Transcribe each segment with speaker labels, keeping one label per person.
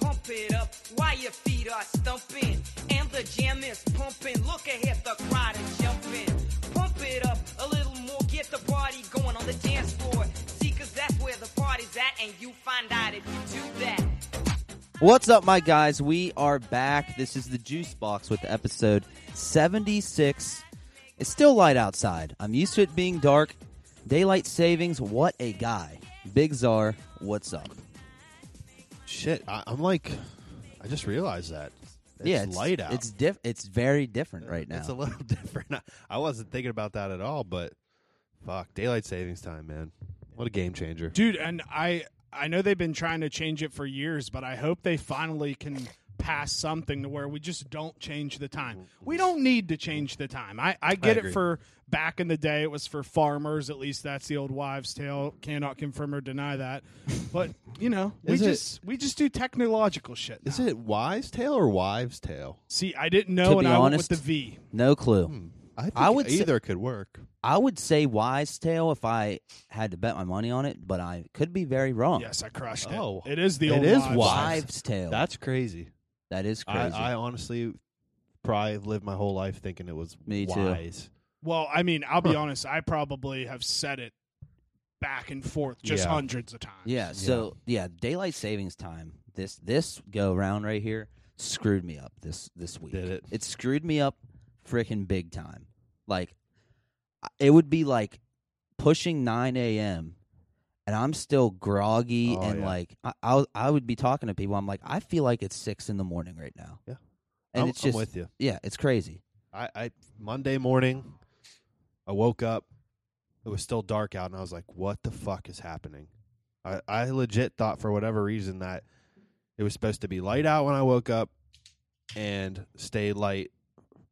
Speaker 1: pump it up while your feet are stumping and the jam is pumping. Look ahead, the crowd is jumping. Pump it up a little more, get the party going on the dance floor. See, cause that's where the party's at, and you find out if you do that.
Speaker 2: What's up, my guys? We are back. This is the Juice Box with episode 76. It's still light outside. I'm used to it being dark. Daylight savings, what a guy. Big Czar, what's up?
Speaker 3: Shit, I, I'm like, I just realized that. It's
Speaker 2: yeah, it's
Speaker 3: light out.
Speaker 2: It's diff- it's very different right now.
Speaker 3: It's a little different. I wasn't thinking about that at all, but fuck, daylight savings time, man. What a game changer.
Speaker 4: dude and i i know they've been trying to change it for years but i hope they finally can pass something to where we just don't change the time we don't need to change the time i i get
Speaker 3: agree.
Speaker 4: it for back in the day it was for farmers at least that's the old wives tale cannot confirm or deny that but you know we
Speaker 3: Is it-
Speaker 4: just we just do technological shit
Speaker 3: Is
Speaker 4: now.
Speaker 3: it Wise Tale or Wives Tale?
Speaker 4: see i didn't
Speaker 2: To
Speaker 4: know and
Speaker 2: be
Speaker 4: i
Speaker 2: honest-
Speaker 4: went with the v
Speaker 2: no clue.
Speaker 3: Hmm. I, think
Speaker 2: Hmm. I would say-
Speaker 3: either could work.
Speaker 2: I would say Wise Tale if I had to bet my money on it, but I could be very wrong.
Speaker 4: yes i crushed it
Speaker 3: Oh.
Speaker 4: it is the
Speaker 3: It
Speaker 4: old
Speaker 3: is
Speaker 4: wives.
Speaker 3: wives.
Speaker 2: Wives Tale.
Speaker 3: That's crazy.
Speaker 2: that is
Speaker 3: I,
Speaker 2: crazy.
Speaker 3: I honestly probably lived my whole life thinking it was
Speaker 2: Me too.
Speaker 3: Wise.
Speaker 4: well i mean i'll be
Speaker 3: Huh.
Speaker 4: honest i probably have said it back and forth just
Speaker 3: Yeah.
Speaker 4: hundreds of times
Speaker 2: yeah, so yeah, daylight savings time. This this go round right here screwed me up this this week.
Speaker 3: Did it?
Speaker 2: It screwed me up freaking big time. Like I- it would be like pushing 9 a.m. and I'm still groggy
Speaker 3: Oh,
Speaker 2: and
Speaker 3: yeah.
Speaker 2: like I, I I would be talking to people. I'm like I feel like it's six in the morning right now.
Speaker 3: Yeah.
Speaker 2: and
Speaker 3: I'm,
Speaker 2: it's just
Speaker 3: I'm with you.
Speaker 2: yeah, it's crazy.
Speaker 3: I, I Monday morning, I woke up. It was still dark out, and I was like, "What the fuck is happening?" I, I legit thought for whatever reason that it was supposed to be light out when I woke up, and stay light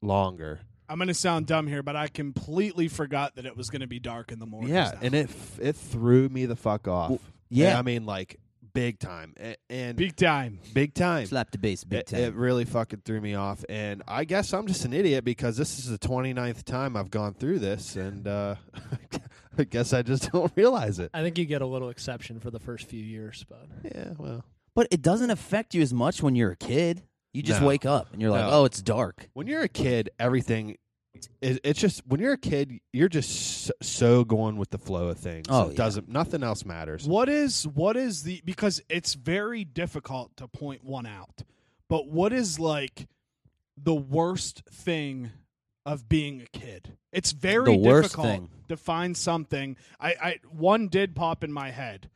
Speaker 3: longer.
Speaker 4: I'm gonna sound dumb here, but I completely forgot that it was gonna be dark in the morning.
Speaker 3: yeah, and it f- it threw me the fuck off.
Speaker 2: Well, yeah.
Speaker 3: I mean like big time, A- and big,
Speaker 4: big time.
Speaker 3: time.
Speaker 2: Slap the bass big
Speaker 3: it,
Speaker 2: time.
Speaker 3: it really fucking threw me off, and I guess I'm just an idiot because this is the 29th time I've gone through this, and uh, I guess I just don't realize it.
Speaker 5: I think you get a little exception for the first few years, but
Speaker 3: Yeah, well,
Speaker 2: but it doesn't affect you as much when you're a kid. You just
Speaker 3: No.
Speaker 2: wake up and you're like,
Speaker 3: No.
Speaker 2: oh, it's dark.
Speaker 3: when you're a kid, everything it, it's just when you're a kid, you're just so, so going with the flow of things.
Speaker 2: Oh,
Speaker 3: it
Speaker 2: yeah.
Speaker 3: doesn't nothing else matters.
Speaker 4: What is what is the because it's very difficult to point one out, but what is like the worst thing of being a kid? It's very
Speaker 2: The worst
Speaker 4: difficult
Speaker 2: thing.
Speaker 4: to find something. I, I one did pop in my head.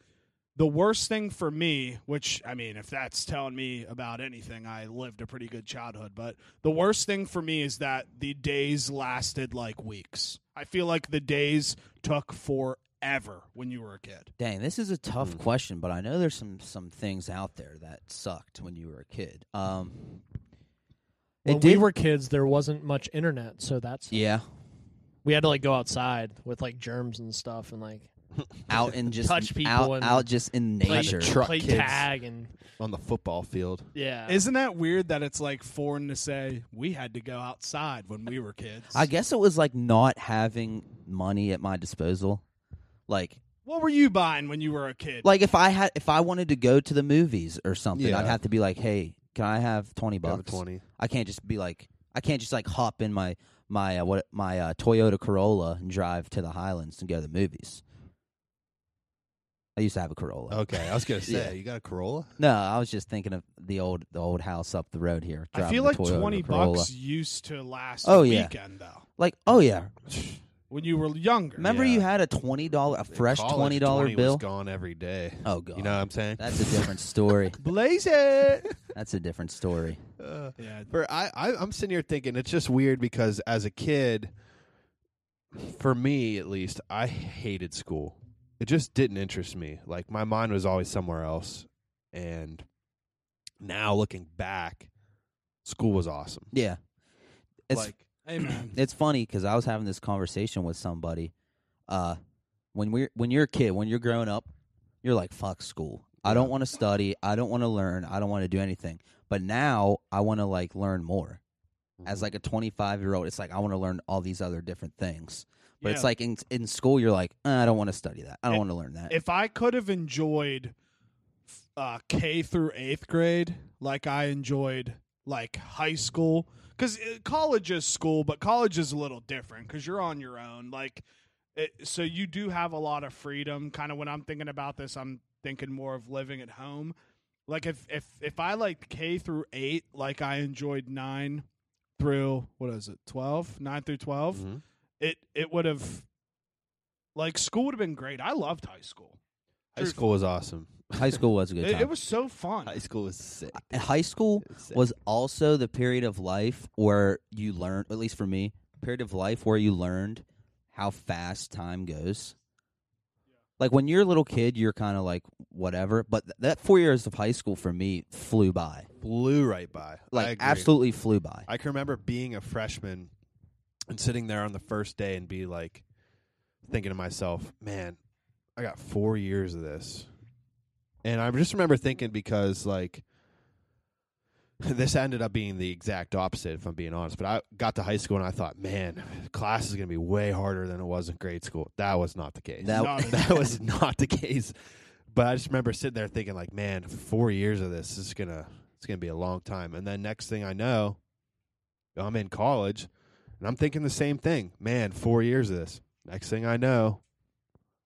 Speaker 4: The worst thing for me, which I mean, if that's telling me about anything, I lived a pretty good childhood. But the worst thing for me is that the days lasted like weeks. I feel like the days took forever when you were a kid.
Speaker 2: Dang, this is a tough
Speaker 5: Mm-hmm.
Speaker 2: question, but I know there's some some things out there that sucked when you were a kid. Um,
Speaker 5: when
Speaker 2: it did.
Speaker 5: we were kids, there wasn't much internet, so that's
Speaker 2: yeah,
Speaker 5: we had to like go outside with like germs and stuff and like
Speaker 2: out and just
Speaker 5: Touch people
Speaker 2: out,
Speaker 5: and
Speaker 2: out just in
Speaker 5: play,
Speaker 2: nature.
Speaker 3: truck
Speaker 5: play
Speaker 3: kids.
Speaker 5: tag and
Speaker 3: on the football field?
Speaker 2: Oh.
Speaker 5: yeah.
Speaker 4: Isn't that weird that it's like foreign to say we had to go outside when we were kids?
Speaker 2: I guess it was like not having money at my disposal. Like,
Speaker 4: what were you buying when you were a kid?
Speaker 2: like if I had if I wanted to go to the movies or something, I'd
Speaker 3: Yeah.
Speaker 2: have to be like, hey, can I have twenty
Speaker 3: Over
Speaker 2: bucks?
Speaker 3: twenty.
Speaker 2: I can't just be like, I can't just like hop in my my uh, what my uh, Toyota Corolla and drive to the Highlands and go to the movies. I used to have a Corolla.
Speaker 3: Okay, I was gonna say
Speaker 2: Yeah.
Speaker 3: you got a Corolla.
Speaker 2: No, I was just thinking of the old the old house up the road here.
Speaker 4: I
Speaker 2: driving
Speaker 4: feel
Speaker 2: the
Speaker 4: like
Speaker 2: Toyota
Speaker 4: twenty
Speaker 2: Corolla.
Speaker 4: bucks used to last
Speaker 2: Oh,
Speaker 4: a
Speaker 2: yeah.
Speaker 4: weekend though.
Speaker 2: Like, oh yeah,
Speaker 4: When you were younger.
Speaker 2: remember
Speaker 3: Yeah.
Speaker 2: you had a twenty dollar a fresh
Speaker 3: College
Speaker 2: twenty dollar
Speaker 3: 20
Speaker 2: bill?
Speaker 3: was gone every day.
Speaker 2: Oh god,
Speaker 3: You know what I'm saying?
Speaker 2: that's a different story.
Speaker 3: Blaze it.
Speaker 2: that's a different story.
Speaker 3: Uh,
Speaker 4: Yeah.
Speaker 3: For I, I, I'm sitting here thinking it's just weird because as a kid, for me at least, I hated school. It just didn't interest me. Like my mind was always somewhere else, and now looking back, school was awesome.
Speaker 2: Yeah, it's
Speaker 3: like
Speaker 4: Amen.
Speaker 2: it's funny because I was having this conversation with somebody. Uh, when we're when you're a kid, when you're growing up, you're like, "Fuck school. I don't want to study. I don't want to learn. I don't want to do anything." But now I want to like learn more. As
Speaker 4: Mm-hmm.
Speaker 2: like a 25 year old, it's like I want to learn all these other different things. But it's
Speaker 4: Yeah.
Speaker 2: like in in school, you're like, "Uh, I don't want to study that. I don't
Speaker 4: If-
Speaker 2: want to learn that.
Speaker 4: if I could have enjoyed uh, K through eighth grade, like I enjoyed like high school because college is school, but college is a little different because you're on your own. Like, it, so you do have a lot of freedom. Kind of when I'm thinking about this, I'm thinking more of living at home. Like if if if I liked K through eight, like I enjoyed nine through what is it twelve nine through 12
Speaker 3: Mhm.
Speaker 4: it it would have like school would have been great. I loved high school.
Speaker 3: High school was awesome.
Speaker 2: High school was a good
Speaker 4: It,
Speaker 2: time.
Speaker 4: it was so fun.
Speaker 3: High school was sick.
Speaker 2: And high school
Speaker 3: It sick.
Speaker 2: was also the period of life where you learned, at least for me, period of life where you learned how fast time goes. Like when you're a little kid, you're kind of like whatever, but th- that four years of high school for me flew by,
Speaker 3: blew right by. I
Speaker 2: like
Speaker 3: agree.
Speaker 2: absolutely flew by.
Speaker 3: I can remember being a freshman and sitting there on the first day and be like thinking to myself, man, I got four years of this. And I just remember thinking because like this ended up being the exact opposite, if I'm being honest. But I got to high school and I thought, man, class is gonna be way harder than it was in grade school. That was not the case.
Speaker 2: That-
Speaker 4: Not
Speaker 3: that was not the case. But I just remember sitting there thinking, like, man, four years of this is gonna it's gonna be a long time. And then next thing I know, I'm in college, and I'm thinking the same thing. Man, four years of this. Next thing I know,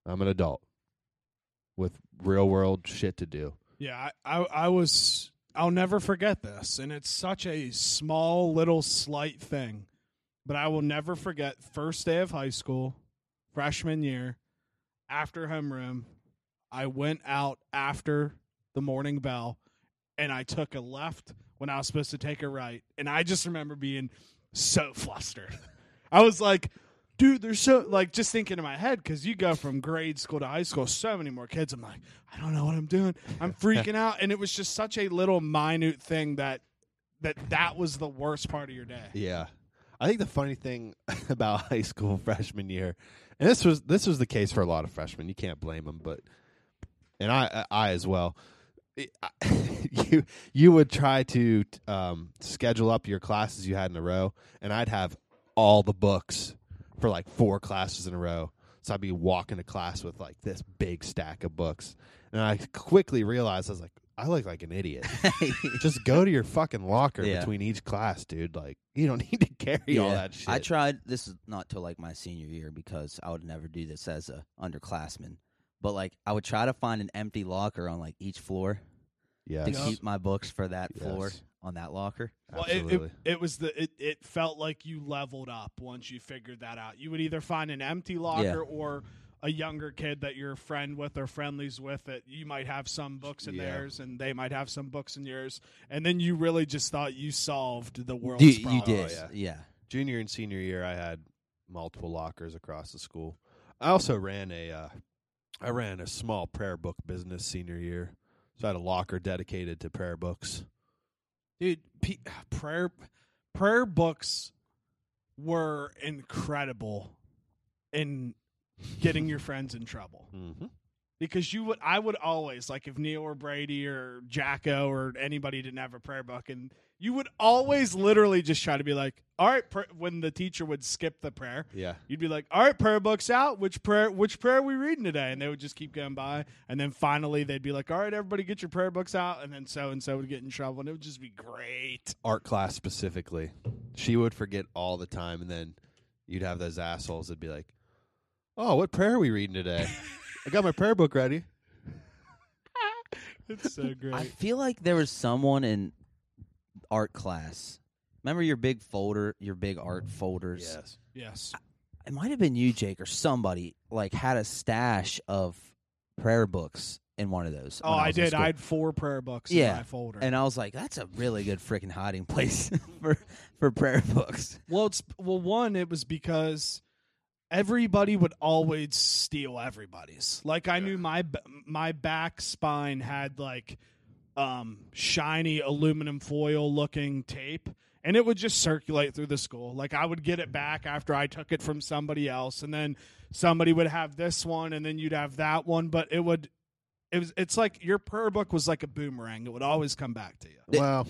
Speaker 3: I'm an adult with real world shit to do.
Speaker 4: Yeah, I, I, I was. I'll never forget this, and it's such a small, little, slight thing, but I will never forget first day of high school, freshman year, after homeroom. I went out after the morning bell, and I took a left when I was supposed to take a right, and I just remember being so flustered. I was like. Dude, there's so like just thinking in my head because you go from grade school to high school, so many more kids. I'm like, I don't know what I'm doing. I'm freaking out. And it was just such a little minute thing that that that was the worst part of your day.
Speaker 3: Yeah. I think the funny thing about high school freshman year, and this was this was the case for a lot of freshmen. You can't blame them, but and I I I as well. It- I- you you would try to um, schedule up your classes you had in a row, and I'd have all the books for like four classes in a row. So I'd be walking to class with like this big stack of books, and I quickly realized I was like, I look like an idiot just go to your fucking locker
Speaker 2: Yeah.
Speaker 3: between each class, dude. Like you don't need to carry all
Speaker 2: Yeah.
Speaker 3: that shit.
Speaker 2: I tried. This is not till like my senior year because I would never do this as a underclassman. But like, I would try to find an empty locker on like each floor
Speaker 3: yes,
Speaker 2: to keep my books for that floor
Speaker 3: Yes.
Speaker 2: on that locker.
Speaker 4: Well, it-
Speaker 3: absolutely.
Speaker 4: It, it, was the it, it felt like you leveled up once you figured that out. You would either find an empty locker
Speaker 2: Yeah.
Speaker 4: or a younger kid that you're a friend with or friendlies with that you might have some books in
Speaker 3: Yeah.
Speaker 4: theirs and they might have some books in yours. And then you really just thought you solved the world's
Speaker 2: Dude, you
Speaker 4: problem.
Speaker 2: did,
Speaker 3: Oh, yeah.
Speaker 2: Oh, yeah.
Speaker 3: Junior and senior year, I had multiple lockers across the school. I also ran a, uh, I ran a small prayer book business senior year, so I had a locker dedicated to prayer books.
Speaker 4: dude pe- prayer prayer books were incredible in getting your friends in trouble
Speaker 3: Mm-hmm.
Speaker 4: because you would i would always like if neil or brady or jacko or anybody didn't have a prayer book and you would always literally just try to be like all right pr-, when the teacher would skip the prayer
Speaker 3: Yeah,
Speaker 4: You'd be like, "All right, prayer books out. Which prayer? Which prayer are we reading today?" And they would just keep going by, and then finally they'd be like, "All right, everybody, get your prayer books out." And then so and so would get in trouble, and it would just be great.
Speaker 3: art class specifically, she would forget all the time, and then you'd have those assholes that'd be like, "Oh, what prayer are we reading today? I got my prayer book ready."
Speaker 4: It's so
Speaker 2: I
Speaker 4: great.
Speaker 2: feel like there was someone in art class. Remember your big folder, your big art folders.
Speaker 4: yes,
Speaker 2: It might have been you, Jake, or somebody. Like had a stash of prayer books in one of those.
Speaker 4: Oh,
Speaker 2: when
Speaker 4: I
Speaker 2: was in
Speaker 4: did.
Speaker 2: school.
Speaker 4: I had four prayer books
Speaker 2: Yeah,
Speaker 4: in my folder.
Speaker 2: and I was like, that's a really good freaking hiding place for for prayer books.
Speaker 4: well, it's well, one, it was because everybody would always steal everybody's. Like I knew my b- my back spine had like um shiny aluminum foil looking tape and it would just circulate through the school. Like I would get it back after I took it from somebody else and then somebody would have this one and then you'd have that one, but it would it was it's like your prayer book was like a boomerang. It would always come back to you.
Speaker 2: It-
Speaker 3: well,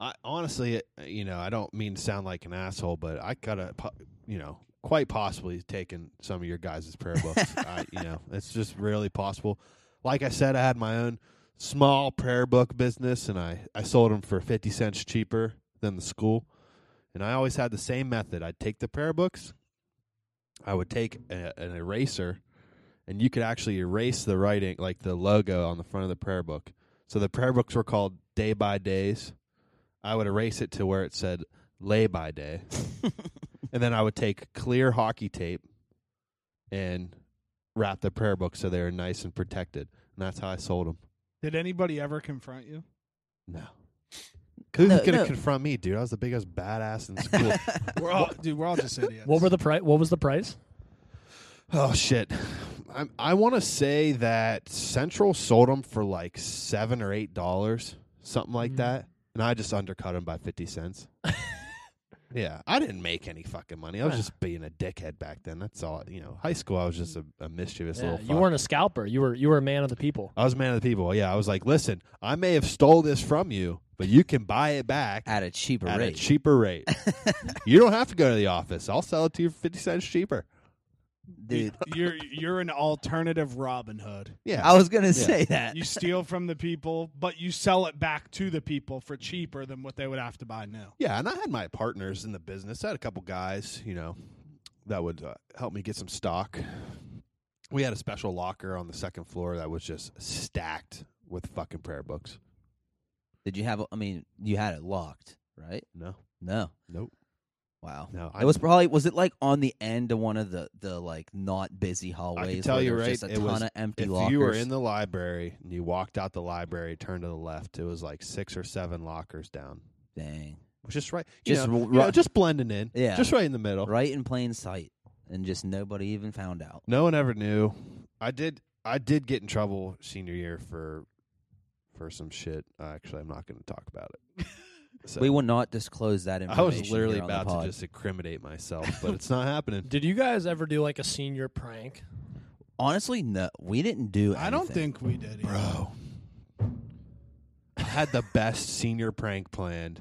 Speaker 3: I honestly, it- you know, I don't mean to sound like an asshole, but I could have, po- you know, quite possibly taken some of your guys' prayer books. I, you know, it's just really possible. Like I said, I had my own small prayer book business, and I I sold them for fifty cents cheaper than the school. And I always had the same method. I'd take the prayer books. I would take a, an eraser, and you could actually erase the writing, like the logo on the front of the prayer book. So the prayer books were called day by days. I would erase it to where it said lay by day. and then I would take clear hockey tape and wrap the prayer book so they were nice and protected. And that's how I sold them.
Speaker 4: Did anybody ever confront you?
Speaker 3: No. Who's
Speaker 2: No,
Speaker 3: gonna
Speaker 2: no.
Speaker 3: confront me, dude? I was the biggest badass in school.
Speaker 4: We're all, dude, we're all just idiots.
Speaker 5: What were the price? What was the price?
Speaker 3: oh shit! I I want to say that Central sold them for like seven or eight dollars, something like
Speaker 5: Mm.
Speaker 3: that, and I just undercut them by fifty cents. yeah, I didn't make any fucking money. I was
Speaker 5: Yeah.
Speaker 3: just being a dickhead back then. That's all. You know, high school, I was just a, a mischievous
Speaker 5: Yeah,
Speaker 3: little.
Speaker 5: you
Speaker 3: fuck.
Speaker 5: weren't a scalper. You were you were a man of the people.
Speaker 3: I was a man of the people. Yeah, I was like, listen, I may have stole this from you, but you can buy it back
Speaker 2: at a cheaper
Speaker 3: at
Speaker 2: rate.
Speaker 3: a cheaper rate. you don't have to go to the office. I'll sell it to you for fifty cents cheaper.
Speaker 2: Dude,
Speaker 4: You're you're an alternative Robin Hood.
Speaker 3: Yeah,
Speaker 2: I was gonna say that.
Speaker 4: You steal from the people, but you sell it back to the people for cheaper than what they would have to buy now.
Speaker 3: yeah, and I had my partners in the business. I had a couple guys, you know, that would uh, help me get some stock. We had a special locker on the second floor that was just stacked with fucking prayer books.
Speaker 2: Did you have? I mean, you had it locked, right?
Speaker 3: No,
Speaker 2: No.
Speaker 3: nope,
Speaker 2: Wow.
Speaker 3: no.
Speaker 2: It was probably was it like on the end of one of the the like not busy hallways?
Speaker 3: tell
Speaker 2: where
Speaker 3: you
Speaker 2: there was
Speaker 3: right,
Speaker 2: just a
Speaker 3: it
Speaker 2: ton
Speaker 3: was-
Speaker 2: of empty
Speaker 3: if
Speaker 2: lockers.
Speaker 3: you were in the library and you walked out the library, turned to the left, it was like six or seven lockers down.
Speaker 2: Dang,
Speaker 3: Just right, you
Speaker 2: Just
Speaker 3: know,
Speaker 2: ru-
Speaker 3: you know,
Speaker 2: ru-
Speaker 3: just blending in,
Speaker 2: Yeah.
Speaker 3: just right in the middle.
Speaker 2: right in plain sight, and just nobody even found out.
Speaker 3: No one ever knew. I did. I did get in trouble senior year for for some shit. Uh, actually, I'm not going to talk about it. So,
Speaker 2: We will not disclose that
Speaker 3: I
Speaker 2: information.
Speaker 3: was literally
Speaker 2: here on the
Speaker 3: about
Speaker 2: pod.
Speaker 3: to just incriminate myself, but it's not happening.
Speaker 5: Did you guys ever do like a senior prank?
Speaker 2: Honestly, no, we didn't do.
Speaker 4: I don't
Speaker 2: anything.
Speaker 4: think we did. Either.
Speaker 3: Bro, I had the best senior prank planned,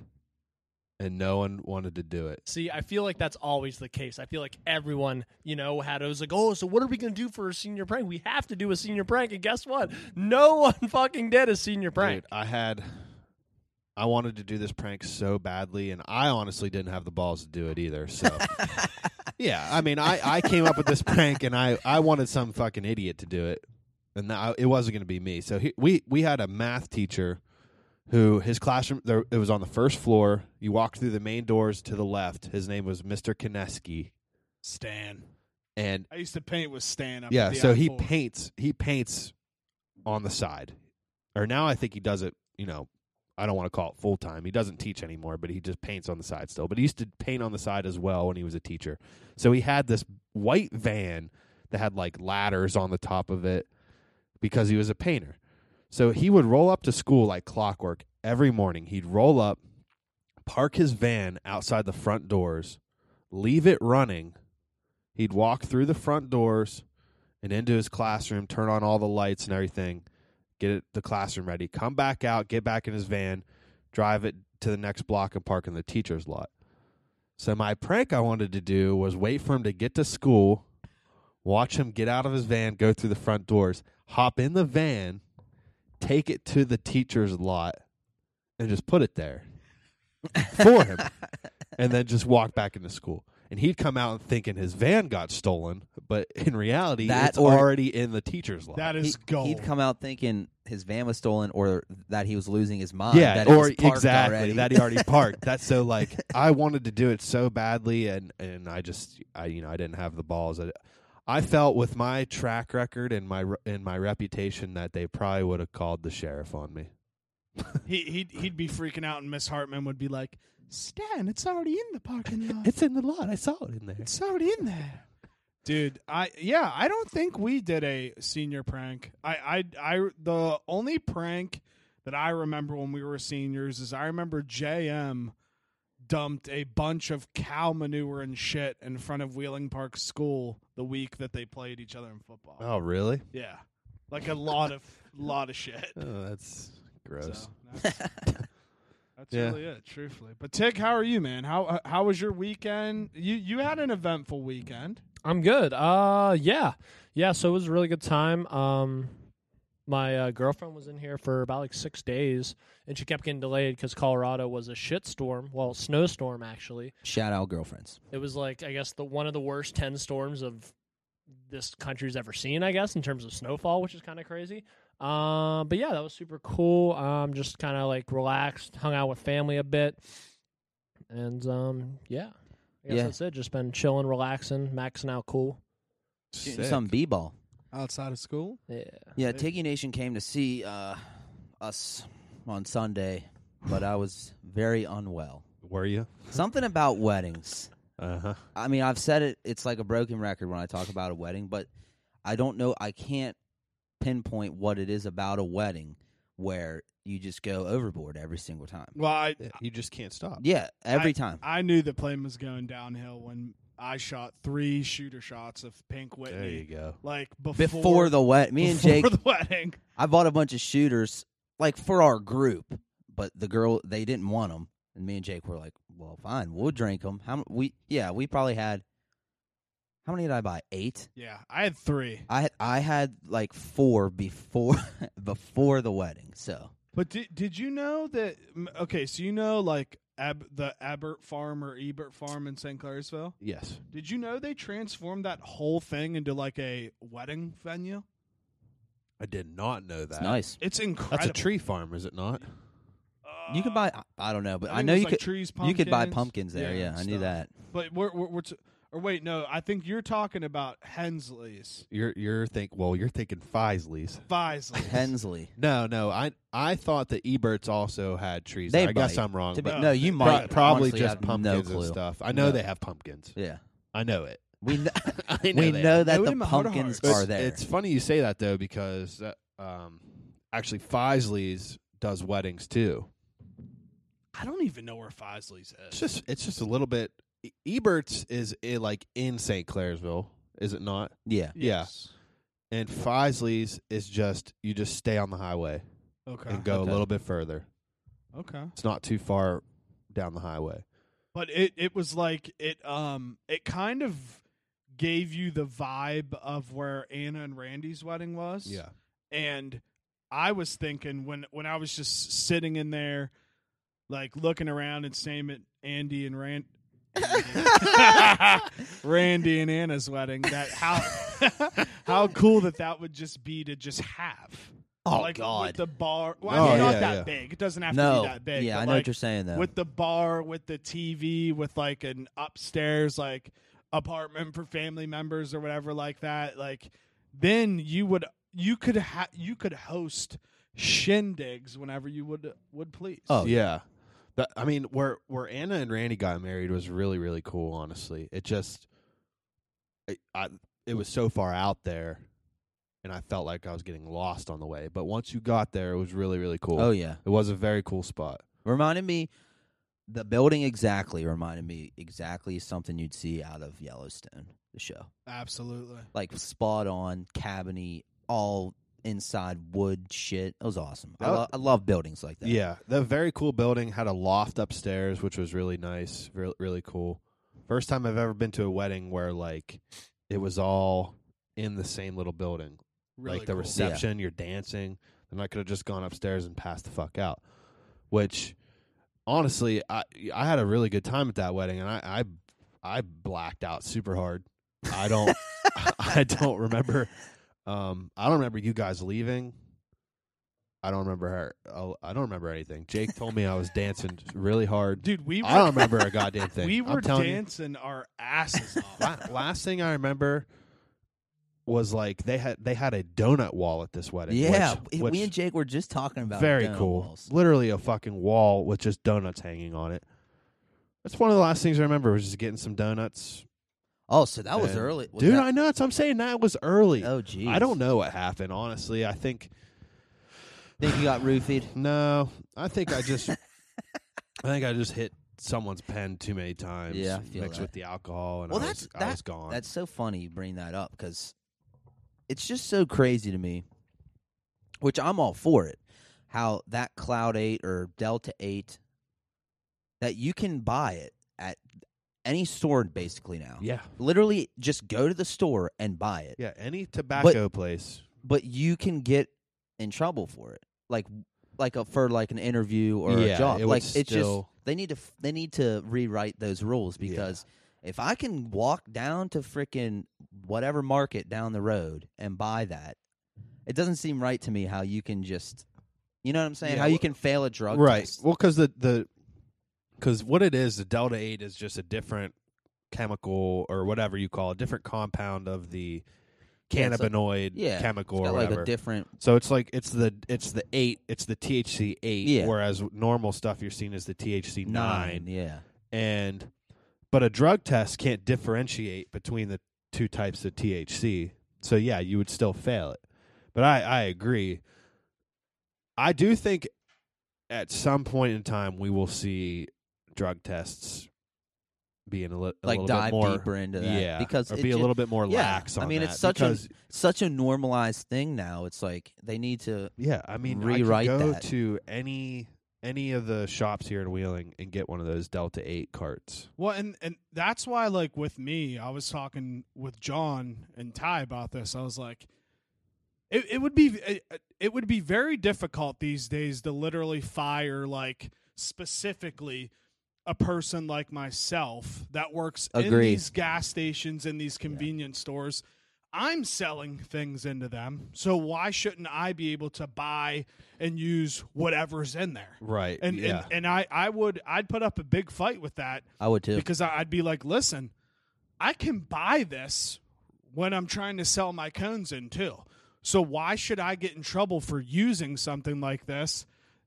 Speaker 3: and no one wanted to do it.
Speaker 5: See, I feel like that's always the case. I feel like everyone, you know, had it was like, oh, so what are we gonna do for a senior prank? We have to do a senior prank, and guess what? No one fucking did a senior prank.
Speaker 3: Dude, I had. I wanted to do this prank so badly, and I honestly didn't have the balls to do it either. So, yeah, I mean, I, I came up with this prank, and I, I wanted some fucking idiot to do it, and I, it wasn't going to be me. So he, we we had a math teacher who his classroom there it was on the first floor. You walk through the main doors to the left. His name was Mister Kineski,
Speaker 4: Stan.
Speaker 3: and
Speaker 4: I used to paint with Stan. Up
Speaker 3: yeah,
Speaker 4: at the
Speaker 3: so he
Speaker 4: I-4.
Speaker 3: paints he paints on the side. Or now I think he does it, you know, I don't want to call it full time. He doesn't teach anymore, but he just paints on the side still. But he used to paint on the side as well when he was a teacher. So he had this white van that had like ladders on the top of it because he was a painter. So he would roll up to school like clockwork every morning. He'd roll up, park his van outside the front doors, leave it running. He'd walk through the front doors and into his classroom, turn on all the lights and everything, get it, the classroom ready, come back out, get back in his van, drive it to the next block and park in the teacher's lot. So my prank I wanted to do was wait for him to get to school, watch him get out of his van, go through the front doors, hop in the van, take it to the teacher's lot, and just put it there for him, and then just walk back into school. And he'd come out thinking his van got stolen, but in reality,
Speaker 2: That
Speaker 3: it's
Speaker 2: or-
Speaker 3: already in the teacher's lot.
Speaker 4: That is
Speaker 2: He,
Speaker 4: gold.
Speaker 2: would come out thinking his van was stolen or that he was losing his mind.
Speaker 3: yeah,
Speaker 2: Uh, that it
Speaker 3: or
Speaker 2: was parked
Speaker 3: exactly
Speaker 2: already.
Speaker 3: that he already parked. That's so like I wanted to do it so badly, and and I just I you know I didn't have the balls. I, I felt with my track record and my re- and my reputation that they probably would have called the sheriff on me.
Speaker 4: He he'd, he'd be freaking out, and Miss Hartman would be like, "Stan, it's already in the parking lot.
Speaker 3: It's in the lot. I saw it in there.
Speaker 4: It's already in there. Dude, I yeah, I don't think we did a senior prank. I I I the only prank that I remember when we were seniors is I remember JM dumped a bunch of cow manure and shit in front of Wheeling Park School the week that they played each other in football.
Speaker 3: Oh really?
Speaker 4: Yeah. Like a lot of lot of shit.
Speaker 3: Oh, that's gross.
Speaker 4: So, that's that's
Speaker 3: Yeah.
Speaker 4: really it, truthfully. But Tig, how are you, man? How how was your weekend? You you had an eventful weekend.
Speaker 5: I'm good. Uh, yeah, yeah. So it was a really good time. Um, my uh, girlfriend was in here for about like six days, and she kept getting delayed because Colorado was a shitstorm. Well, snowstorm actually.
Speaker 2: Shout out girlfriends.
Speaker 5: It was like I guess the one of the worst ten storms of this country's ever seen. I guess in terms of snowfall, which is kind of crazy. Um, but yeah, that was super cool. Um, just kind of like relaxed, hung out with family a bit, and um, yeah, I guess
Speaker 2: Yeah.
Speaker 5: that's it. Just been chilling, relaxing, maxing out, cool.
Speaker 2: Shooting
Speaker 3: Sick.
Speaker 2: Some b-ball.
Speaker 6: Outside of school?
Speaker 5: Yeah,
Speaker 2: Yeah, Tiggy Nation came to see uh, us on Sunday, but I was very unwell.
Speaker 3: Were you?
Speaker 2: Something about weddings.
Speaker 3: Uh huh.
Speaker 2: I mean, I've said it. It's like a broken record when I talk about a wedding, but I don't know. I can't pinpoint what it is about a wedding where you just go overboard every single time.
Speaker 4: Well, I
Speaker 3: You just can't stop.
Speaker 2: Yeah, every time.
Speaker 4: I knew the plane was going downhill when I shot three shooter shots of Pink Whitney.
Speaker 3: There you go.
Speaker 4: Like before,
Speaker 2: Before, the wed, me and
Speaker 4: before
Speaker 2: Jake,
Speaker 4: the wedding.
Speaker 2: I bought a bunch of shooters like for our group, but the girl they didn't want them, and me and Jake were like, "Well, fine, we'll drink them." How m- we? Yeah, we probably had. How many did I buy? Eight.
Speaker 4: Yeah, I had three.
Speaker 2: I had I had like four before before the wedding. So
Speaker 4: But did did you know that? m- Okay, so you know like Ab, the Abert Farm or Ebert Farm in St. Clairsville.
Speaker 3: Yes.
Speaker 4: Did you know they transformed that whole thing into like a wedding venue?
Speaker 3: I did not know that.
Speaker 2: it's nice.
Speaker 4: It's incredible.
Speaker 3: That's a tree farm, is it not?
Speaker 2: You could buy. I- I don't know, but I,
Speaker 4: I think
Speaker 2: know
Speaker 4: it was
Speaker 2: you
Speaker 4: like
Speaker 2: could.
Speaker 4: trees,
Speaker 2: you could buy
Speaker 4: pumpkins,
Speaker 2: pumpkins there.
Speaker 4: yeah,
Speaker 2: Yeah,
Speaker 4: and
Speaker 2: I knew
Speaker 4: stuff.
Speaker 2: that.
Speaker 4: But we're we're, we're t- or wait, no, I think you're talking about Hensley's,
Speaker 3: You're you're think well, you're thinking Fisley's.
Speaker 4: Fisley's.
Speaker 2: Hensley.
Speaker 3: No, no. I I thought the Eberts also had trees.
Speaker 2: They
Speaker 3: I guess
Speaker 2: bite.
Speaker 3: I'm wrong.
Speaker 2: To be-
Speaker 3: but
Speaker 2: no, you
Speaker 3: pro-
Speaker 2: might
Speaker 3: probably
Speaker 2: honestly, I
Speaker 3: just
Speaker 2: have no
Speaker 3: pumpkins and
Speaker 2: clue.
Speaker 3: stuff. I know
Speaker 2: No.
Speaker 3: they have pumpkins.
Speaker 2: Yeah,
Speaker 3: I know it.
Speaker 2: we kn-
Speaker 3: I
Speaker 2: we
Speaker 3: they
Speaker 2: know
Speaker 3: have.
Speaker 2: that
Speaker 4: Know it
Speaker 2: the
Speaker 4: in my heart of
Speaker 2: pumpkins
Speaker 4: hearts.
Speaker 2: are there.
Speaker 3: It's funny you say that though because uh, um, actually Fisley's does weddings too.
Speaker 4: I don't even know where Fisley's
Speaker 3: It's
Speaker 4: is.
Speaker 3: just it's just a little bit. E- Eberts is eh, like in St. Clairsville, is it not?
Speaker 2: yeah,
Speaker 3: yeah. And Fisley's is just you just stay on the highway
Speaker 4: Ah, Okay.
Speaker 3: and go
Speaker 2: Okay.
Speaker 3: a little bit further.
Speaker 4: Okay.
Speaker 3: It's not too far down the highway.
Speaker 4: But it it was like it um it kind of gave you the vibe of where Anna and Randy's wedding was. and I was thinking when when I was just sitting in there, like looking around and staring at Andy and Rand, Randy and Anna's wedding, that how how cool that that would just be to just have.
Speaker 2: Oh
Speaker 4: like, with
Speaker 2: God,
Speaker 4: the bar. Well, I
Speaker 3: Oh,
Speaker 4: mean, not
Speaker 3: yeah,
Speaker 4: that
Speaker 3: yeah.
Speaker 4: big. It doesn't have to
Speaker 2: no.
Speaker 4: be that big.
Speaker 2: yeah,
Speaker 4: but,
Speaker 2: I know
Speaker 4: like,
Speaker 2: what you're saying though.
Speaker 4: with the bar, with the TV, with like an upstairs like apartment for family members or whatever like that. Like then you would you could ha- you could host shindigs whenever you would would please.
Speaker 2: Oh,
Speaker 3: yeah. That, I mean, where where Anna and Randy got married was really really cool. Honestly, it just, I, I it was so far out there, and I felt like I was getting lost on the way. But once you got there, it was really really cool.
Speaker 2: oh yeah,
Speaker 3: It was a very cool spot.
Speaker 2: reminded me. The building exactly reminded me exactly something you'd see out of Yellowstone, the show.
Speaker 4: absolutely.
Speaker 2: Like spot on, cabiny, all inside wood shit. It was awesome. I,
Speaker 3: That-
Speaker 2: lo- I love buildings like that.
Speaker 3: Oh. Yeah, the very cool building had a loft upstairs, which was really nice, really, really cool. First time I've ever been to a wedding where like it was all in the same little building,
Speaker 4: Really
Speaker 3: like the
Speaker 4: cool.
Speaker 3: reception, you're dancing. Then I could have just gone upstairs and passed the fuck out. Which honestly, I I had a really good time at that wedding, and I I, I blacked out super hard. I don't I don't remember. Um, I don't remember you guys leaving. I don't remember her. I'll- I don't remember anything. Jake told me I was dancing really hard.
Speaker 4: Dude, we
Speaker 3: I don't
Speaker 4: were
Speaker 3: remember a goddamn thing.
Speaker 4: we
Speaker 3: I'm
Speaker 4: were
Speaker 3: telling you.
Speaker 4: dancing our asses off.
Speaker 3: La- last thing I remember was like they had they had a donut wall at this wedding.
Speaker 2: Yeah,
Speaker 3: which,
Speaker 2: we-
Speaker 3: which
Speaker 2: we and Jake were just talking about
Speaker 3: very
Speaker 2: donut
Speaker 3: cool.
Speaker 2: walls.
Speaker 3: Literally a fucking wall with just donuts hanging on it. That's one of the last things I remember was just getting some donuts.
Speaker 2: Oh, so that was
Speaker 3: and-
Speaker 2: early, was
Speaker 3: dude.
Speaker 2: that-
Speaker 3: I know. That's what I'm saying. That was early.
Speaker 2: Oh, geez.
Speaker 3: I don't know what happened. Honestly, I think
Speaker 2: Think you got roofied?
Speaker 3: no. I think I just. I think I just hit someone's pen too many times.
Speaker 2: Yeah, I feel
Speaker 3: mixed
Speaker 2: that.
Speaker 3: with the alcohol, and
Speaker 2: Well,
Speaker 3: I,
Speaker 2: that's-
Speaker 3: was, I
Speaker 2: that-
Speaker 3: was gone.
Speaker 2: That's so funny you bring that up because it's just so crazy to me, which I'm all for it, how that Cloud 8 or Delta 8, that you can buy it at any store basically now.
Speaker 3: yeah,
Speaker 2: Literally just go to the store and buy it.
Speaker 3: yeah. Any tobacco place.
Speaker 2: But you can get in trouble for it, like like a, for like an interview or
Speaker 3: Yeah,
Speaker 2: a job.
Speaker 3: it would
Speaker 2: like it's just
Speaker 3: still-
Speaker 2: they need to f- they need to rewrite those rules
Speaker 3: Yeah.
Speaker 2: because if I can walk down to frickin' whatever market down the road and buy that, it doesn't seem right to me how you can just you know what I'm saying?
Speaker 3: Yeah,
Speaker 2: how you
Speaker 3: well-
Speaker 2: can fail a drug
Speaker 3: right.
Speaker 2: test.
Speaker 3: Well, because the the because what it is, the delta eight is just a different chemical or whatever you call it, different compound of the
Speaker 2: Yeah, it's like-
Speaker 3: cannabinoid
Speaker 2: yeah,
Speaker 3: chemical
Speaker 2: It's got
Speaker 3: or
Speaker 2: like
Speaker 3: whatever.
Speaker 2: a different
Speaker 3: so it's like it's the it's the eight, it's the THC eight,
Speaker 2: Yeah.
Speaker 3: whereas normal stuff you're seeing is the THC
Speaker 2: nine, yeah.
Speaker 3: and but a drug test can't differentiate between the two types of THC. So yeah, you would still fail it. But I I agree. I do think at some point in time we will see drug tests being a, li- a
Speaker 2: Like
Speaker 3: little
Speaker 2: dive
Speaker 3: bit more
Speaker 2: deeper into that
Speaker 3: yeah
Speaker 2: because
Speaker 3: or
Speaker 2: it
Speaker 3: be a
Speaker 2: ju-
Speaker 3: little bit more
Speaker 2: yeah,
Speaker 3: lax on
Speaker 2: I mean,
Speaker 3: that
Speaker 2: it's such a-
Speaker 3: because
Speaker 2: such a normalized thing now. It's like they need to
Speaker 3: yeah I mean
Speaker 2: rewrite
Speaker 3: I could go
Speaker 2: that.
Speaker 3: to any any of the shops here in Wheeling and get one of those Delta 8 carts.
Speaker 4: Well, and and that's why, like with me, I was talking with John and Ty about this. I was like, it it would be it, it would be very difficult these days to literally fire like specifically a person like myself that works in
Speaker 2: Agreed.
Speaker 4: these gas stations and these convenience stores. I'm selling things into them, so why shouldn't I be able to buy and use whatever's in there?
Speaker 3: Right.
Speaker 4: And
Speaker 3: yeah.
Speaker 4: and, and I, I would I'd put up a big fight with that
Speaker 2: I would too.
Speaker 4: because I- I'd be like, listen, I can buy this when I'm trying to sell my cones in too. So why should I get in trouble for using something like this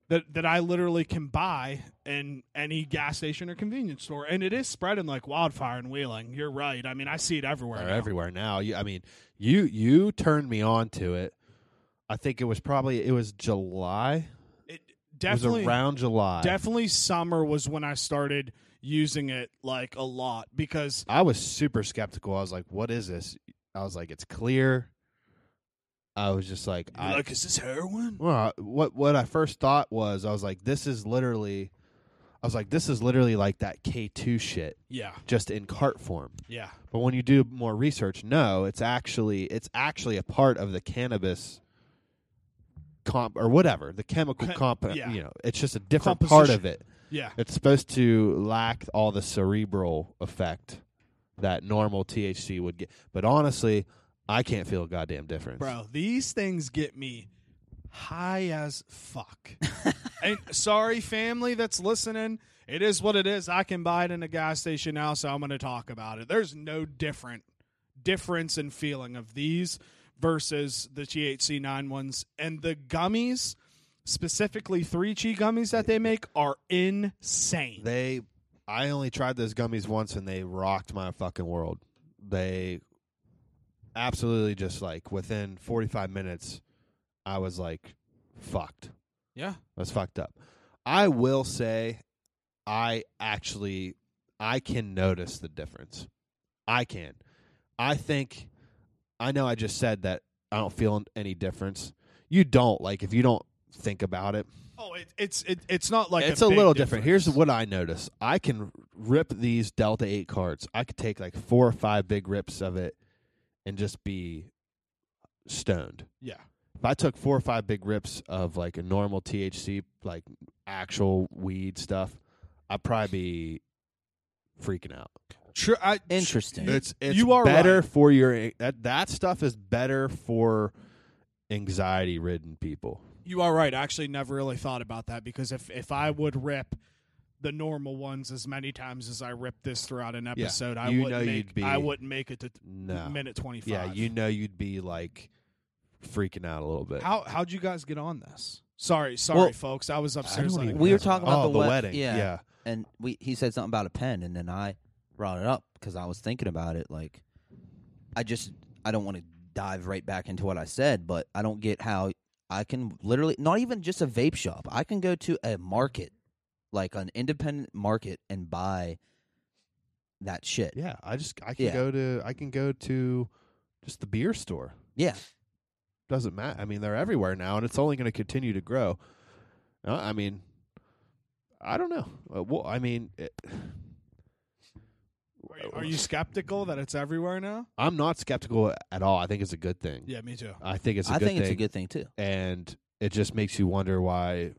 Speaker 4: that that I literally can buy in any gas station or convenience store? And it is spreading like wildfire in Wheeling. You're right. I mean, I see it everywhere.
Speaker 3: are
Speaker 4: now.
Speaker 3: everywhere now. You, I mean, you you turned me on to it. I think it was probably it was July.
Speaker 4: It definitely
Speaker 3: it was around July.
Speaker 4: definitely summer was when I started using it like a lot because
Speaker 3: I was super skeptical. I was like, "What is this?" I was like, "It's clear." I was just like, I,
Speaker 4: like is this heroin?
Speaker 3: well, I- what what I first thought was, I was like, "This is literally," I was like, "This is literally like that K two shit,
Speaker 4: Yeah,
Speaker 3: just in cart form."
Speaker 4: yeah.
Speaker 3: But when you do more research, no, it's actually it's actually a part of the cannabis comp or whatever the chemical
Speaker 4: Ca-
Speaker 3: comp. uh,
Speaker 4: yeah.
Speaker 3: You know, it's just a different part of
Speaker 4: Composition.
Speaker 3: it.
Speaker 4: Yeah.
Speaker 3: It's supposed to lack all the cerebral effect that normal THC would get. But honestly, I can't feel a goddamn difference.
Speaker 4: Bro, these things get me high as fuck. and sorry, family that's listening. It is what it is. I can buy it in a gas station now, so I'm going to talk about it. There's no different difference in feeling of these versus the THC nine ones and the gummies. Specifically, three chi gummies that they make are insane.
Speaker 3: They, I only tried those gummies once, and they rocked my fucking world. They absolutely just like within 45 minutes, I was like, fucked.
Speaker 4: yeah,
Speaker 3: That's fucked up. I will say, I actually, I can notice the difference. I can. I think, I know I just said that I don't feel any difference. You don't like if you don't think about it.
Speaker 4: Oh, it, it's it, it's not like
Speaker 3: it's
Speaker 4: a,
Speaker 3: a,
Speaker 4: big
Speaker 3: little different.
Speaker 4: difference.
Speaker 3: Here's what I notice: I can rip these Delta Eight cards. I could take like four or five big rips of it, and just be stoned
Speaker 4: yeah,
Speaker 3: if I took four or five big rips of like a normal THC, like actual weed stuff, I'd probably be freaking out.
Speaker 4: Tru- I-
Speaker 2: Interesting.
Speaker 3: It's it's
Speaker 4: you are
Speaker 3: better
Speaker 4: right.
Speaker 3: for your that that stuff is better for anxiety ridden people.
Speaker 4: You are right. I actually never really thought about that because if if I would rip the normal ones as many times as I rip this throughout an
Speaker 3: Yeah.
Speaker 4: episode, I
Speaker 3: You
Speaker 4: wouldn't
Speaker 3: know
Speaker 4: make
Speaker 3: you'd be-
Speaker 4: I wouldn't make it to
Speaker 3: No,
Speaker 4: minute twenty five.
Speaker 3: yeah, you know you'd be like freaking out a little bit.
Speaker 4: how how'd you guys get on this? Sorry, sorry,
Speaker 2: Well,
Speaker 4: folks. I was upstairs.
Speaker 3: don't
Speaker 4: like,
Speaker 3: even-
Speaker 2: we were talking about
Speaker 3: oh,
Speaker 2: the,
Speaker 3: the,
Speaker 2: wed-
Speaker 3: wedding,
Speaker 2: Yeah.
Speaker 3: yeah.
Speaker 2: and we he said something about a pen, and then I brought it up because I was thinking about it. Like, I just I don't want to dive right back into what I said, but I don't get how I can literally not even just a vape shop. I can go to a market, like an independent market, and buy that shit.
Speaker 3: Yeah, I just I can
Speaker 2: Yeah.
Speaker 3: go to I can go to just the beer store.
Speaker 2: Yeah,
Speaker 3: Doesn't matter. I mean, they're everywhere now, and it's only going to continue to grow. Uh, I mean, I don't know. Uh, well, I mean, it,
Speaker 4: Are you, are you skeptical that it's everywhere now?
Speaker 3: I'm not skeptical at all. I think it's a good thing.
Speaker 4: Yeah, me too.
Speaker 3: I think it's. a
Speaker 2: I
Speaker 3: good
Speaker 2: think it's a
Speaker 3: thing,
Speaker 2: good thing too.
Speaker 3: And it just makes you wonder why,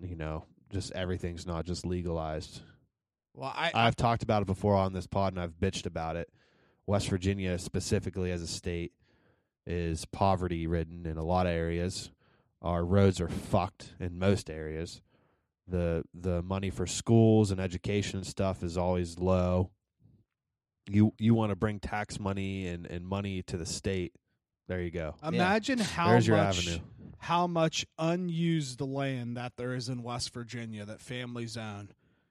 Speaker 3: you know, just everything's not just legalized.
Speaker 4: Well, I,
Speaker 3: I've talked about it before on this pod and I've bitched about it. West Virginia, specifically as a state, is poverty ridden in a lot of areas. Our roads are fucked in most areas. The the money for schools and education and stuff is always low. You you want to bring tax money and, and money to the state. There you go.
Speaker 4: imagine how
Speaker 3: There's
Speaker 4: much
Speaker 3: your avenue.
Speaker 4: how much unused land that there is in West Virginia that families own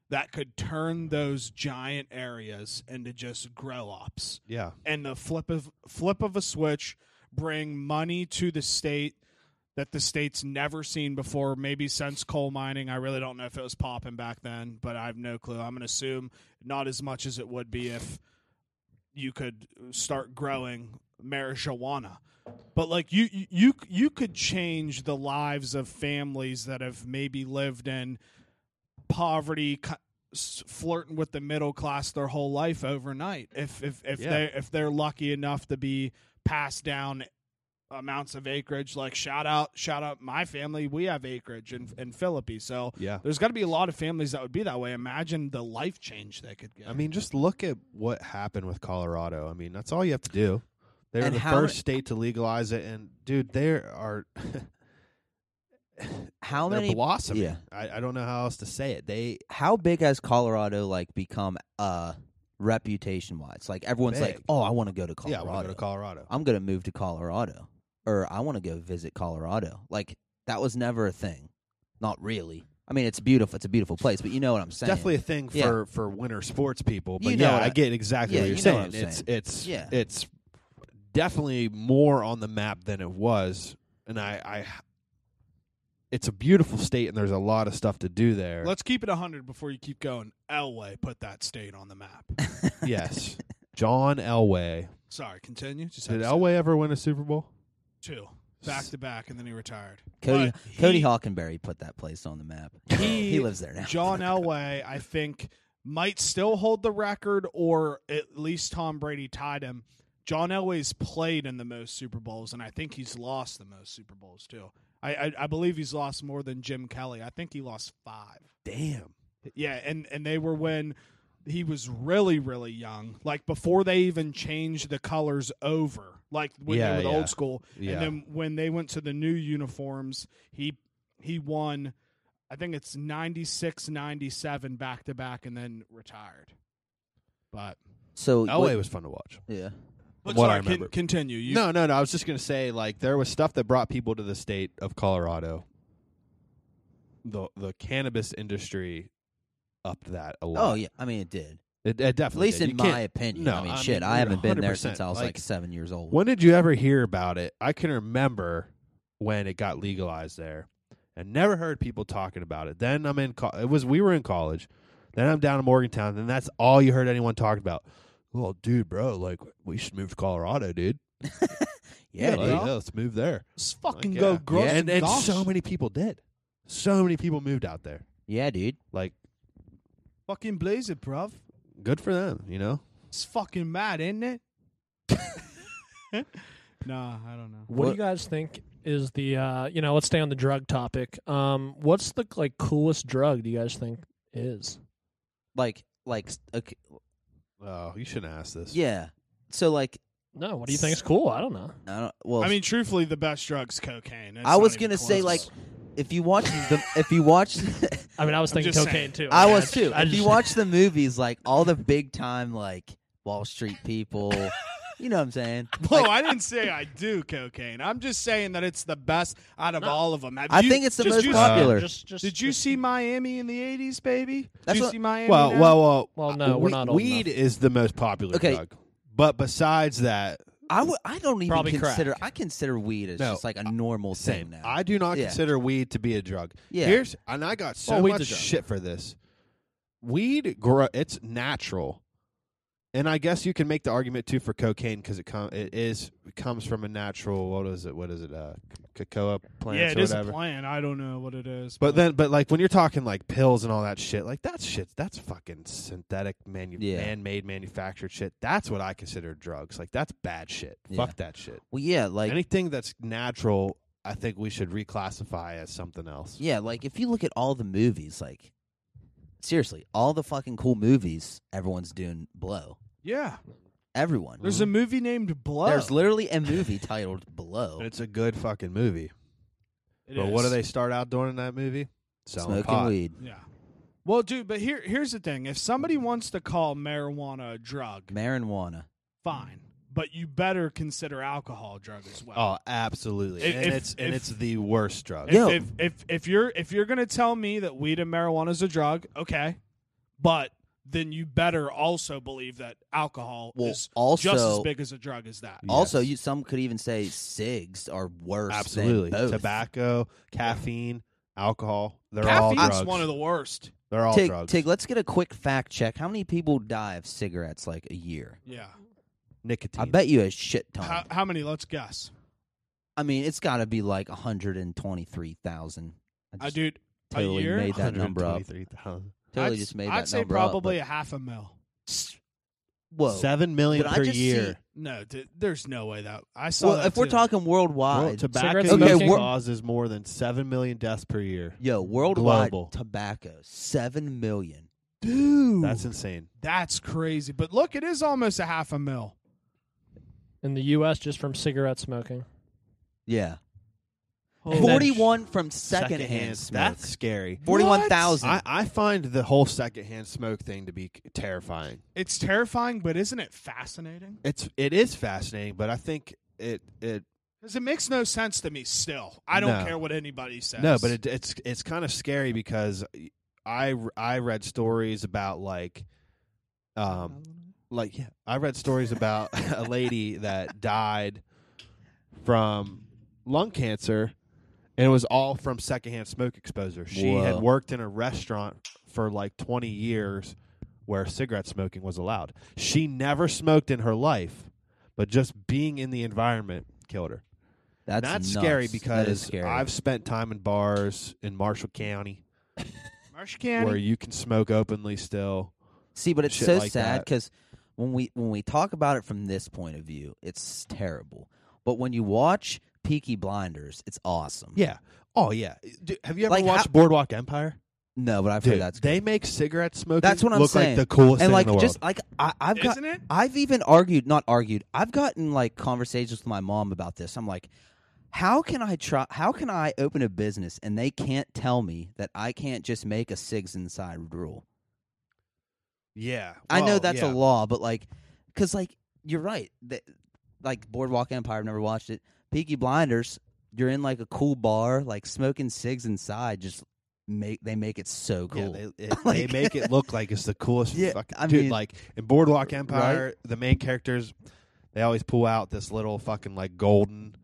Speaker 4: that could turn those giant areas into just grow ops.
Speaker 3: Yeah.
Speaker 4: and the flip of flip of a switch bring money to the state that the state's never seen before maybe since coal mining i really don't know if it was popping back then but i have no clue i'm going to assume not as much as it would be if you could start growing marijuana but like you you- you you could change the lives of families that have maybe lived in poverty co- s- flirting with the middle class their whole life overnight if if if
Speaker 3: Yeah.
Speaker 4: they if they're lucky enough to be passed down amounts of acreage like shout out shout out my family we have acreage in in Philippi so
Speaker 3: Yeah.
Speaker 4: there's got to be a lot of families that would be that way imagine the life change they could get
Speaker 3: I mean, just look at what happened with Colorado. I mean, that's all you have to do. They were
Speaker 2: And
Speaker 3: the
Speaker 2: how-
Speaker 3: first state to legalize it, and dude, they are
Speaker 2: How
Speaker 3: they're
Speaker 2: many?
Speaker 3: blossoming.
Speaker 2: yeah.
Speaker 3: I, I don't know how else to say it. They
Speaker 2: How big has Colorado like become uh reputation wise? Like everyone's like,
Speaker 3: Big.
Speaker 2: oh, I want to go to
Speaker 3: yeah, I
Speaker 2: Colorado.
Speaker 3: want to go to Colorado.
Speaker 2: I'm gonna move to Colorado, or I want to go visit Colorado. Like that was never a thing. Not really. I mean, it's beautiful. It's a beautiful place, but you know what I'm saying.
Speaker 3: Definitely a thing
Speaker 2: Yeah.
Speaker 3: for for winter sports people. But
Speaker 2: You know
Speaker 3: yeah,
Speaker 2: what
Speaker 3: I
Speaker 2: I-
Speaker 3: get exactly
Speaker 2: yeah,
Speaker 3: what you're
Speaker 2: you know
Speaker 3: saying.
Speaker 2: what I'm
Speaker 3: It's
Speaker 2: saying.
Speaker 3: it's
Speaker 2: Yeah.
Speaker 3: it's definitely more on the map than it was, and I I it's a beautiful state, and there's a lot of stuff to do there.
Speaker 4: let's keep it 100 before you keep going Elway put that state on the map
Speaker 3: yes, John Elway.
Speaker 4: sorry continue just had
Speaker 3: Did
Speaker 4: to say
Speaker 3: Elway ever win a Super Bowl?
Speaker 4: two back to back and then he retired
Speaker 2: Cody
Speaker 4: But
Speaker 2: Cody
Speaker 4: he-
Speaker 2: Hawkenberry put that place on the map.
Speaker 4: He-
Speaker 2: he lives there now.
Speaker 4: John Elway, I think, might still hold the record, or at least Tom Brady tied him. John Elway's played in the most Super Bowls, and I think he's lost the most Super Bowls too. I, I, I believe he's lost more than Jim Kelly. I think he lost five.
Speaker 3: Damn.
Speaker 4: Yeah, and and they were when he was really really young, like before they even changed the colors over, like when
Speaker 3: Yeah,
Speaker 4: they were the
Speaker 3: yeah.
Speaker 4: old school.
Speaker 3: Yeah.
Speaker 4: And then when they went to the new uniforms, he he won I think it's 96 97 back to back and then retired. But
Speaker 2: So
Speaker 3: Elway
Speaker 2: what-
Speaker 3: was fun to watch.
Speaker 2: yeah.
Speaker 4: but
Speaker 3: what I
Speaker 4: sorry, con-
Speaker 3: remember.
Speaker 4: continue. You
Speaker 3: no, no, no. I was just gonna say like there was stuff that brought people to the state of Colorado. The the cannabis industry upped that a lot.
Speaker 2: Oh yeah, I mean it did.
Speaker 3: it, it
Speaker 2: At
Speaker 3: definitely.
Speaker 2: least
Speaker 3: did.
Speaker 2: in
Speaker 3: You can't-
Speaker 2: my opinion.
Speaker 3: no,
Speaker 2: I mean,
Speaker 3: I
Speaker 2: shit,
Speaker 3: mean,
Speaker 2: I haven't been there
Speaker 3: 100%,
Speaker 2: since I was like,
Speaker 3: like-
Speaker 2: seven years old.
Speaker 3: When did you ever hear about it? I can remember when it got legalized there, and never heard people talking about it. Then I'm in. Co- it was we were in college. Then I'm down in Morgantown, and that's all you heard anyone talking about. Well, dude, bro, like we should move to Colorado, dude.
Speaker 2: yeah,
Speaker 3: like,
Speaker 2: dude.
Speaker 3: yeah, let's move there.
Speaker 4: let's fucking
Speaker 3: Like,
Speaker 4: go
Speaker 3: yeah.
Speaker 4: grow
Speaker 3: Yeah,
Speaker 4: some
Speaker 3: and, and
Speaker 4: dogs.
Speaker 3: so many people did. So many people moved out there.
Speaker 2: yeah, dude.
Speaker 3: Like,
Speaker 4: fucking blaze it, bruv.
Speaker 3: good for them, you know.
Speaker 4: It's fucking mad, isn't it? nah, I don't know.
Speaker 5: What, do
Speaker 2: What-
Speaker 5: you guys think is the uh you know, let's stay on the drug topic. Um what's the like coolest drug do you guys think is?
Speaker 2: Like, like, s- okay,
Speaker 3: Oh, you shouldn't ask this.
Speaker 2: yeah. So like,
Speaker 5: No, what do you think is cool? I don't know.
Speaker 2: I don't. Well,
Speaker 4: I mean, truthfully, the best drug's cocaine. It's
Speaker 2: I was
Speaker 4: not even
Speaker 2: gonna say like,
Speaker 4: close.
Speaker 2: if you watch the, if you watch,
Speaker 5: I mean I was
Speaker 4: I'm
Speaker 5: thinking
Speaker 4: just
Speaker 5: cocaine too.
Speaker 2: I
Speaker 5: mean,
Speaker 2: was
Speaker 5: ju-
Speaker 2: too.
Speaker 5: I
Speaker 2: If you
Speaker 5: just-
Speaker 2: watch the movies, like all the big time, like Wall Street people, you know what I'm saying?
Speaker 4: Whoa,
Speaker 2: Like,
Speaker 4: I didn't say I do cocaine. I'm just saying that it's the best out of
Speaker 5: No.
Speaker 4: all of them. Have
Speaker 2: I
Speaker 4: you-
Speaker 2: think it's the
Speaker 4: just
Speaker 2: most
Speaker 4: you-
Speaker 2: popular.
Speaker 5: just, just,
Speaker 4: Did you
Speaker 5: just-
Speaker 4: see Miami in the '80s, baby? Did
Speaker 2: That's
Speaker 4: you
Speaker 2: what-
Speaker 4: see Miami?
Speaker 3: Well,
Speaker 4: now?
Speaker 3: well, well. uh,
Speaker 5: Well, no, we're
Speaker 3: we-
Speaker 5: not old
Speaker 3: Weed is the most popular
Speaker 2: Okay.
Speaker 3: drug, but besides that,
Speaker 2: I would. I don't even
Speaker 5: Probably
Speaker 2: consider.
Speaker 5: crack.
Speaker 2: I consider weed as
Speaker 3: No,
Speaker 2: just like a normal
Speaker 3: same.
Speaker 2: thing now.
Speaker 3: I do not
Speaker 2: Yeah.
Speaker 3: consider weed to be a drug.
Speaker 2: Yeah.
Speaker 3: Here's and I got so
Speaker 5: Well, weed's
Speaker 3: much
Speaker 5: a drug.
Speaker 3: shit for this. Weed grow. It's natural, and I guess you can make the argument too for cocaine because it com- it is it comes from a natural. What is it? What is it? Uh, c- cocoa plants
Speaker 4: yeah, it
Speaker 3: or
Speaker 4: is
Speaker 3: whatever.
Speaker 4: a plan. I don't know what it is,
Speaker 3: But then, but like when you're talking like pills and all that shit, like that shit, that's fucking synthetic, manu-
Speaker 2: Yeah.
Speaker 3: man-made, manufactured shit. That's what I consider drugs. Like that's bad shit.
Speaker 2: Yeah.
Speaker 3: Fuck that shit.
Speaker 2: well, yeah, like
Speaker 3: Anything that's natural I think we should reclassify as something else.
Speaker 2: Yeah, like if you look at all the movies, like seriously, all the fucking cool movies, everyone's doing blow.
Speaker 4: Yeah.
Speaker 2: Everyone.
Speaker 4: There's a movie named Blow.
Speaker 2: Mm-hmm. There's literally a movie titled Blow.
Speaker 3: And It's a good fucking movie.
Speaker 4: It
Speaker 3: but what do
Speaker 4: is.
Speaker 3: they start out doing in that movie? Selling
Speaker 2: Smoking
Speaker 3: pot.
Speaker 2: weed.
Speaker 4: Yeah. Well, dude, but here here's the thing. If somebody wants to call marijuana a drug,
Speaker 2: Marijuana.
Speaker 4: fine. But you better consider alcohol a drug as well.
Speaker 3: Oh, absolutely.
Speaker 4: If-
Speaker 3: and
Speaker 4: if-
Speaker 3: it's and
Speaker 4: if-
Speaker 3: it's the worst drug.
Speaker 4: If,
Speaker 2: Yo.
Speaker 4: if if if you're if you're gonna tell me that weed and marijuana is a drug, okay, but then you better also believe that alcohol
Speaker 2: Well,
Speaker 4: is
Speaker 2: also-
Speaker 4: just as big as a drug as that.
Speaker 3: Yes.
Speaker 2: Also, you some could even say cigs are worse. than
Speaker 3: absolutely.
Speaker 2: both.
Speaker 3: Tobacco, caffeine, alcohol, they're all
Speaker 4: Caffeine's
Speaker 3: drugs.
Speaker 4: one of the worst.
Speaker 3: they're all
Speaker 2: Tig,
Speaker 3: drugs.
Speaker 2: Tig, let's get a quick fact check. How many people die of cigarettes like a year?
Speaker 4: Yeah.
Speaker 3: Nicotine.
Speaker 2: I bet you a shit ton.
Speaker 4: How, how many? Let's guess.
Speaker 2: I mean, it's got to be like 123,000.
Speaker 4: I
Speaker 2: just
Speaker 4: dude,
Speaker 2: totally
Speaker 4: a year.
Speaker 2: made that number up.
Speaker 3: 123,000.
Speaker 2: Totally
Speaker 4: I'd,
Speaker 2: just made
Speaker 4: I'd
Speaker 2: that
Speaker 4: say
Speaker 2: number
Speaker 4: probably
Speaker 2: up.
Speaker 4: a half a mil.
Speaker 2: but- Whoa.
Speaker 3: 7 million
Speaker 2: Did I
Speaker 3: per
Speaker 2: just
Speaker 3: year.
Speaker 2: see-
Speaker 4: No, d- there's no way that I saw.
Speaker 2: well,
Speaker 4: that
Speaker 2: if we're
Speaker 4: too.
Speaker 2: talking worldwide,
Speaker 3: Well, tobacco
Speaker 5: Cigarette
Speaker 2: Okay,
Speaker 3: use
Speaker 2: smoking. we're-
Speaker 3: causes more than 7 million deaths per year.
Speaker 2: yo, worldwide
Speaker 3: Global.
Speaker 2: tobacco, 7 million.
Speaker 4: dude,
Speaker 3: That's insane.
Speaker 4: that's crazy. But look, it is almost a half a mil.
Speaker 5: in the U.S. just from cigarette smoking.
Speaker 2: Yeah.
Speaker 5: And then-
Speaker 2: 41 from secondhand, smoke.
Speaker 3: That's scary. I,
Speaker 2: 41,000.
Speaker 3: I find the whole secondhand smoke thing to be c- terrifying.
Speaker 4: It's terrifying, but isn't it fascinating?
Speaker 3: It's it is fascinating, but I think it it
Speaker 4: Because it makes no sense to me. Still, I don't
Speaker 3: No.
Speaker 4: care what anybody says.
Speaker 3: no, but it, it's it's kind of scary because I I read stories about like um like yeah, I read stories about a lady that died from lung cancer, and it was all from secondhand smoke exposure. She had
Speaker 2: Whoa.
Speaker 3: worked in a restaurant for like 20 years where cigarette smoking was allowed. She never smoked in her life, but just being in the environment killed her.
Speaker 2: That's,
Speaker 3: and that's
Speaker 2: nuts.
Speaker 3: scary
Speaker 2: That is
Speaker 3: because
Speaker 2: scary.
Speaker 3: I've spent time in bars in Marshall County
Speaker 4: Marsh County.
Speaker 3: where you can smoke openly still.
Speaker 2: See, but it's
Speaker 3: shit
Speaker 2: so
Speaker 3: like
Speaker 2: sad
Speaker 3: that.
Speaker 2: because when we when we talk about it from this point of view, it's terrible. But when you watch Peaky Blinders, it's awesome.
Speaker 3: Yeah. Oh yeah. Dude, have you ever
Speaker 2: Like, how-
Speaker 3: watched Boardwalk Empire?
Speaker 2: No, but I've
Speaker 3: Dude,
Speaker 2: heard that's
Speaker 3: they make cigarette smoking.
Speaker 2: That's what I'm
Speaker 3: look
Speaker 2: saying.
Speaker 3: Like the coolest
Speaker 2: and
Speaker 3: thing
Speaker 2: like
Speaker 3: in the
Speaker 2: just
Speaker 3: world.
Speaker 2: like I, I've got
Speaker 4: Isn't it?
Speaker 2: I've even argued, not argued. I've gotten like conversations with my mom about this. I'm like, how can I try? How can I open a business and they can't tell me that I can't just make a SIGs inside rule?
Speaker 3: Yeah,
Speaker 2: I know
Speaker 3: well,
Speaker 2: that's
Speaker 3: Oh, yeah.
Speaker 2: a law, but like, because like you're right. That like Boardwalk Empire, I've never watched it. Peaky Blinders, you're in like a cool bar, like smoking SIGs inside. Just make they make it so
Speaker 3: Yeah,
Speaker 2: cool.
Speaker 3: they, it, they
Speaker 2: Like-
Speaker 3: make it look like it's the coolest.
Speaker 2: Yeah,
Speaker 3: fucking,
Speaker 2: I
Speaker 3: dude,
Speaker 2: mean-
Speaker 3: like in Boardwalk Empire, the main characters they always pull out this little fucking like golden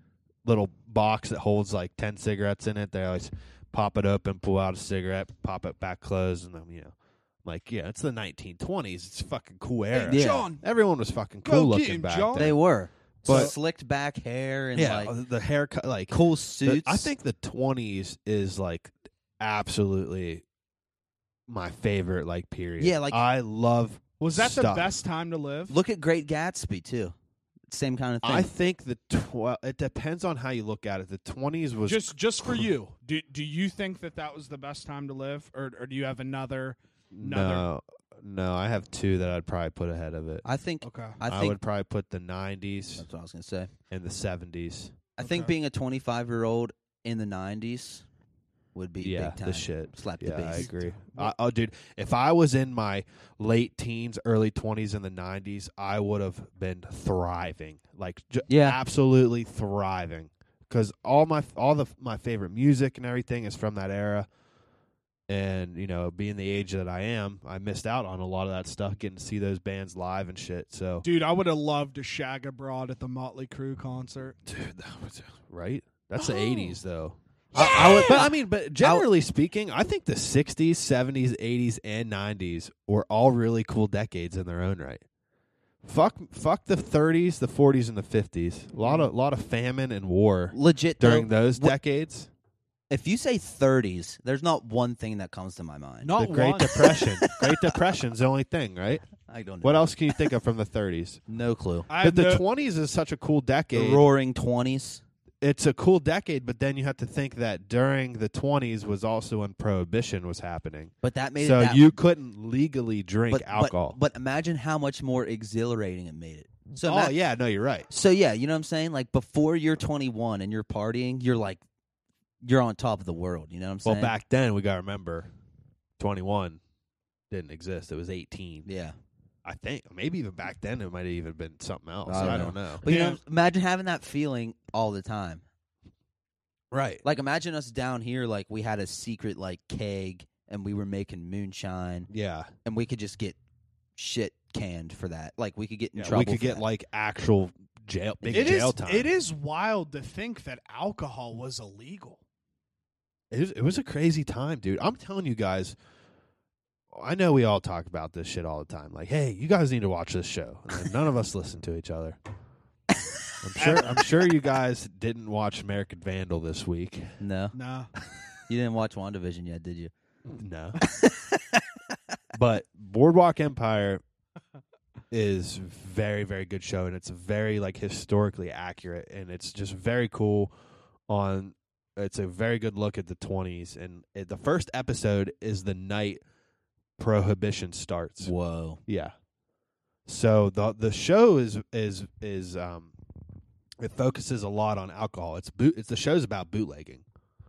Speaker 3: little box that holds like ten cigarettes in it. They always pop it open, pull out a cigarette, pop it back closed, and then you know, like yeah, it's the 1920s. It's a fucking cool era.
Speaker 2: Yeah.
Speaker 4: John.
Speaker 3: Everyone was fucking
Speaker 4: Go
Speaker 3: cool
Speaker 4: get
Speaker 3: looking
Speaker 4: him,
Speaker 3: back
Speaker 4: John.
Speaker 3: then.
Speaker 2: They were
Speaker 3: But-
Speaker 2: slicked back hair and
Speaker 3: yeah,
Speaker 2: like
Speaker 3: the haircut, like
Speaker 2: cool
Speaker 3: the-
Speaker 2: suits.
Speaker 3: I think the twenties is like absolutely my favorite like period.
Speaker 2: Yeah, like-
Speaker 3: I love.
Speaker 4: Was that the
Speaker 3: stuff.
Speaker 4: best time to live?
Speaker 2: Look at Great Gatsby too. Same kind of thing.
Speaker 3: I think the twelve. It depends on how you look at it. The twenties was
Speaker 4: just just for you. Do do you think that that was the best time to live, or or do you have another?
Speaker 3: no, no. I have two that I'd probably put ahead of it.
Speaker 2: I think.
Speaker 4: Okay.
Speaker 2: I think.
Speaker 3: would probably put the nineties
Speaker 2: that's what I was gonna say.
Speaker 3: and the seventies.
Speaker 2: I think
Speaker 4: Okay.
Speaker 2: being a 25 year old in the 90s would be
Speaker 3: Yeah,
Speaker 2: big time.
Speaker 3: the shit.
Speaker 2: Slap
Speaker 3: yeah,
Speaker 2: the
Speaker 3: I
Speaker 2: bass.
Speaker 3: agree. I, oh, dude, if I was in my late teens, early twenties, in the nineties, I would have been thriving, like ju-
Speaker 2: Yeah.
Speaker 3: absolutely thriving, because all my all the my favorite music and everything is from that era. And you know, being the age that I am, I missed out on a lot of that stuff, getting to see those bands live and shit. So,
Speaker 4: Dude, I would have loved to shag abroad at the Motley Crue concert.
Speaker 3: dude, that was right. That's
Speaker 4: Oh.
Speaker 3: the '80s, though. I, I would, but I mean, but generally speaking, I think the '60s, '70s, '80s, and '90s were all really cool decades in their own right. Fuck, fuck the '30s, the '40s, and the '50s. A lot of, lot of famine and war
Speaker 2: Legit.
Speaker 3: during
Speaker 2: though,
Speaker 3: those
Speaker 2: what-
Speaker 3: decades.
Speaker 2: if you say 30s, there's not one thing that comes to my mind.
Speaker 4: Not
Speaker 3: the Great
Speaker 4: one.
Speaker 3: Depression. Great Depression's the only thing, right?
Speaker 2: I don't. know.
Speaker 3: What else can you think of from the '30s?
Speaker 2: No clue.
Speaker 4: I
Speaker 3: But
Speaker 4: have
Speaker 3: the
Speaker 4: no-
Speaker 3: '20s is such a cool
Speaker 2: The
Speaker 3: decade.
Speaker 2: Roaring 20s.
Speaker 3: it's a cool decade, but then you have to think that during the 20s was also when prohibition was happening.
Speaker 2: But that made
Speaker 3: so
Speaker 2: it that
Speaker 3: you couldn't legally drink
Speaker 2: but,
Speaker 3: alcohol.
Speaker 2: But, but imagine how much more exhilarating it made it. So
Speaker 3: oh
Speaker 2: ima-
Speaker 3: yeah, no, you're right.
Speaker 2: So yeah, you know what I'm saying? Like before you're 21 and you're partying, you're like you're on top of the world. You know what I'm saying?
Speaker 3: Well, back then we got to remember, 21 didn't exist. It was 18.
Speaker 2: Yeah.
Speaker 3: I think maybe even back then it might have even been something else.
Speaker 2: I don't
Speaker 3: I don't know.
Speaker 2: But
Speaker 4: Yeah.
Speaker 2: you know, imagine having that feeling all the time.
Speaker 3: Right.
Speaker 2: Like imagine us down here, like we had a secret like keg and we were making moonshine
Speaker 3: Yeah.
Speaker 2: and we could just get shit canned for that. Like we could get in
Speaker 3: Yeah,
Speaker 2: trouble.
Speaker 3: we could
Speaker 2: for
Speaker 3: get
Speaker 2: that.
Speaker 3: like actual jail, big
Speaker 4: It is-
Speaker 3: jail time.
Speaker 4: It is wild to think that alcohol was illegal.
Speaker 3: It was, it was a crazy time, dude. I'm telling you guys. I know we all talk about this shit all the time. Like, hey, you guys need to watch this show. And then none of us listen to each other. I'm sure. I'm sure you guys didn't watch American Vandal this week.
Speaker 2: No.
Speaker 4: Nah.
Speaker 2: You didn't watch WandaVision yet, did you?
Speaker 3: No. but Boardwalk Empire is very very good show and it's very like historically accurate and it's just very cool on it's a very good look at the 20s and it, the first episode is the night prohibition starts.
Speaker 2: Whoa.
Speaker 3: Yeah. So the the show is is is um it focuses a lot on alcohol. It's boot it's the show's about bootlegging.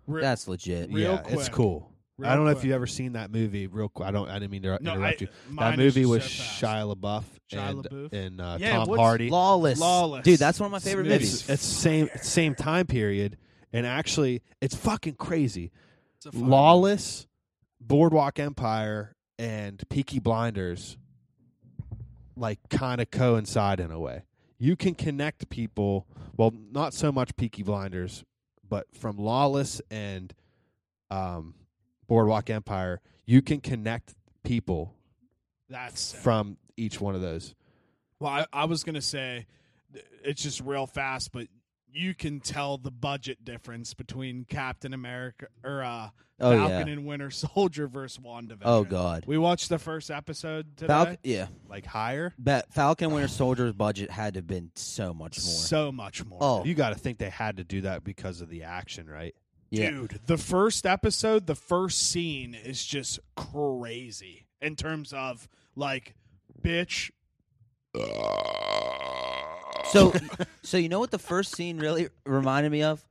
Speaker 4: Re-
Speaker 2: That's legit.
Speaker 4: Real
Speaker 3: yeah, it's
Speaker 4: quick.
Speaker 3: cool.
Speaker 4: real
Speaker 3: I don't know
Speaker 4: quick.
Speaker 3: if you've ever seen that movie. Real quick, I don't. I didn't mean to inter-
Speaker 4: No,
Speaker 3: interrupt
Speaker 4: I-
Speaker 3: you.
Speaker 4: mine
Speaker 3: That
Speaker 4: is
Speaker 3: movie
Speaker 4: just
Speaker 3: was
Speaker 4: so fast.
Speaker 3: Shia LaBeouf
Speaker 4: Shia
Speaker 3: and,
Speaker 4: LaBeouf?
Speaker 3: and uh,
Speaker 4: Yeah,
Speaker 3: Tom
Speaker 4: what's-
Speaker 3: Hardy.
Speaker 2: Lawless.
Speaker 4: Lawless.
Speaker 2: Dude, that's one of my favorite
Speaker 4: Smooth.
Speaker 2: movies.
Speaker 3: It's, it's same it's same time period, and actually, it's fucking crazy.
Speaker 4: It's a fucking-
Speaker 3: Lawless, Boardwalk Empire, and Peaky Blinders, like kind of coincide in a way. You can connect people. Well, not so much Peaky Blinders, but from Lawless and um, Boardwalk Empire, you can connect people
Speaker 4: That's sick.
Speaker 3: from each one of those.
Speaker 4: Well, I, I was gonna say th- it's just real fast, but you can tell the budget difference between Captain America or uh,
Speaker 2: Oh, yeah.
Speaker 4: Falcon and Winter Soldier versus WandaVision.
Speaker 2: oh god.
Speaker 4: we watched the first episode today.
Speaker 2: Falcon, yeah.
Speaker 3: Like higher,
Speaker 2: But Falcon Winter Soldier's budget had to have been so much more.
Speaker 4: so much more.
Speaker 2: Oh.
Speaker 3: you got to think they had to do that because of the action, right?
Speaker 2: yeah.
Speaker 4: Dude, the first episode, the first scene is just crazy in terms of like, bitch.
Speaker 2: So, so you know what the first scene really reminded me of?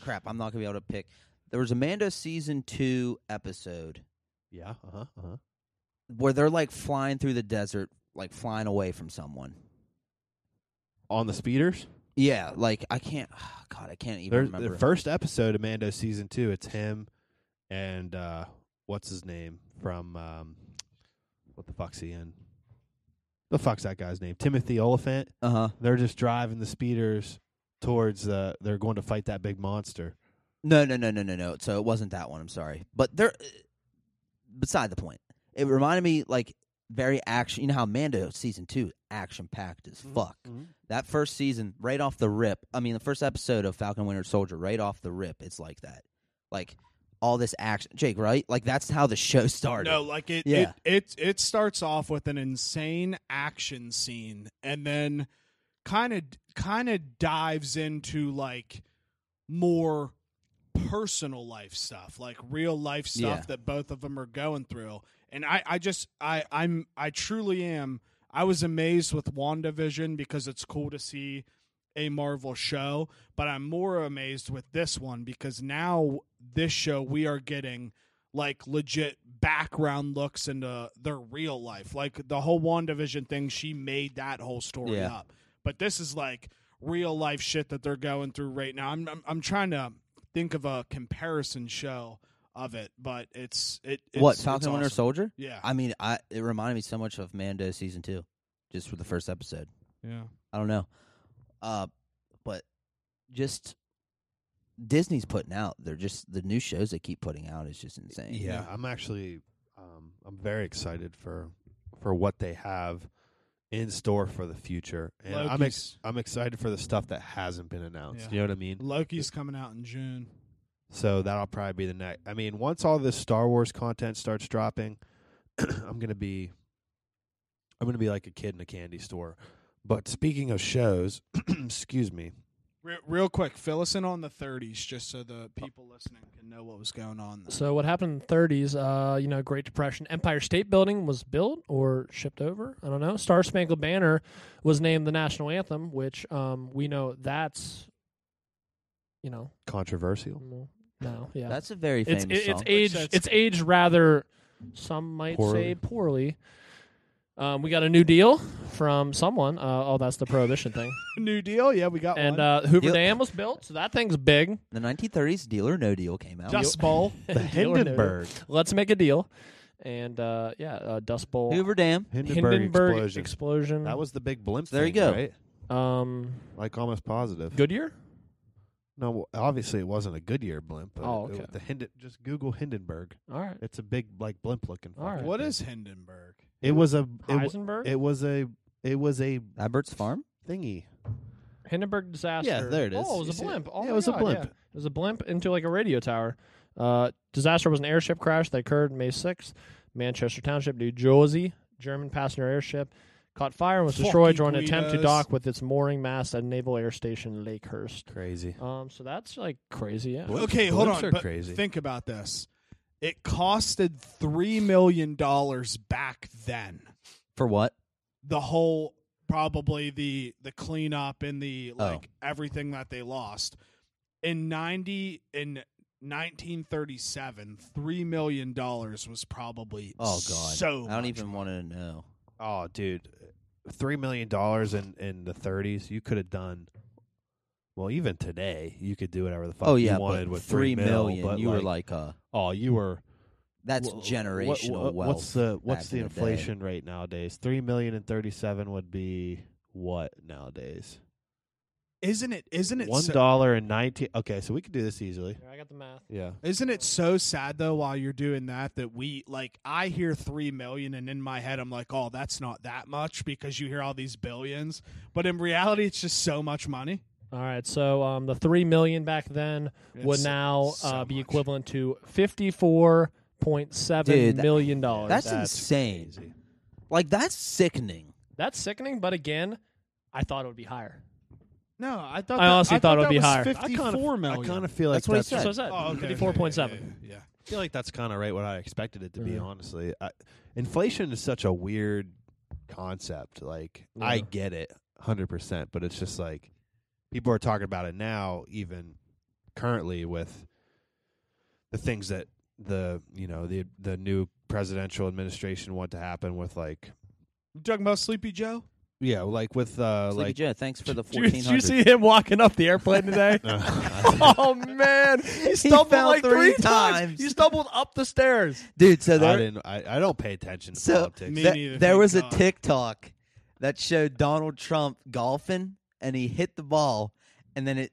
Speaker 2: Crap, I'm not gonna be able to pick. There was a Mando season two episode
Speaker 3: Yeah. Uh huh. Uh-huh.
Speaker 2: where they're like flying through the desert, like flying away from someone.
Speaker 3: On the speeders.
Speaker 2: Yeah, like I can't. God, I can't even
Speaker 3: There's
Speaker 2: remember.
Speaker 3: the first episode of Mando season two. It's him and uh, what's his name from um, what the fuck's he in? The fuck's that guy's name? Timothy Oliphant.
Speaker 2: uh huh.
Speaker 3: They're just driving the speeders towards the. They're going to fight that big monster.
Speaker 2: No, no, no, no, no, no. So it wasn't that one. I'm sorry, but there. Beside the point, it reminded me like very action. You know how Mando season two action packed as fuck. That first season, right off the rip. I mean, the first episode of Falcon Winter Soldier, right off the rip, it's like that. Like all this action, Jake. Right? Like that's how the show started.
Speaker 4: No, like it,
Speaker 2: Yeah.
Speaker 4: it it it starts off with an insane action scene and then kind of kind of dives into like more personal life stuff, like real life stuff
Speaker 2: Yeah.
Speaker 4: that both of them are going through. And I I just I I'm I truly am I was amazed with WandaVision because it's cool to see a Marvel show, but I'm more amazed with this one because now this show we are getting like legit background looks into their real life. Like the whole WandaVision thing, she made that whole story
Speaker 2: Yeah.
Speaker 4: up. But this is like real life shit that they're going through right now. I'm I'm, I'm trying to think of a comparison show of it, but it's it it's,
Speaker 2: what
Speaker 4: it's
Speaker 2: Falcon Winter
Speaker 4: awesome.
Speaker 2: Soldier?
Speaker 4: Yeah.
Speaker 2: I mean, I it reminded me so much of Mando season two, just for the first episode.
Speaker 4: yeah.
Speaker 2: I don't know. Uh but just Disney's putting out. They're just the new shows they keep putting out is just insane.
Speaker 3: Yeah, I'm actually um, I'm very excited for for what they have in store for the future, and I'm ex-
Speaker 4: Loki's-
Speaker 3: I'm excited for the stuff that hasn't been announced.
Speaker 4: Yeah.
Speaker 3: You know what I mean?
Speaker 4: Loki's coming out in June.
Speaker 3: So that'll probably be the next. I mean, once all this Star Wars content starts dropping, I'm gonna be I'm gonna be like a kid in a candy store. But speaking of shows, excuse me,
Speaker 4: Re- real quick, fill us in on the 30s just so the people listening can know what was going on. There.
Speaker 5: So what happened in the 30s? Uh, you know, Great Depression. Empire State Building was built or shipped over. I don't know. Star Spangled Banner was named the national anthem, which um, we know that's, you know,
Speaker 3: Controversial.
Speaker 5: no, no, yeah,
Speaker 2: That's a very
Speaker 5: it's
Speaker 2: famous
Speaker 5: it, it's
Speaker 2: song.
Speaker 5: aged
Speaker 4: that's-
Speaker 5: it's aged rather some might
Speaker 3: Poorly.
Speaker 5: say poorly. Um, we got a new deal from someone. Uh, oh, that's the prohibition thing.
Speaker 4: New Deal, yeah, we got
Speaker 5: And
Speaker 4: one.
Speaker 5: uh, Hoover
Speaker 2: Deal-
Speaker 5: Dam was built, so that thing's big.
Speaker 2: the 1930s, Deal or No Deal came out.
Speaker 4: Dust Bowl.
Speaker 3: The
Speaker 5: Deal or no deal.
Speaker 3: Hindenburg.
Speaker 5: Let's make a deal. And uh, yeah, uh, Dust Bowl.
Speaker 2: Hoover Dam.
Speaker 3: Hindenburg,
Speaker 5: Hindenburg
Speaker 3: explosion.
Speaker 5: explosion.
Speaker 3: that was the big blimp.
Speaker 2: So there you
Speaker 3: thing,
Speaker 2: go.
Speaker 3: Right?
Speaker 5: um,
Speaker 3: Like almost positive.
Speaker 5: Goodyear.
Speaker 3: No, well, obviously it wasn't a Goodyear blimp. But
Speaker 5: Oh,
Speaker 3: it-
Speaker 5: okay.
Speaker 3: the Hinden- just Google Hindenburg.
Speaker 5: All right.
Speaker 3: It's a big like blimp looking.
Speaker 5: All
Speaker 3: fucking
Speaker 5: right.
Speaker 4: what
Speaker 3: thing.
Speaker 4: is Hindenburg?
Speaker 3: It was a. It, w-
Speaker 5: Heisenberg.
Speaker 3: it was a. It was a
Speaker 2: Albert's Farm.
Speaker 3: thingy.
Speaker 5: Hindenburg disaster.
Speaker 3: Yeah, there it is.
Speaker 5: Oh, it
Speaker 3: You
Speaker 5: was
Speaker 3: see
Speaker 5: a
Speaker 3: it?
Speaker 5: blimp. Oh
Speaker 3: Yeah, it
Speaker 5: my
Speaker 3: was a
Speaker 5: God,
Speaker 3: blimp.
Speaker 5: yeah. It was a blimp into like a radio tower. Uh, disaster was an airship crash that occurred May 6th, Manchester Township, New Jersey. German passenger airship caught fire and was
Speaker 4: Fucking
Speaker 5: destroyed during an attempt to
Speaker 4: Guidos.
Speaker 5: dock with its mooring mast at Naval Air Station Lakehurst.
Speaker 3: Crazy.
Speaker 5: Um, so that's like crazy. Yeah.
Speaker 3: Blimps-
Speaker 4: okay, hold
Speaker 3: blimps
Speaker 4: on.
Speaker 3: are
Speaker 4: but
Speaker 3: crazy.
Speaker 4: Think about this. It costed three million dollars back then.
Speaker 2: For what?
Speaker 4: The whole probably the the cleanup and the
Speaker 2: Oh.
Speaker 4: like everything that they lost in ninety in nineteen thirty seven. Three million dollars was probably
Speaker 2: Oh, God.
Speaker 4: so.
Speaker 2: I don't
Speaker 4: much
Speaker 2: even want to know.
Speaker 3: Oh, dude, three million dollars in in the thirties, you could have done. Well, even today, you could do whatever the fuck
Speaker 2: oh yeah,
Speaker 3: you wanted
Speaker 2: but
Speaker 3: with
Speaker 2: three
Speaker 3: mil,
Speaker 2: million.
Speaker 3: but
Speaker 2: you were like, uh,
Speaker 3: oh, you were
Speaker 2: that's
Speaker 3: wha- wha-
Speaker 2: generational
Speaker 3: wha-
Speaker 2: wealth.
Speaker 3: What's the what's
Speaker 2: back
Speaker 3: the
Speaker 2: in day.
Speaker 3: inflation rate nowadays? Three million and thirty seven would be what nowadays?
Speaker 4: Isn't it? Isn't it?
Speaker 3: One
Speaker 4: so-
Speaker 3: dollar and nineteen. Okay, so we could do this easily.
Speaker 5: Here, I got the math.
Speaker 3: Yeah.
Speaker 4: Isn't it so sad though while you're doing that that we like I hear 3 million and in my head I'm like, "Oh, that's not that much" because you hear all these billions, but in reality it's just so much money.
Speaker 5: All right. So um, the three million back then would
Speaker 4: It's
Speaker 5: now
Speaker 4: so
Speaker 5: uh, be
Speaker 4: much.
Speaker 5: equivalent to fifty-four point
Speaker 2: Dude,
Speaker 5: seven
Speaker 2: that-
Speaker 5: million dollars.
Speaker 2: That's, insane.
Speaker 3: crazy.
Speaker 2: Like that's sickening.
Speaker 5: That's sickening, but again, I thought it would be higher.
Speaker 4: No, I thought
Speaker 5: I honestly thought it would be higher. I
Speaker 4: Fifty four million.
Speaker 3: I kind of feel like
Speaker 2: That's what he said.
Speaker 5: That's what I said.
Speaker 4: Oh, okay.
Speaker 5: Fifty-four point seven.
Speaker 4: Yeah. yeah, yeah.
Speaker 3: I feel like that's kind of right what I expected it to be.
Speaker 5: Mhm.
Speaker 3: Honestly, I, inflation is such a weird concept. Like I
Speaker 5: Yeah.
Speaker 3: get it, hundred percent, but it's just like people are talking about it now, even currently with the things that the you know the the new presidential administration want to happen with like
Speaker 4: You talking about Sleepy Joe?
Speaker 3: yeah like with uh
Speaker 2: Sleepy
Speaker 3: like
Speaker 2: Joe, thanks for the
Speaker 5: Did you,
Speaker 2: fourteen
Speaker 5: did you
Speaker 2: hundred.
Speaker 5: see him walking up the airplane today?
Speaker 3: uh,
Speaker 5: oh man, he stumbled
Speaker 2: fell
Speaker 5: like
Speaker 2: three
Speaker 5: three, times.
Speaker 2: times.
Speaker 5: He stumbled up the stairs.
Speaker 2: Dude, so
Speaker 3: I
Speaker 2: there,
Speaker 3: didn't I, I don't pay attention to
Speaker 2: So-
Speaker 3: politics.
Speaker 4: Me
Speaker 2: that-
Speaker 4: neither,
Speaker 2: there
Speaker 4: thank
Speaker 2: was
Speaker 4: God.
Speaker 2: a TikTok that showed Donald Trump golfing, and he hit the ball, and then it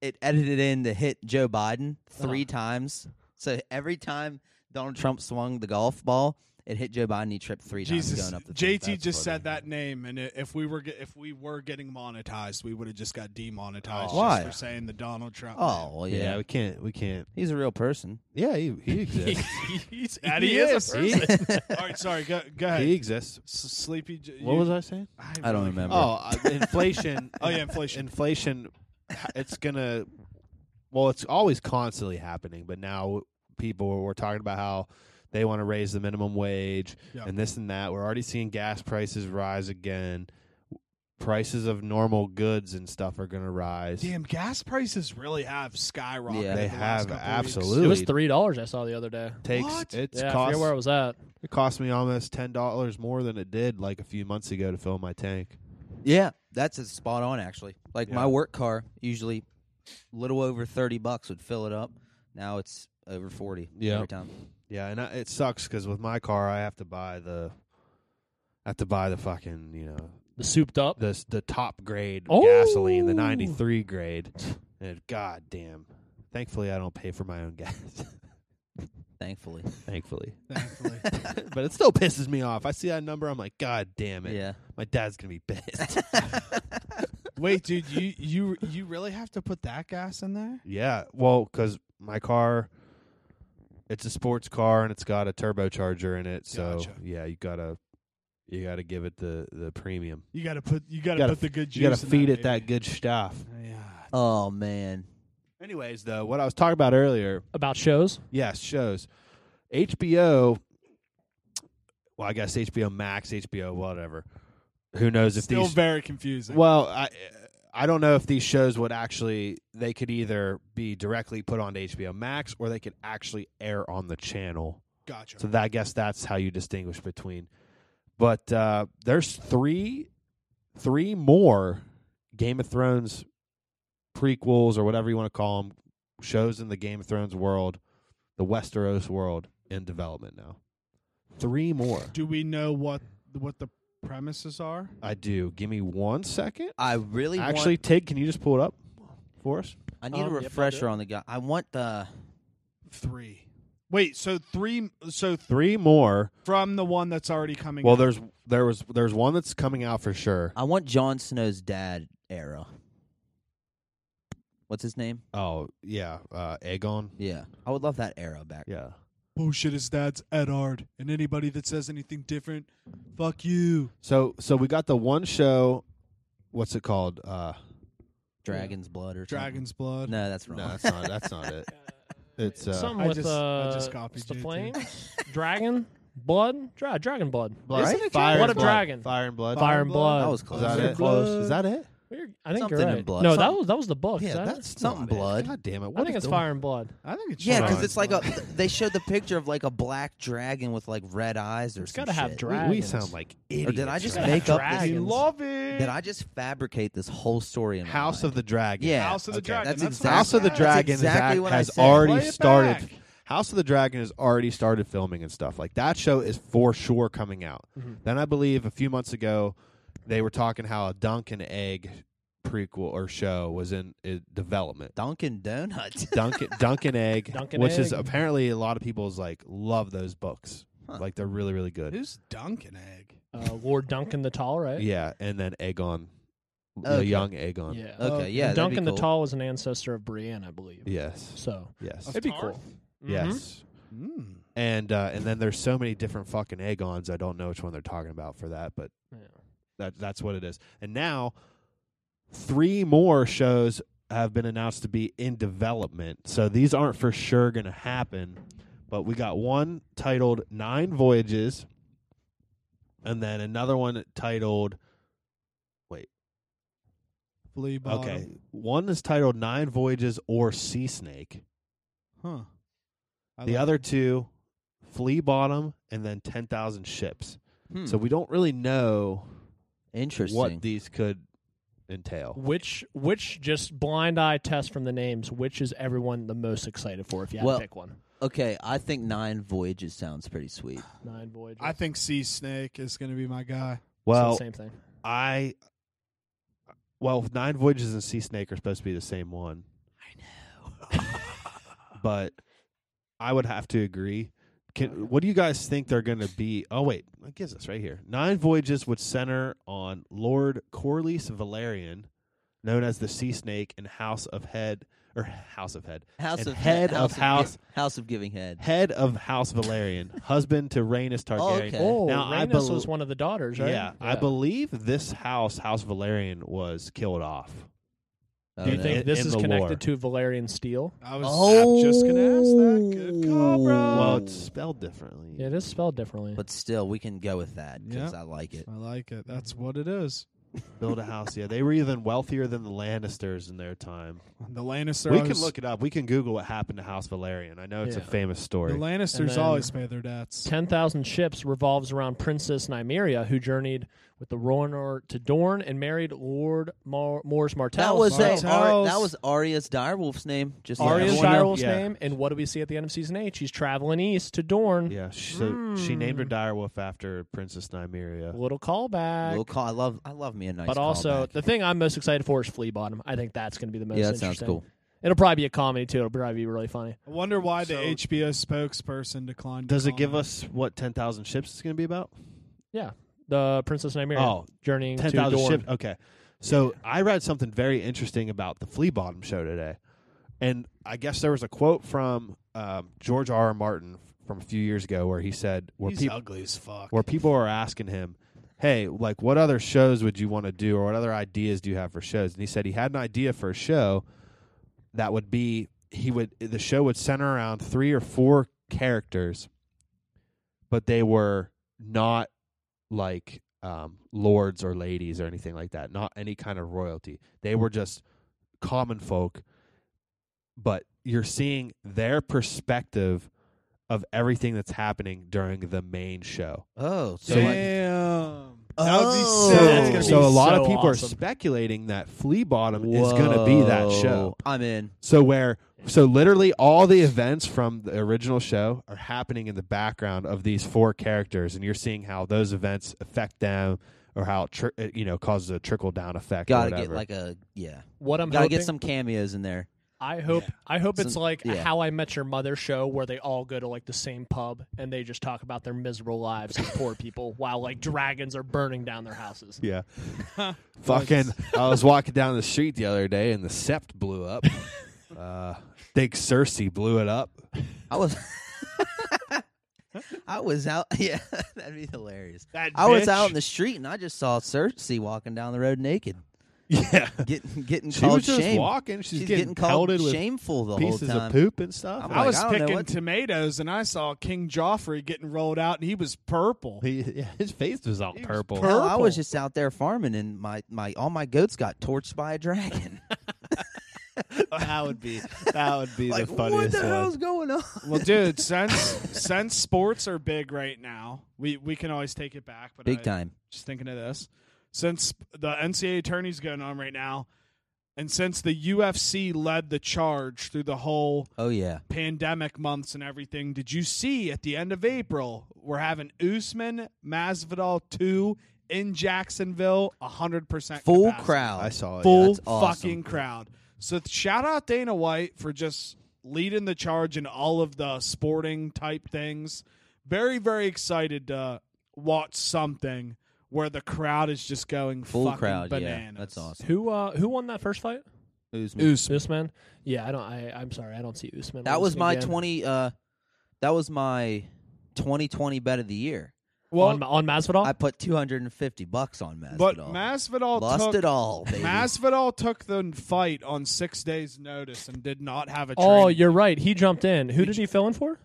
Speaker 2: it edited in to hit Joe Biden 3 times. So every time Donald Trump swung the golf ball, it hit Joe Biden. He tripped three times
Speaker 4: Jesus.
Speaker 2: going up the thing.
Speaker 4: JT just said that name and i- if we were ge- if we were getting monetized, we would have just got demonetized
Speaker 3: Oh.
Speaker 4: just
Speaker 2: Why?
Speaker 4: for saying the Donald Trump.
Speaker 2: Oh well,
Speaker 3: yeah.
Speaker 2: yeah.
Speaker 3: we can't we can't.
Speaker 2: he's a real person.
Speaker 3: Yeah, he, he exists.
Speaker 5: He's,
Speaker 4: That
Speaker 5: he
Speaker 4: he
Speaker 5: is a
Speaker 4: is.
Speaker 5: person.
Speaker 4: name. All right, sorry. Go, go ahead.
Speaker 3: he exists.
Speaker 4: S- Sleepy Joe.
Speaker 3: What was I saying?
Speaker 2: I don't
Speaker 4: really
Speaker 2: remember.
Speaker 3: Oh, uh, inflation.
Speaker 4: Oh, yeah, inflation.
Speaker 3: Inflation. It's gonna. Well, it's always constantly happening, but now people were talking about how they want to raise the minimum wage
Speaker 4: Yeah.
Speaker 3: and this and that. We're already seeing gas prices rise again. Prices of normal goods and stuff are going to rise.
Speaker 4: Damn, gas prices really have skyrocketed.
Speaker 2: Yeah.
Speaker 3: they
Speaker 4: the
Speaker 3: have
Speaker 4: last couple
Speaker 3: absolutely
Speaker 5: It was three dollars I saw the other day.
Speaker 3: takes
Speaker 4: What?
Speaker 3: it's
Speaker 5: yeah, I
Speaker 3: cost
Speaker 5: forget where I was at.
Speaker 3: it cost me almost ten dollars more than it did like a few months ago to fill my tank.
Speaker 2: Yeah, that's a spot on actually. Like
Speaker 3: Yeah.
Speaker 2: my work car usually little over 30 bucks would fill it up. Now it's over 40
Speaker 3: Yeah.
Speaker 2: every time.
Speaker 3: Yeah, and I, it sucks because with my car, I have to buy the, I have to buy the fucking you know
Speaker 5: The souped up.
Speaker 3: the s- the top grade gasoline, the
Speaker 5: Oh.
Speaker 3: ninety three grade, and god damn. Thankfully, I don't pay for my own gas.
Speaker 2: Thankfully.
Speaker 3: Thankfully,
Speaker 4: weeks, thankfully.
Speaker 3: but it still pisses me off. I see that number, I'm like, god damn it,
Speaker 2: Yeah.
Speaker 3: my dad's gonna be pissed.
Speaker 4: Wait, dude, you you you really have to put that gas in there?
Speaker 3: yeah, well, because my car, it's a sports car and it's got a turbocharger in it, so
Speaker 4: Gotcha.
Speaker 3: yeah, you gotta, you gotta give it the the premium.
Speaker 4: You gotta put you gotta,
Speaker 3: Gotta-
Speaker 4: put the good juice.
Speaker 3: You got to
Speaker 4: in
Speaker 3: feed it
Speaker 4: baby.
Speaker 3: that good stuff.
Speaker 4: Yeah,
Speaker 2: Oh man.
Speaker 3: Anyways, though, what I was talking about earlier,
Speaker 5: About shows?
Speaker 3: yes, shows. HBO, well, I guess HBO Max, HBO, whatever. Who knows if
Speaker 4: Still
Speaker 3: these
Speaker 4: very confusing.
Speaker 3: Well, I I don't know if these shows would actually they could either be directly put onto HBO Max or they could actually air on the channel.
Speaker 4: gotcha.
Speaker 3: So that, I guess that's how you distinguish between. But uh, there's three three more Game of Thrones prequels or whatever you want to call them shows in the Game of Thrones world, the Westeros world in development now. Three more.
Speaker 4: Do we know what what the premises are?
Speaker 3: I do. Give me one second.
Speaker 2: I really want-
Speaker 3: Actually, Tig, can you just pull it up for us?
Speaker 2: I need a
Speaker 5: Um, yep, I do.
Speaker 2: refresher on the guy. I want the
Speaker 4: Three. Wait, so three. So th-
Speaker 3: Three more.
Speaker 4: from the one that's already coming.
Speaker 3: Well,
Speaker 4: out.
Speaker 3: there's there was there's one that's coming out for sure.
Speaker 2: I want Jon Snow's dad era. What's his name?
Speaker 3: Oh yeah, uh, Aegon.
Speaker 2: Yeah. I would love that era back.
Speaker 3: Yeah,
Speaker 4: bullshit. Oh, His dad's Edard, and anybody that says anything different, fuck you.
Speaker 3: So so we got the one show. What's it called? Uh,
Speaker 2: Dragon's blood or something.
Speaker 4: Dragon's blood.
Speaker 2: No, that's
Speaker 3: no,
Speaker 2: wrong.
Speaker 3: that's not that's not it. It's uh,
Speaker 5: Something
Speaker 4: I
Speaker 5: with
Speaker 4: just- I
Speaker 5: uh,
Speaker 4: just copied
Speaker 5: it's the
Speaker 4: you, dude.
Speaker 5: flames, dragon, blood, dra- dragon blood.
Speaker 3: blood.
Speaker 2: Isn't
Speaker 4: it
Speaker 3: Fire
Speaker 5: What
Speaker 3: and
Speaker 5: a
Speaker 3: blood.
Speaker 5: dragon.
Speaker 3: Fire and blood.
Speaker 5: Fire and blood.
Speaker 2: That was close.
Speaker 3: Is that
Speaker 5: Fire and
Speaker 3: it?
Speaker 5: blood.
Speaker 3: Is that it?
Speaker 5: We're- I think
Speaker 2: Something
Speaker 5: you're
Speaker 2: in
Speaker 5: right.
Speaker 2: blood.
Speaker 5: No, that
Speaker 2: Something-
Speaker 5: was that was the book.
Speaker 3: Yeah,
Speaker 5: is that it?
Speaker 3: that's
Speaker 2: Something
Speaker 3: not
Speaker 2: blood.
Speaker 3: It. God damn it!
Speaker 5: I
Speaker 3: What
Speaker 5: think
Speaker 3: is
Speaker 5: it's
Speaker 3: the-
Speaker 5: fire and blood.
Speaker 4: I think it's
Speaker 2: Yeah, because
Speaker 3: Dragon's
Speaker 2: it's like a. They showed the picture of like a black dragon with like red eyes or
Speaker 5: It's
Speaker 2: some
Speaker 5: gotta have
Speaker 2: shit.
Speaker 5: dra-
Speaker 3: We, we
Speaker 5: Dragons.
Speaker 3: sound like
Speaker 2: or
Speaker 3: idiots.
Speaker 2: did I just
Speaker 3: right
Speaker 5: gotta
Speaker 2: make
Speaker 5: have
Speaker 2: up
Speaker 5: dragons.
Speaker 2: this?
Speaker 5: We
Speaker 4: love it.
Speaker 2: Did I just fabricate this whole story in
Speaker 3: now.
Speaker 2: my
Speaker 3: Eh. House of
Speaker 2: mind?
Speaker 3: the Dragon?
Speaker 2: Yeah.
Speaker 4: House of the
Speaker 3: Okay.
Speaker 4: Dragon.
Speaker 2: That's
Speaker 4: what
Speaker 2: exact-
Speaker 4: I
Speaker 3: House of the
Speaker 4: said.
Speaker 3: Dragon is
Speaker 2: exactly
Speaker 3: act-
Speaker 2: what I
Speaker 3: has
Speaker 2: said.
Speaker 3: already
Speaker 4: Play it
Speaker 3: started.
Speaker 4: back.
Speaker 3: House of the Dragon has already started filming and stuff. Like that show is for sure coming out.
Speaker 2: Mm-hmm.
Speaker 3: Then I believe a few months ago they were talking how a Dunk and Egg prequel or show was in uh, development.
Speaker 2: Dunkin' Donuts.
Speaker 3: Dunk Dunk and Egg,
Speaker 5: Dunk and
Speaker 3: which is
Speaker 5: Egg.
Speaker 3: apparently a lot of people's like love those books.
Speaker 2: Huh.
Speaker 3: Like they're really really good.
Speaker 4: Who's Dunkin' Egg?
Speaker 5: Uh, Lord Duncan the Tall, right?
Speaker 3: yeah, and then Aegon, the
Speaker 2: Okay.
Speaker 3: young Aegon.
Speaker 5: Yeah.
Speaker 2: Okay, yeah, that'd
Speaker 5: Uh, Duncan
Speaker 2: be
Speaker 5: the
Speaker 2: cool.
Speaker 5: Tall was an ancestor of Brienne, I believe.
Speaker 3: Yes.
Speaker 5: So
Speaker 3: Yes.
Speaker 5: it'd be
Speaker 4: Tarth?
Speaker 5: cool. Mhm.
Speaker 2: Mm-hmm.
Speaker 3: Yes.
Speaker 4: Mm.
Speaker 3: And uh, and then there's so many different fucking Aegons. I don't know which one they're talking about for that, but
Speaker 5: Yeah.
Speaker 3: That that's what it is. And now three more shows have been announced to be in development. So these aren't for sure going to happen, but we got one titled Nine Voyages and then another one titled
Speaker 4: Flea bottom.
Speaker 3: okay, one is titled Nine Voyages or Sea Snake.
Speaker 4: Huh. I
Speaker 3: The
Speaker 4: like
Speaker 3: other two Flea Bottom and then 10,000 Ships.
Speaker 2: Hmm.
Speaker 3: So we don't really know
Speaker 2: Interesting.
Speaker 3: what these could entail.
Speaker 5: Which which just blind eye test from the names, which is everyone the most excited for if you had
Speaker 2: Well-
Speaker 5: to pick one?
Speaker 2: okay, I think Nine Voyages sounds pretty sweet.
Speaker 5: Nine voyages.
Speaker 4: I think Sea Snake is going to be my guy.
Speaker 3: Well,
Speaker 5: same thing.
Speaker 3: I well, Nine Voyages and Sea Snake are supposed to be the same one, but I would have to agree. Can what do you guys think they're going to be? Oh wait, it gives us right here. Nine Voyages would center on Lord Corlys Valerian, known as the Sea Snake and House of Head or House of Head,
Speaker 2: House
Speaker 3: And
Speaker 2: of
Speaker 3: head of house-
Speaker 2: House of Giving Head.
Speaker 3: head of House Valerian, husband to Rhaenys Targaryen.
Speaker 2: okay.
Speaker 5: Oh,
Speaker 3: Now, I
Speaker 5: Rhaenys
Speaker 3: bel-
Speaker 5: was one of the daughters, right?
Speaker 3: Yeah, I believe this house, House Valerian, was killed off.
Speaker 2: Oh,
Speaker 5: Do you
Speaker 2: no.
Speaker 5: think
Speaker 3: in-
Speaker 5: this
Speaker 3: in
Speaker 5: is
Speaker 3: the
Speaker 5: connected
Speaker 3: lore.
Speaker 5: to Valerian Steel?
Speaker 4: I was I'm just going to ask that. Good call, bro.
Speaker 2: Oh.
Speaker 3: Well, it's spelled differently.
Speaker 5: Yeah, it is spelled differently.
Speaker 2: But still, we can go with that because
Speaker 4: Yeah.
Speaker 2: I like it.
Speaker 4: I like it. That's what it is.
Speaker 3: Build a house. Yeah, they were even wealthier than the Lannisters in their time.
Speaker 4: The Lannisters.
Speaker 3: we can look it up. We can Google what happened to House Valerian. I know it's a
Speaker 5: Yeah.
Speaker 3: famous
Speaker 4: The
Speaker 3: story.
Speaker 4: Lannisters
Speaker 5: And then-
Speaker 4: always pay their debts.
Speaker 5: 10,000 ships revolves around Princess Nymeria, who journeyed with the Roanor to Dorne and married Lord Mor- Mors
Speaker 2: That
Speaker 5: Martell.
Speaker 2: was
Speaker 5: Sorry.
Speaker 2: that,
Speaker 4: Martell's-
Speaker 2: Ar- that was Arya's direwolf's name. Just
Speaker 5: Arya's
Speaker 2: so you know.
Speaker 5: direwolf's
Speaker 3: Yeah.
Speaker 5: name. And what do we see at the end of season 8? She's traveling east to Dorne.
Speaker 3: yeah, she, so she named her direwolf after Princess Nymeria.
Speaker 5: Little callback.
Speaker 2: Little call. I love. I love me a nice.
Speaker 5: but also,
Speaker 2: callback.
Speaker 5: the thing I'm most excited for is Flea Bottom. I think that's going to be the most
Speaker 2: yeah, that sounds
Speaker 5: interesting.
Speaker 2: cool.
Speaker 5: It'll probably be a comedy, too. It'll probably be really funny.
Speaker 4: I wonder why
Speaker 3: So-
Speaker 4: the HBO spokesperson declined. to
Speaker 3: Does it
Speaker 4: comment.
Speaker 3: give us what 10,000 ships is going to be about?
Speaker 5: Yeah. The Princess Nymeria
Speaker 3: Oh,
Speaker 5: journeying to
Speaker 3: 10,000
Speaker 5: Dorne.
Speaker 3: ships. Okay. So I read something very interesting about the Flea Bottom show today. And I guess there was a quote from um, George R. R. Martin from a few years ago where he said, where
Speaker 4: He's
Speaker 3: people.
Speaker 4: ugly as fuck.
Speaker 3: where people are asking him, hey, like, what other shows would you want to do, or what other ideas do you have for shows? And he said he had an idea for a show that would be he would the show would center around three or four characters, but they were not like um, lords or ladies or anything like that. Not any kind of royalty. They were just common folk, but you're seeing their perspective of everything that's happening during the main show.
Speaker 2: Oh, so like,
Speaker 4: Damn. That would be
Speaker 2: Oh.
Speaker 4: sick.
Speaker 5: That's gonna be
Speaker 3: so a lot
Speaker 5: so
Speaker 3: of people
Speaker 5: awesome.
Speaker 3: are speculating that Flea Bottom is going to be that show.
Speaker 2: Whoa, I'm in.
Speaker 3: So where so literally all the events from the original show are happening in the background of these four characters and you're seeing how those events affect them or how it tri- it, you know causes a trickle down effect or
Speaker 2: Gotta
Speaker 3: whatever.
Speaker 2: get like a yeah.
Speaker 5: What I'm
Speaker 2: Gotta
Speaker 5: hoping,
Speaker 2: get some cameos in there.
Speaker 5: I hope, I hope it's
Speaker 2: Some-
Speaker 5: like a
Speaker 2: yeah.
Speaker 5: How I Met Your Mother show where they all go to like the same pub and they just talk about their miserable lives as poor people while like dragons are burning down their houses.
Speaker 3: yeah. Fucking I was walking down the street the other day and the sept blew up. uh think Cersei blew it up.
Speaker 2: I was. I was out. Yeah, that'd be hilarious.
Speaker 4: That
Speaker 2: I was
Speaker 4: bitch.
Speaker 2: out in the street and I just saw Cersei walking down the road naked,
Speaker 3: Yeah.
Speaker 2: getting getting
Speaker 3: She
Speaker 2: called
Speaker 3: was just
Speaker 2: shame.
Speaker 3: walking. She's,
Speaker 2: She's
Speaker 3: getting,
Speaker 2: called
Speaker 3: pelted with
Speaker 2: shameful the whole
Speaker 3: pieces of
Speaker 2: time.
Speaker 3: poop and stuff.
Speaker 2: I'm
Speaker 4: I
Speaker 2: like,
Speaker 4: was
Speaker 2: I don't know
Speaker 4: picking
Speaker 2: what-
Speaker 4: tomatoes and I saw King Joffrey getting rolled out and he was purple.
Speaker 3: He, yeah, his face was all purple.
Speaker 4: purple.
Speaker 2: No, I was just out there farming and my, my all my goats got torched by a dragon.
Speaker 6: That would be that would be
Speaker 2: like
Speaker 6: the
Speaker 2: what
Speaker 6: funniest
Speaker 2: the hell's
Speaker 6: one.
Speaker 2: going on?
Speaker 4: Well, dude, since since sports are big right now, we we can always take it back. But
Speaker 2: Big
Speaker 4: I-
Speaker 2: time.
Speaker 4: Just thinking of this, since the NCAA tourney's going on right now, and since the UFC led the charge through the whole
Speaker 2: Oh yeah.
Speaker 4: pandemic months and everything, did you see at the end of April we're having Usman Masvidal two in Jacksonville, hundred percent
Speaker 2: Full
Speaker 4: capacity.
Speaker 2: crowd.
Speaker 3: I saw it.
Speaker 4: full
Speaker 3: yeah.
Speaker 2: that's awesome.
Speaker 4: fucking crowd. So th- shout out Dana White for just leading the charge in all of the sporting type things. Very very excited to watch something where the crowd is just going
Speaker 2: Full
Speaker 4: fucking
Speaker 2: crowd.
Speaker 4: bananas.
Speaker 2: Yeah. That's awesome.
Speaker 5: Who uh who won that first fight?
Speaker 2: Usman.
Speaker 4: Usman.
Speaker 5: Mm. Usman. Yeah, I don't. I, I'm sorry, I don't see Usman.
Speaker 2: That was
Speaker 5: losing
Speaker 2: my
Speaker 5: again.
Speaker 2: twenty. Uh, that was my twenty twenty bet of the year.
Speaker 4: Well,
Speaker 5: on, on Masvidal.
Speaker 2: I put two hundred and fifty bucks on Masvidal.
Speaker 4: but Masvidal
Speaker 2: lost
Speaker 4: took
Speaker 2: it all. Baby.
Speaker 4: Masvidal took the fight on 6 days notice and did not have a
Speaker 5: oh,
Speaker 4: training.
Speaker 5: you're right. He jumped in. Who did he fill in for?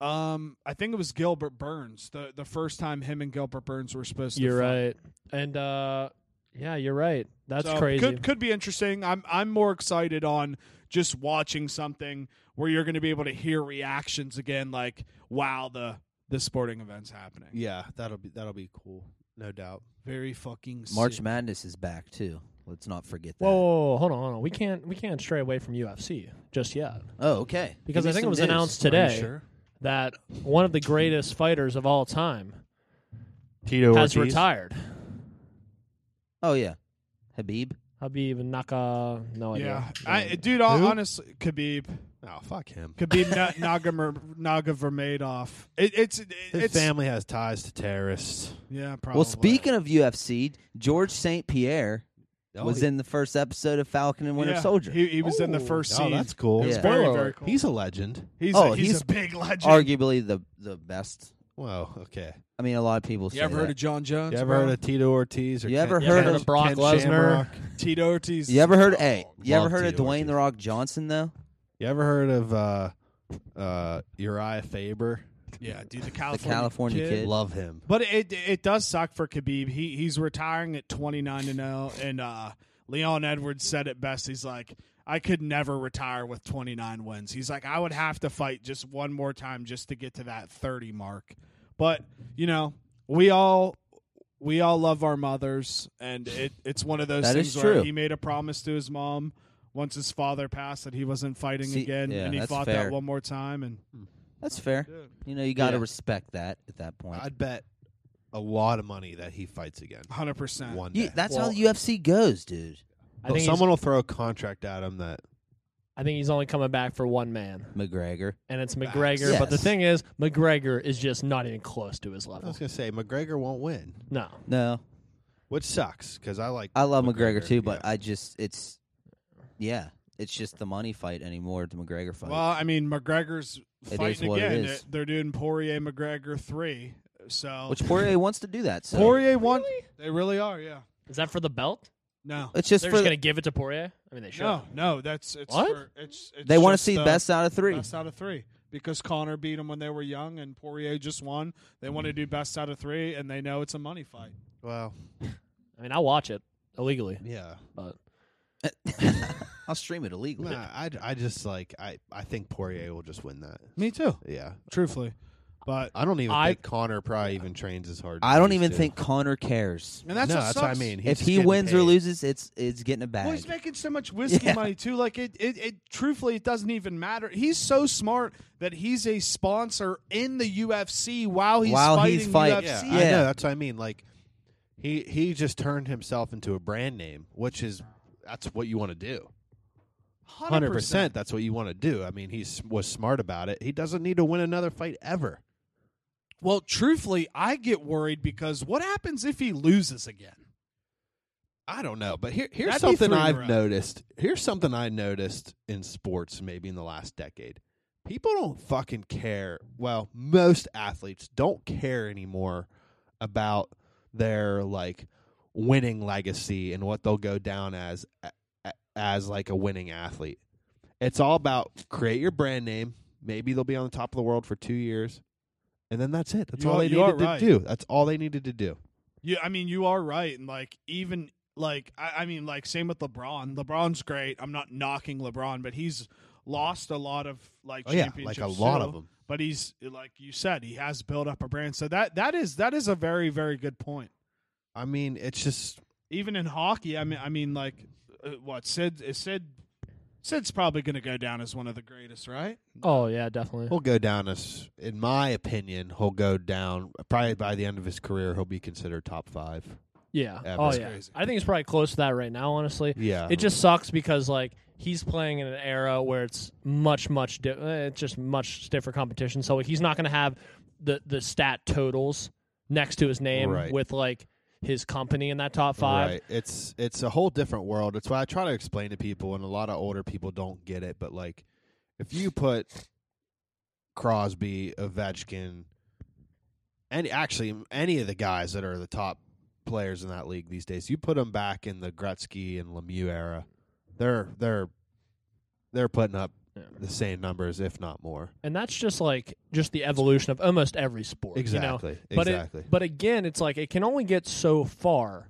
Speaker 4: um I think it was Gilbert Burns. The the first time him and Gilbert Burns were supposed to
Speaker 5: You're
Speaker 4: fight.
Speaker 5: right. And uh yeah, you're right. That's
Speaker 4: So,
Speaker 5: crazy.
Speaker 4: Could could be interesting. I'm I'm more excited on just watching something where you're going to be able to hear reactions again. Like, wow, the the sporting event's happening.
Speaker 6: Yeah, that'll be that'll be cool, no doubt.
Speaker 4: Very fucking
Speaker 2: March
Speaker 4: sick.
Speaker 2: Madness is back too. Let's not forget that.
Speaker 5: Whoa, whoa, whoa, hold on, hold on. We can't we can't stray away from UFC just yet
Speaker 2: Oh, okay.
Speaker 5: because
Speaker 2: Give me
Speaker 5: I think
Speaker 2: some
Speaker 5: it was
Speaker 2: news.
Speaker 5: announced
Speaker 3: Are
Speaker 5: today
Speaker 3: you sure?
Speaker 5: that one of the greatest fighters of all time
Speaker 3: Tito
Speaker 5: has
Speaker 3: Ortiz.
Speaker 5: retired.
Speaker 2: Oh yeah, Habib.
Speaker 5: Habib Naka, no
Speaker 4: Yeah,
Speaker 5: idea.
Speaker 4: I, dude. All,
Speaker 3: Who?
Speaker 4: honestly, Khabib,
Speaker 3: Oh fuck him.
Speaker 4: Khabib Na- Nagamer, Nagavermadov. It, it's it,
Speaker 3: His
Speaker 4: it's
Speaker 3: family has ties to terrorists.
Speaker 4: yeah. Probably.
Speaker 2: Well, speaking of UFC, George St. Pierre was
Speaker 3: Oh, he-
Speaker 2: in the first episode of Falcon and Winter
Speaker 4: Oh, Yeah,
Speaker 2: Soldier.
Speaker 4: he, he was in the first
Speaker 3: Oh,
Speaker 4: scene.
Speaker 3: that's cool.
Speaker 4: It was
Speaker 2: Yeah.
Speaker 4: very
Speaker 5: Whoa.
Speaker 4: very cool.
Speaker 3: He's a legend.
Speaker 4: he's
Speaker 2: Oh,
Speaker 4: a, he's,
Speaker 2: he's
Speaker 4: a big legend.
Speaker 2: Arguably the the best.
Speaker 3: Wow. Okay.
Speaker 2: I mean, a lot of people.
Speaker 4: you
Speaker 2: say
Speaker 4: ever heard
Speaker 2: that.
Speaker 4: of John Jones?
Speaker 3: You ever
Speaker 4: bro?
Speaker 3: heard of Tito Ortiz? Or
Speaker 2: You
Speaker 3: Ken-
Speaker 2: ever
Speaker 3: Ken-
Speaker 2: heard
Speaker 3: Ken
Speaker 2: of
Speaker 5: Brock Lesnar?
Speaker 3: Shamrock?
Speaker 4: Tito Ortiz?
Speaker 2: You ever heard? Hey, you ever
Speaker 3: Love
Speaker 2: heard of
Speaker 3: Tito
Speaker 2: Dwayne
Speaker 3: Ortiz.
Speaker 2: the Rock Johnson though?
Speaker 3: You ever heard of uh, uh, Uriah Faber?
Speaker 4: Yeah, dude. The
Speaker 2: The
Speaker 4: California,
Speaker 2: California
Speaker 4: kid.
Speaker 2: kid.
Speaker 3: Love him.
Speaker 4: But it it does suck for Khabib. He he's retiring at 29 and 0 and uh Leon Edwards said it best. He's like I could never retire with 29 wins. He's like I would have to fight just one more time just to get to that 30 mark. But, you know, we all we all love our mothers and it it's one of those
Speaker 2: That is
Speaker 4: things where
Speaker 2: true.
Speaker 4: he made a promise to his mom once his father passed that he wasn't fighting
Speaker 2: See,
Speaker 4: again
Speaker 2: yeah,
Speaker 4: and he
Speaker 2: that's
Speaker 4: fought
Speaker 2: fair.
Speaker 4: that one more time and
Speaker 2: That's fair. You know, you got to
Speaker 3: Yeah.
Speaker 2: respect that at that point.
Speaker 3: I'd bet a lot of money that he fights again
Speaker 4: 100%.
Speaker 3: one day.
Speaker 2: You, that's
Speaker 5: Well-
Speaker 2: how the UFC goes, dude.
Speaker 5: I think he's-
Speaker 3: someone will throw a contract at him that
Speaker 5: I think he's only coming back for one man,
Speaker 2: McGregor.
Speaker 5: and it's McGregor. But the
Speaker 2: Yes.
Speaker 5: thing is, McGregor is just not even close to his
Speaker 3: I
Speaker 5: level.
Speaker 3: was gonna say McGregor won't win,
Speaker 5: No,
Speaker 2: No,
Speaker 3: which sucks because I like
Speaker 2: I love McGregor,
Speaker 3: McGregor,
Speaker 2: too, but
Speaker 3: yeah.
Speaker 2: I just it's yeah, it's just the money fight anymore. The McGregor fight.
Speaker 4: Well, I mean, McGregor's
Speaker 2: is
Speaker 4: fighting
Speaker 2: what it
Speaker 4: again.
Speaker 2: is.
Speaker 4: They're doing Poirier McGregor three. So
Speaker 2: Which Poirier wants to do that. So
Speaker 4: Poirier won. They really are. Yeah.
Speaker 5: Is that for the belt?
Speaker 4: No.
Speaker 2: it's just
Speaker 5: They're
Speaker 2: for
Speaker 5: just gonna give it to Poirier. I mean, they should.
Speaker 4: No. No. That's it's.
Speaker 5: What?
Speaker 4: For, it's, it's
Speaker 2: they want to
Speaker 4: just
Speaker 2: see
Speaker 4: the
Speaker 2: best out of three.
Speaker 4: Best out of three because Connor beat him when they were young and Poirier just won. They want to do best out of three and they know it's a money fight.
Speaker 3: Wow.
Speaker 5: I mean, I'll watch it illegally,
Speaker 3: Yeah.
Speaker 5: but
Speaker 2: I'll stream it illegally.
Speaker 3: Nah, I, I just like I, I think Poirier will just win that.
Speaker 4: Me too.
Speaker 3: Yeah.
Speaker 4: Truthfully, but
Speaker 3: I don't even
Speaker 5: I-
Speaker 3: think Connor probably even trains as hard.
Speaker 2: I
Speaker 3: as
Speaker 2: don't
Speaker 3: he
Speaker 2: even
Speaker 3: used to.
Speaker 2: think Connor cares.
Speaker 4: and that's
Speaker 3: no,
Speaker 4: what
Speaker 3: that's
Speaker 4: sucks.
Speaker 3: what I mean. He's
Speaker 2: if
Speaker 3: just
Speaker 2: he
Speaker 3: getting
Speaker 2: wins or
Speaker 3: paid.
Speaker 2: loses, it's it's getting a bag.
Speaker 4: Well, he's making so much whiskey
Speaker 2: Yeah.
Speaker 4: money too. Like it, it, it, truthfully, it doesn't even matter. He's so smart that he's a sponsor in the UFC while he's
Speaker 2: While
Speaker 4: fighting
Speaker 2: he's fighting.
Speaker 4: UFC.
Speaker 3: yeah,
Speaker 2: UFC.
Speaker 3: I
Speaker 2: Yeah.
Speaker 3: know. That's what I mean. Like he he just turned himself into a brand name, which is that's what you want to do. Hundred percent. That's what you want to do. I mean, he s- was smart about it. He doesn't need to win another fight ever.
Speaker 4: Well, truthfully, I get worried because what happens if he loses again?
Speaker 3: I don't know, but here, here's
Speaker 4: That'd be
Speaker 3: something
Speaker 4: three in a
Speaker 3: I've
Speaker 4: row.
Speaker 3: noticed. Here's something I noticed in sports, maybe in the last decade. People don't fucking care. Well, most athletes don't care anymore about their like winning legacy and what they'll go down as a- as like a winning athlete. It's all about create your brand name. Maybe they'll be on the top of the world for two years, and then that's it. That's
Speaker 4: You
Speaker 3: all
Speaker 4: are-
Speaker 3: they
Speaker 4: you are
Speaker 3: needed
Speaker 4: right.
Speaker 3: to do. That's all they needed to do.
Speaker 4: Yeah, I mean, you are right, and like even like I, I mean, like same with LeBron. LeBron's great. I'm not knocking LeBron, but he's lost a lot of like
Speaker 3: Oh, yeah,
Speaker 4: championships
Speaker 3: like a lot
Speaker 4: too.
Speaker 3: of them.
Speaker 4: But he's like you said, he has built up a brand. So that that is that is a very very good point.
Speaker 3: I mean, it's just
Speaker 4: Even in hockey, I mean, I mean, like uh, what Sid is Sid. Sid's probably going to go down as one of the greatest, right?
Speaker 5: oh yeah, definitely.
Speaker 3: He'll go down as, in my opinion, he'll go down probably by the end of his career. He'll be considered top five.
Speaker 5: yeah.
Speaker 3: Yeah,
Speaker 5: oh
Speaker 3: that's
Speaker 5: yeah.
Speaker 4: crazy.
Speaker 5: I think it's probably close to that right now. Honestly,
Speaker 3: Yeah,
Speaker 5: it just sucks because like he's playing in an era where it's much much di- eh, it's just much stiffer competition. So he's not going to have the the stat totals next to his name
Speaker 3: Right.
Speaker 5: with like his company in that top five.
Speaker 3: Right. It's it's a whole different world. It's why I try to explain to people, and a lot of older people don't get it. But like, if you put Crosby, Ovechkin, and actually any of the guys that are the top players in that league these days, you put them back in the Gretzky and Lemieux era, they're they're they're putting up
Speaker 5: Yeah.
Speaker 3: the same numbers, if not more.
Speaker 5: And that's just like just the evolution of almost every sport. you know?
Speaker 3: Exactly.
Speaker 5: But it-
Speaker 3: exactly.
Speaker 5: but again, it's like it can only get so far.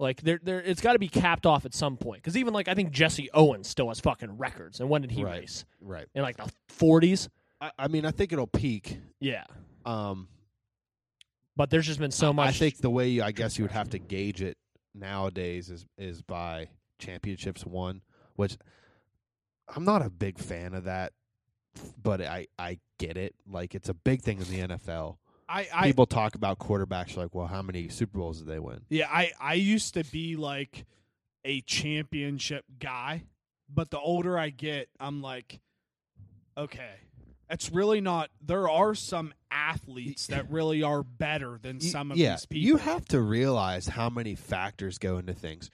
Speaker 5: Like there, there, it's got to be capped off at some point. Because even like I think Jesse Owens still has fucking records. And when did he
Speaker 3: Right.
Speaker 5: race?
Speaker 3: right.
Speaker 5: In like the forties.
Speaker 3: I, I mean, I think it'll peak.
Speaker 5: Yeah.
Speaker 3: Um,
Speaker 5: But there's just been so much.
Speaker 3: I think the way you, I guess you would have to gauge it nowadays is is by championships won, which I'm not a big fan of that, but I I get it. Like it's a big thing in the NFL.
Speaker 4: I, I
Speaker 3: People talk about quarterbacks like, well, how many Super Bowls did they win?
Speaker 4: Yeah, I I used to be like a championship guy, but the older I get, I'm like, okay, it's really not. There are some athletes that really are better than
Speaker 3: You-
Speaker 4: some of
Speaker 3: yeah,
Speaker 4: these people.
Speaker 3: You have to realize how many factors go into things.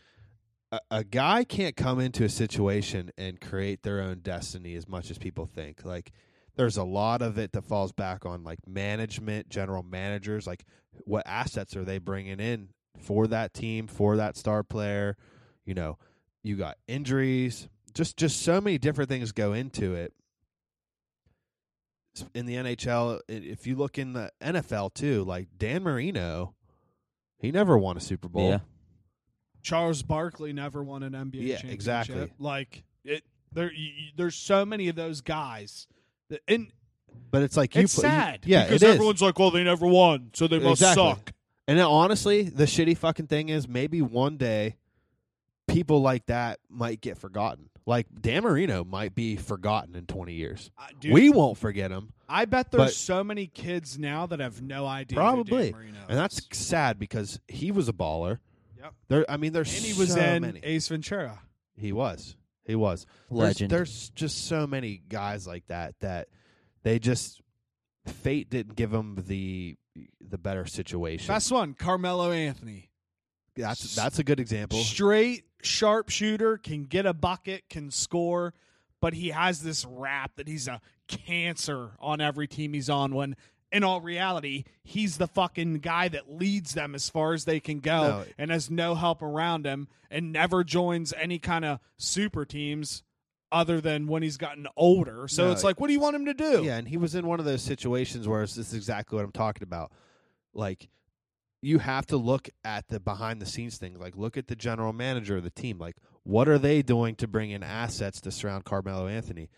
Speaker 3: A, a guy can't come into a situation and create their own destiny as much as people think. Like, there's a lot of it that falls back on like management, general managers. Like, what assets are they bringing in for that team, for that star player? You know, you got injuries. Just, just so many different things go into it in the NHL, i- if you look in the NFL too, like Dan Marino, he never won a Super Bowl.
Speaker 2: Yeah.
Speaker 4: Charles Barkley never won an NBA
Speaker 3: Yeah,
Speaker 4: championship.
Speaker 3: exactly.
Speaker 4: Like it, there y- y- there's so many of those guys. that- And
Speaker 3: But it's like you
Speaker 4: it's
Speaker 3: put- you-
Speaker 4: sad
Speaker 3: yeah,
Speaker 4: because
Speaker 3: it is.
Speaker 4: everyone's like, well, they never won, so they must
Speaker 3: Exactly.
Speaker 4: suck.
Speaker 3: And then honestly, the shitty fucking thing is maybe one day people like that might get forgotten. Like Dan Marino might be forgotten in 20 years.
Speaker 4: I- dude,
Speaker 3: we won't forget him.
Speaker 4: I bet there's
Speaker 3: but-
Speaker 4: so many kids now that have no idea. who
Speaker 3: Probably.
Speaker 4: Dan Marino
Speaker 3: And that's
Speaker 4: is.
Speaker 3: sad because he was a baller.
Speaker 4: Yep.
Speaker 3: There I mean there's
Speaker 4: and he was
Speaker 3: so
Speaker 4: in
Speaker 3: many.
Speaker 4: Ace Ventura.
Speaker 3: He was. He was. There's-
Speaker 2: Legend.
Speaker 3: There's, just so many guys like that that they just fate didn't give them the the better situation.
Speaker 4: That's one, Carmelo Anthony,
Speaker 3: that's that's a good example.
Speaker 4: straight sharpshooter, can get a bucket, can score, but he has this rap that he's a cancer on every team he's on. When in all reality, he's the fucking guy that leads them as far as they can go
Speaker 3: No.
Speaker 4: and has no help around him and never joins any kind of super teams other than when he's gotten older. So
Speaker 3: No.
Speaker 4: it's like, what do you want him to do?
Speaker 3: Yeah, and he was in one of those situations where it's, this is exactly what I'm talking about. Like, you have to look at the behind the scenes things. Like, look at the general manager of the team. Like, what are they doing to bring in assets to surround Carmelo Anthony?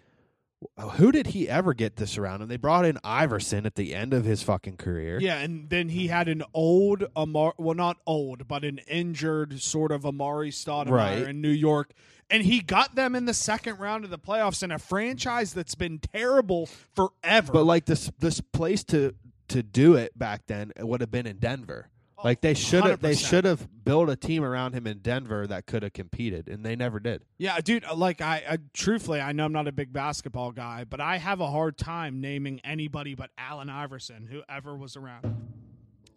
Speaker 3: Wh- Who did he ever get to surround him? They brought in Iverson at the end of his fucking career.
Speaker 4: Yeah, and then he had an old Amar, well, not old, but an injured sort of Amari Stoudemire
Speaker 3: Right.
Speaker 4: in New York, and he got them in the second round of the playoffs in a franchise that's been terrible forever.
Speaker 3: But like this this place to to do it back then it would have been in Denver. Like they should have they
Speaker 4: 100%.
Speaker 3: should have built a team around him in Denver that could have competed and they never did.
Speaker 4: yeah, dude, like I, I truthfully, I know I'm not a big basketball guy, but I have a hard time naming anybody but Allen Iverson who ever was around.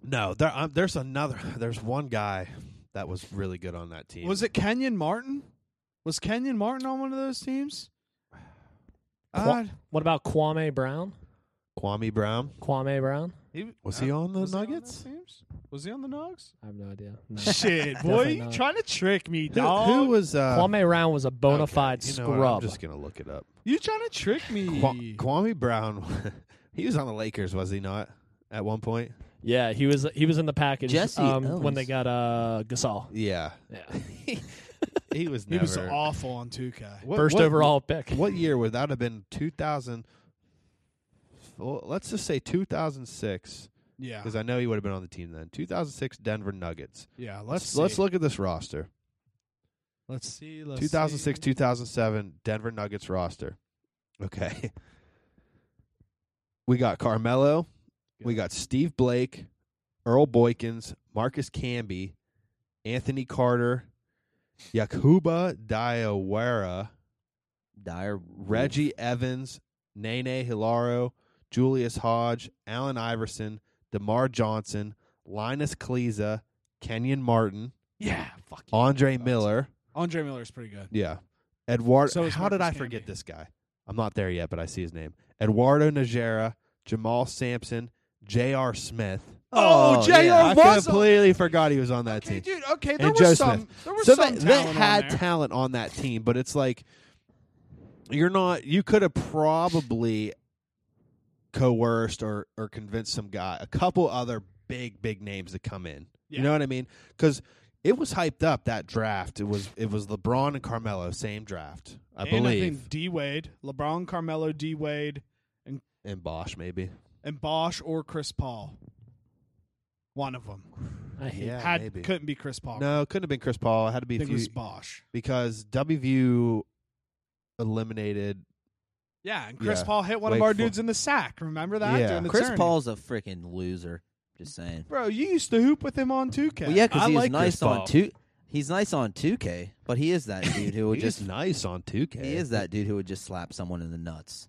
Speaker 3: No, there, um, there's another. There's one guy that was really good on that team.
Speaker 4: Was it Kenyon Martin? Was Kenyon Martin on one of those teams?
Speaker 5: Qua-
Speaker 4: Uh,
Speaker 5: What about Kwame Brown?
Speaker 3: Kwame Brown?
Speaker 5: Kwame Brown?
Speaker 3: Was he on the
Speaker 4: was he on
Speaker 3: Nuggets?
Speaker 4: those teams? Was he on the Nuggets?
Speaker 5: I have no idea. No.
Speaker 4: Shit, boy,
Speaker 5: Definitely
Speaker 4: you
Speaker 5: not.
Speaker 4: trying to trick me,
Speaker 3: Who,
Speaker 4: dog?
Speaker 3: who was uh,
Speaker 5: Kwame Brown was a bona
Speaker 3: okay,
Speaker 5: fide
Speaker 3: you know what, I'm
Speaker 5: scrub.
Speaker 3: just gonna look it up.
Speaker 4: you trying to trick me?
Speaker 3: Kwa- Kwame Brown. he was on the Lakers, was he not? At one point.
Speaker 5: yeah, he was he was in the package
Speaker 2: Jesse
Speaker 5: um, when
Speaker 2: Owens.
Speaker 5: they got uh, Gasol.
Speaker 3: Yeah,
Speaker 5: Yeah.
Speaker 3: he was.
Speaker 4: he
Speaker 3: Never,
Speaker 4: was awful on 2K.
Speaker 3: What-
Speaker 5: First
Speaker 3: what-
Speaker 5: overall pick.
Speaker 3: What year would that have been? Two thousand. Well, let's just say 2006,
Speaker 4: Yeah,
Speaker 3: because I know he would have been on the team then. 2006 Denver Nuggets.
Speaker 4: yeah. Let's
Speaker 3: let's
Speaker 4: see.
Speaker 3: look at this roster.
Speaker 4: Let's see. Let's
Speaker 3: 2006,
Speaker 4: see.
Speaker 3: 2007 Denver Nuggets roster. Okay. We got Carmelo. We got Steve Blake, Earl Boykins, Marcus Camby, Anthony Carter, Yakuba Diawara,
Speaker 2: Dire
Speaker 3: Reggie Evans, Nene Hilaro, Julius Hodge, Allen Iverson, DeMar Johnson, Linus Kleza, Kenyon Martin,
Speaker 4: Yeah, fuck. you.
Speaker 3: Andre
Speaker 4: Johnson.
Speaker 3: Miller.
Speaker 4: Andre Miller's pretty good.
Speaker 3: Yeah. Eduardo.
Speaker 4: So is
Speaker 3: how did I
Speaker 4: Marcus
Speaker 3: forget
Speaker 4: Camby.
Speaker 3: this guy? I'm not there yet, but I see his name. Eduardo Najera, Jamal Sampson, J.R. Smith.
Speaker 4: Oh, J.R.
Speaker 3: I
Speaker 4: was on-
Speaker 3: completely forgot he was on that
Speaker 4: Okay,
Speaker 3: team.
Speaker 4: dude. Okay, there
Speaker 3: And
Speaker 4: was
Speaker 3: Joe
Speaker 4: some. There was
Speaker 3: So
Speaker 4: some
Speaker 3: they, they
Speaker 4: talent on
Speaker 3: had
Speaker 4: there.
Speaker 3: talent on that team, but it's like you're not. You could have probably coerced or or convinced some guy, a couple other big big names to come in.
Speaker 4: Yeah.
Speaker 3: You know what I mean? Because it was hyped up that draft. It was it was LeBron and Carmelo, same draft, I
Speaker 4: And
Speaker 3: believe.
Speaker 4: think D Wade, LeBron, Carmelo, D Wade,
Speaker 3: and Bosch maybe.
Speaker 4: and Bosch or Chris Paul. One of them
Speaker 5: I hate
Speaker 3: Yeah,
Speaker 4: had
Speaker 3: maybe.
Speaker 4: couldn't be Chris Paul.
Speaker 3: No, it couldn't have been Chris Paul. It had to
Speaker 4: I
Speaker 3: be a
Speaker 4: think it
Speaker 3: few
Speaker 4: was Bosch.
Speaker 3: because WVU eliminated.
Speaker 4: Yeah, and Chris
Speaker 3: Yeah.
Speaker 4: Paul hit one of our
Speaker 3: Wakeful.
Speaker 4: dudes in the sack. Remember that?
Speaker 3: Yeah.
Speaker 4: During the
Speaker 2: Chris
Speaker 4: tourney.
Speaker 2: Paul's a freaking loser. Just saying.
Speaker 4: Bro, you used to hoop with him on 2K.
Speaker 2: Well, yeah, because
Speaker 3: I
Speaker 2: he was
Speaker 3: like
Speaker 2: nice
Speaker 3: Chris
Speaker 2: on
Speaker 3: Paul.
Speaker 2: two. He's nice on two K, but he is that dude who would
Speaker 3: He's
Speaker 2: just
Speaker 3: just nice on 2K.
Speaker 2: he is that dude who would just slap someone in the nuts.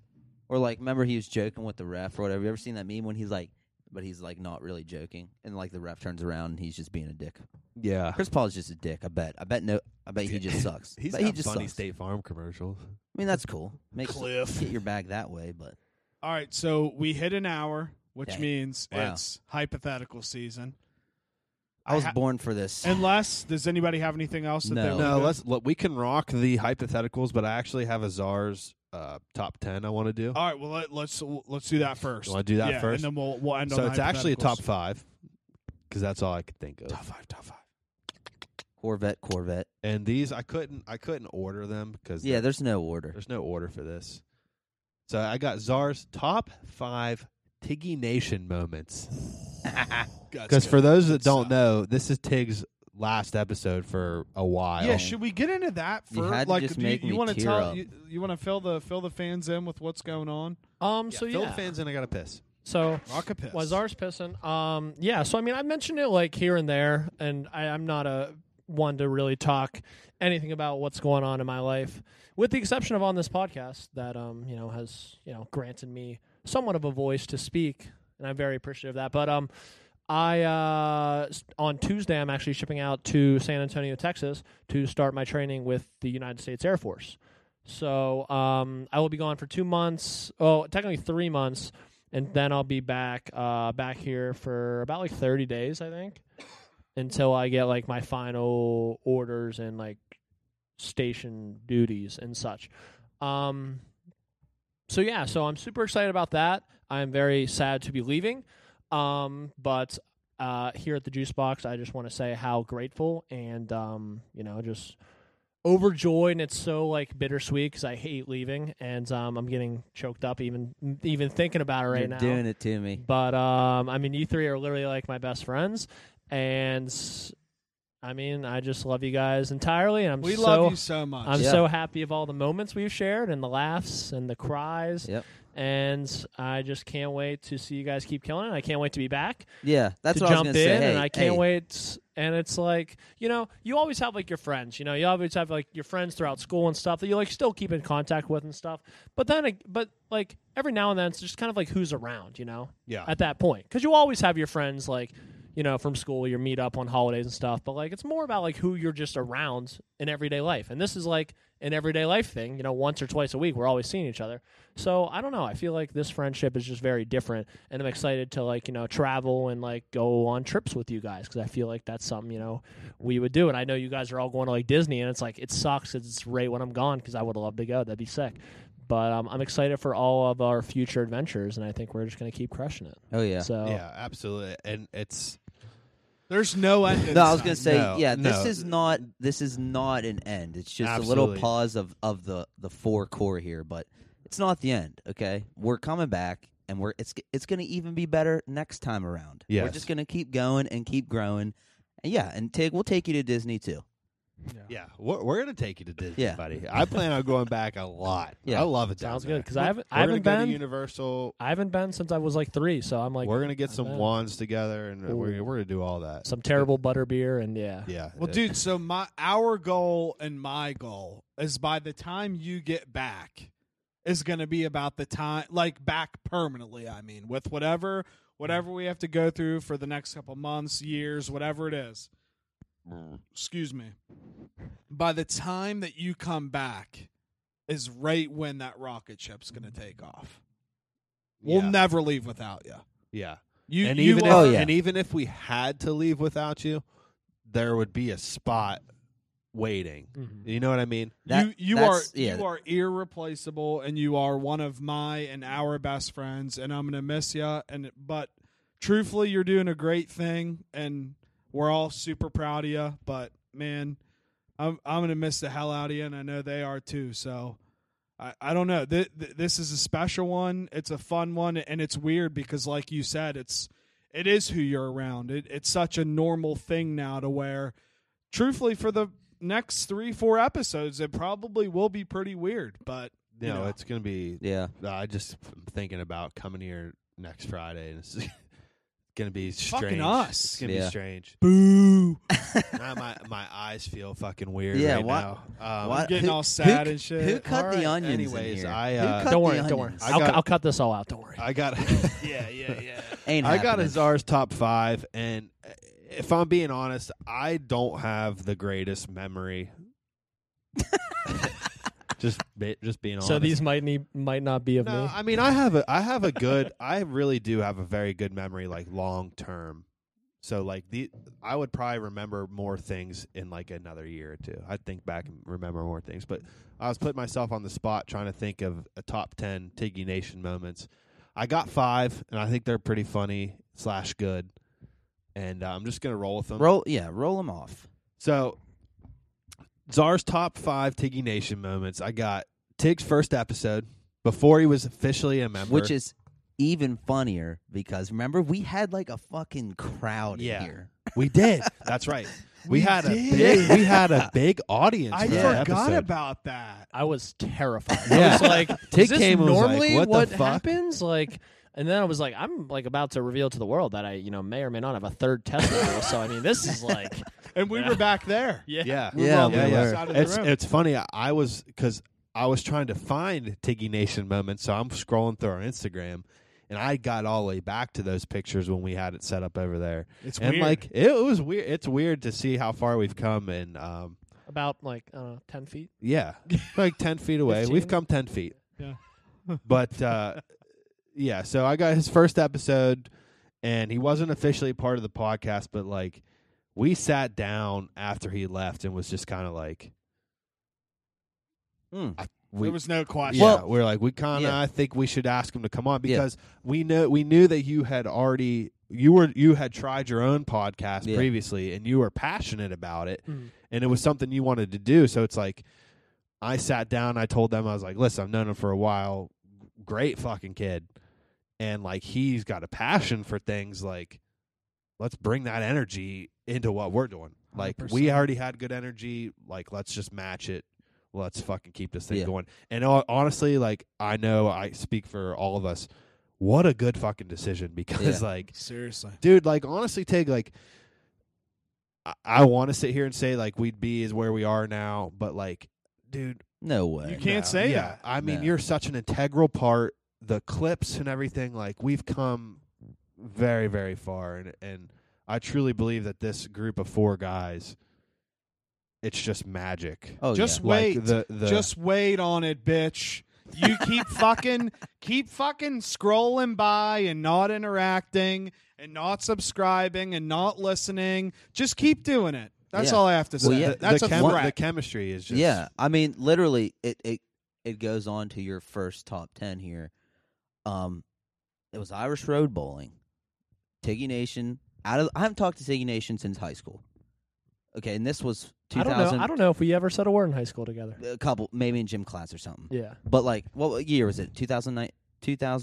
Speaker 2: Or like, remember he was joking with the ref or whatever. You ever seen that meme when he's like, but he's like not really joking, and like the ref turns around and he's just being a dick.
Speaker 3: Yeah.
Speaker 2: Chris Paul's just a dick. I bet. I bet no. I bet he just sucks.
Speaker 3: He's
Speaker 2: but he
Speaker 3: got
Speaker 2: just
Speaker 3: funny
Speaker 2: sucks.
Speaker 3: State Farm commercials.
Speaker 2: I mean, that's cool. Makes
Speaker 4: Cliff.
Speaker 2: get your bag that way, but
Speaker 4: All right, so we hit an hour, which
Speaker 2: Dang.
Speaker 4: means
Speaker 2: Wow.
Speaker 4: it's hypothetical season.
Speaker 2: I was
Speaker 4: ha-
Speaker 2: born for this.
Speaker 4: Unless does anybody have anything else? That They
Speaker 2: No.
Speaker 4: wanna
Speaker 3: No,
Speaker 4: do?
Speaker 3: let's look, we can rock the hypotheticals, but I actually have a czar's uh, top ten I want to do.
Speaker 4: All right, well let, let's let's do that first.
Speaker 3: You wanna do that
Speaker 4: Yeah,
Speaker 3: first?
Speaker 4: and then we'll we'll end on
Speaker 3: so it's actually a
Speaker 4: hypotheticals.
Speaker 3: top five because that's all I could think of.
Speaker 4: Top five, top five.
Speaker 2: Corvette, Corvette.
Speaker 3: And these I couldn't I couldn't order them because
Speaker 2: Yeah, there's no order.
Speaker 3: there's no order for this. So I got czar's top five Tiggy Nation moments. Because for those that don't know, this is Tig's last episode for a while.
Speaker 4: yeah, should we get into that first?
Speaker 2: You had to
Speaker 4: like,
Speaker 2: just
Speaker 4: do you-
Speaker 2: make
Speaker 4: you,
Speaker 2: me
Speaker 4: wanna
Speaker 2: tear
Speaker 4: tell
Speaker 2: up.
Speaker 4: you, you want to fill the fill the fans in with what's going on?
Speaker 5: Um. so
Speaker 3: fill
Speaker 5: yeah.
Speaker 3: the fans in. I got to piss.
Speaker 5: So
Speaker 4: Rock a piss.
Speaker 5: was ours pissing. Um. Yeah. So I mean, I mentioned it like here and there, and I, I'm not a one to really talk anything about what's going on in my life, with the exception of on this podcast that um you know has you know granted me somewhat of a voice to speak, and I'm very appreciative of that. But um. I uh, s- on Tuesday I'm actually shipping out to San Antonio, Texas, to start my training with the United States Air Force. So um, I will be gone for two months. Oh, technically three months. and then I'll be back uh back here for about like 30 days, I think, until I get like my final orders and like station duties and such. Um so yeah, so I'm super excited about that. I'm very sad to be leaving. Um but uh here at the Juice Box, I just want to say how grateful and um you know, just overjoyed and it's so like bittersweet because I hate leaving and um, I'm getting choked up even even thinking about it right
Speaker 2: You're
Speaker 5: now.
Speaker 2: doing it to me.
Speaker 5: But um, I mean, you three are literally like my best friends, and I mean, I just love you guys entirely, and I'm
Speaker 4: We
Speaker 5: so
Speaker 4: love you so much.
Speaker 5: I'm
Speaker 2: Yeah.
Speaker 5: so happy of all the moments we've shared and the laughs and the cries.
Speaker 2: Yep.
Speaker 5: And I just can't wait to see you guys keep killing it. I can't wait to be back
Speaker 2: Yeah, that's
Speaker 5: to
Speaker 2: what
Speaker 5: jump
Speaker 2: I was
Speaker 5: in,
Speaker 2: gonna say. Hey,
Speaker 5: and I can't
Speaker 2: hey,
Speaker 5: wait. And it's like you know, you always have like your friends. You know, you always have like your friends throughout school and stuff that you like still keep in contact with and stuff. But then, like, but like every now and then, it's just kind of like who's around. You know,
Speaker 3: Yeah.
Speaker 5: At that point, because you always have your friends like you know from school, your meet up on holidays and stuff. But like it's more about like who you're just around in everyday life. And this is like an everyday life thing. You know, once or twice a week, we're always seeing each other. So I don't know. I feel like this friendship is just very different, and I'm excited to like you know travel and like go on trips with you guys because I feel like that's something you know we would do. And I know you guys are all going to like Disney, and it's like it sucks. 'cause It's right when I'm gone because I would love to go. That'd be sick. But um, I'm excited for all of our future adventures, and I think we're just gonna keep crushing it.
Speaker 2: Oh yeah.
Speaker 5: So
Speaker 3: Yeah, absolutely. And it's
Speaker 4: There's no end. in
Speaker 2: No, I was
Speaker 4: sight.
Speaker 2: gonna say,
Speaker 3: No,
Speaker 2: yeah, this
Speaker 3: no.
Speaker 2: is not this is not an end. It's just a
Speaker 3: Absolutely.
Speaker 2: little pause of of the the four core here, but it's not the end. Okay, we're coming back, and we're it's it's gonna even be better next time around. we're
Speaker 3: Yes.
Speaker 2: just gonna keep going and keep growing, and yeah, and take we'll take you to Disney too.
Speaker 3: yeah, we're, we're gonna take you to Disney,
Speaker 2: Yeah.
Speaker 3: buddy. I plan on going back a lot.
Speaker 2: Yeah.
Speaker 3: I love it. down
Speaker 5: sounds
Speaker 3: there.
Speaker 5: good because I haven't
Speaker 3: We're
Speaker 5: I haven't
Speaker 3: gonna go
Speaker 5: been
Speaker 3: to Universal.
Speaker 5: I haven't been since I was like three. So I'm like
Speaker 3: we're gonna get
Speaker 5: I'm
Speaker 3: some
Speaker 5: in.
Speaker 3: wands together, and we're,
Speaker 5: Ooh.
Speaker 3: we're gonna do all that.
Speaker 5: some terrible butter beer and yeah.
Speaker 3: yeah. uh,
Speaker 4: Well,
Speaker 3: it-
Speaker 4: dude, so my our goal and my goal is by the time you get back is going to be about the time like back permanently, I mean, with whatever whatever we have to go through for the next couple months, years, whatever it is. Excuse me. By the time that you come back is right when that rocket ship's going to take off. We'll
Speaker 3: yeah,
Speaker 4: never leave without you.
Speaker 3: yeah.
Speaker 4: You
Speaker 3: and
Speaker 4: you
Speaker 3: even if,
Speaker 4: are-
Speaker 2: Oh, yeah.
Speaker 3: and even if we had to leave without you, there would be a spot waiting.
Speaker 5: Mhm.
Speaker 3: You know what I mean?
Speaker 2: That-
Speaker 4: you you are
Speaker 2: that's- yeah.
Speaker 4: you are irreplaceable, and you are one of my and our best friends, and I'm gonna miss you. And but truthfully, you're doing a great thing, and we're all super proud of you. But man, I'm I'm gonna miss the hell out of you, and I know they are too. So I I don't know. Th- th- this is a special one. It's a fun one, and it's weird because, like you said, it's it is who you're around. It, it's such a normal thing now to where, truthfully, for the next three four episodes, it probably will be pretty weird. But
Speaker 3: No,
Speaker 4: You know.
Speaker 3: it's gonna be.
Speaker 2: Yeah,
Speaker 3: I just am thinking about coming here next Friday, and it's gonna be strange.
Speaker 4: Fucking us.
Speaker 3: It's gonna be
Speaker 2: Yeah.
Speaker 3: strange.
Speaker 4: boo,
Speaker 3: now my my eyes feel fucking weird.
Speaker 2: Yeah,
Speaker 3: right
Speaker 2: why-
Speaker 3: now. Um,
Speaker 2: why-
Speaker 4: getting
Speaker 2: who-
Speaker 4: all
Speaker 2: who
Speaker 4: sad
Speaker 2: c-
Speaker 4: and shit.
Speaker 2: Who cut
Speaker 3: all
Speaker 2: the
Speaker 3: right,
Speaker 2: onions? in
Speaker 3: Anyways,
Speaker 2: here?
Speaker 3: I
Speaker 2: Who
Speaker 3: uh,
Speaker 2: cut
Speaker 5: Don't
Speaker 2: the
Speaker 5: worry, don't worry.
Speaker 2: onions?
Speaker 3: I
Speaker 5: I'll,
Speaker 3: got-
Speaker 5: I'll cut this all out. Don't worry.
Speaker 3: I got yeah yeah yeah.
Speaker 2: Ain't
Speaker 3: I got
Speaker 2: happening.
Speaker 3: a czar's top five, and if I'm being honest, I don't have the greatest memory. just be, just being honest.
Speaker 5: So these might need might not be of
Speaker 3: No,
Speaker 5: me.
Speaker 3: I mean I have a I have a good I really do have a very good memory like long term. So like the I would probably remember more things in like another year or two. I'd think back and remember more things, but I was putting myself on the spot trying to think of a top 10 Tiggy Nation moments. I got 5 and I think they're pretty funny slash good. And uh, I'm just going to roll with them.
Speaker 2: roll. Yeah, roll them off.
Speaker 3: So, Czar's top five Tiggy Nation moments. I got Tig's first episode before he was officially a member,
Speaker 2: Which is even funnier because remember we had like a fucking crowd in
Speaker 3: Yeah.
Speaker 2: here.
Speaker 3: we did. That's right. We, had
Speaker 4: did.
Speaker 3: a big, we had a big audience.
Speaker 4: I
Speaker 3: for that
Speaker 4: forgot
Speaker 3: episode.
Speaker 4: about that.
Speaker 5: I was terrified.
Speaker 3: Yeah.
Speaker 5: I was like,
Speaker 3: Tig
Speaker 5: is this
Speaker 3: came and was like,
Speaker 5: normally
Speaker 3: "What
Speaker 5: what,
Speaker 3: the fuck?"
Speaker 5: happens? Like, and then I was like, I'm like about to reveal to the world that I, you know, may or may not have a third testicle. so I mean, this is like,
Speaker 4: And we
Speaker 5: Yeah.
Speaker 4: were back there.
Speaker 5: yeah,
Speaker 3: Yeah,
Speaker 4: We were
Speaker 2: Yeah,
Speaker 4: on the
Speaker 2: we
Speaker 4: other
Speaker 2: were.
Speaker 4: side of the
Speaker 3: It's
Speaker 4: room.
Speaker 3: it's funny. I- I was because I was trying to find Tiggy Nation moments, so I'm scrolling through our Instagram, and I got all the way back to those pictures when we had it set up over there.
Speaker 4: It's
Speaker 3: and
Speaker 4: weird.
Speaker 3: like it was weird. It's weird to see how far we've come, and um,
Speaker 5: about like I don't know, ten feet.
Speaker 3: yeah, like ten feet away. We've
Speaker 5: 15?
Speaker 3: come ten feet.
Speaker 4: Yeah.
Speaker 3: but uh, yeah, so I got his first episode, and he wasn't officially part of the podcast, but like we sat down after he left and was just kind of like
Speaker 2: Hmm.
Speaker 3: I, we
Speaker 4: there was no question.
Speaker 3: yeah,
Speaker 2: Well-
Speaker 3: we're like we kind of
Speaker 2: Yeah.
Speaker 3: I think we should ask him to come on
Speaker 2: Yeah.
Speaker 3: because we know we knew that you had already you were you had tried your own podcast
Speaker 2: Yeah.
Speaker 3: previously and you were passionate about it
Speaker 5: Mhm.
Speaker 3: and it was something you wanted to do so it's like I sat down I told them I was like listen I've known him for a while great fucking kid and like he's got a passion for things like let's bring that energy into what we're doing like we
Speaker 4: 100%.
Speaker 3: already had good energy like let's just match it let's fucking keep this thing
Speaker 2: Yeah.
Speaker 3: going and ho- honestly like i know i speak for all of us what a good fucking decision because like
Speaker 4: Seriously.
Speaker 3: dude like honestly tig like i, I want to sit here and say like we'd be is where we are now but like dude
Speaker 2: No way.
Speaker 4: You can't
Speaker 3: no,
Speaker 4: say
Speaker 3: yeah.
Speaker 4: that.
Speaker 3: I mean,
Speaker 2: No.
Speaker 3: you're such an integral part. The clips and everything, like we've come very, very far, and and I truly believe that this group of four guys, it's just magic.
Speaker 2: Oh
Speaker 4: Just
Speaker 2: yeah.
Speaker 4: wait.
Speaker 3: Like the the
Speaker 4: Just wait on it, bitch. You keep fucking keep fucking scrolling by and not interacting and not subscribing and not listening. Just keep doing it. That's
Speaker 2: Yeah.
Speaker 4: all I have to say.
Speaker 2: Well, yeah,
Speaker 3: the,
Speaker 4: That's
Speaker 3: the
Speaker 4: a
Speaker 3: chem-
Speaker 4: threat.
Speaker 3: the chemistry is just
Speaker 2: yeah. I mean, literally, it it it goes on to your first top ten here. Um, it was Irish Road Bowling, Tiggy Nation. Out of I haven't talked to Tiggy Nation since high school. Okay, and this was
Speaker 5: I
Speaker 2: two
Speaker 5: don't know.
Speaker 2: thousand.
Speaker 5: I don't know if we ever said a word in high school together.
Speaker 2: A couple, maybe in gym class or something.
Speaker 5: Yeah.
Speaker 2: But like, what year was it? 2009,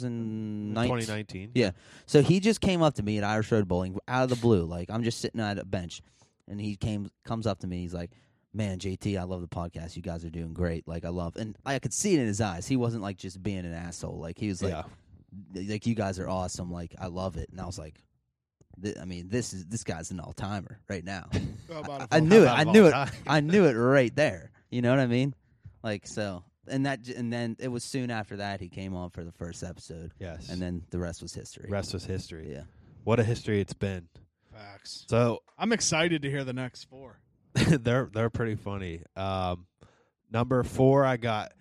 Speaker 2: 2009.
Speaker 3: 2019.
Speaker 2: Yeah. So he just came up to me at Irish Road Bowling out of the blue. Like I'm just sitting at a bench, and he came comes up to me. He's like, "Man, JT, I love the podcast. You guys are doing great. Like I love." And I could see it in his eyes. He wasn't like just being an asshole. Like he was like,
Speaker 3: yeah.
Speaker 2: "Like you guys are awesome. Like I love it." And I was like, th- "I mean, this is this guy's an all timer right now."
Speaker 4: How about if
Speaker 2: I
Speaker 4: I'll-
Speaker 2: knew it.
Speaker 3: Out
Speaker 2: I
Speaker 3: of all
Speaker 2: knew it.
Speaker 3: time.
Speaker 2: I knew it right there. You know what I mean? Like so, and that, j- and then it was soon after that he came on for the first episode,
Speaker 3: Yes.
Speaker 2: and then the rest was history.
Speaker 3: rest was history.
Speaker 2: Yeah.
Speaker 3: What a history it's been.
Speaker 4: Facts.
Speaker 3: So
Speaker 4: I'm excited to hear the next four.
Speaker 3: they're they're pretty funny. Um, number four, I got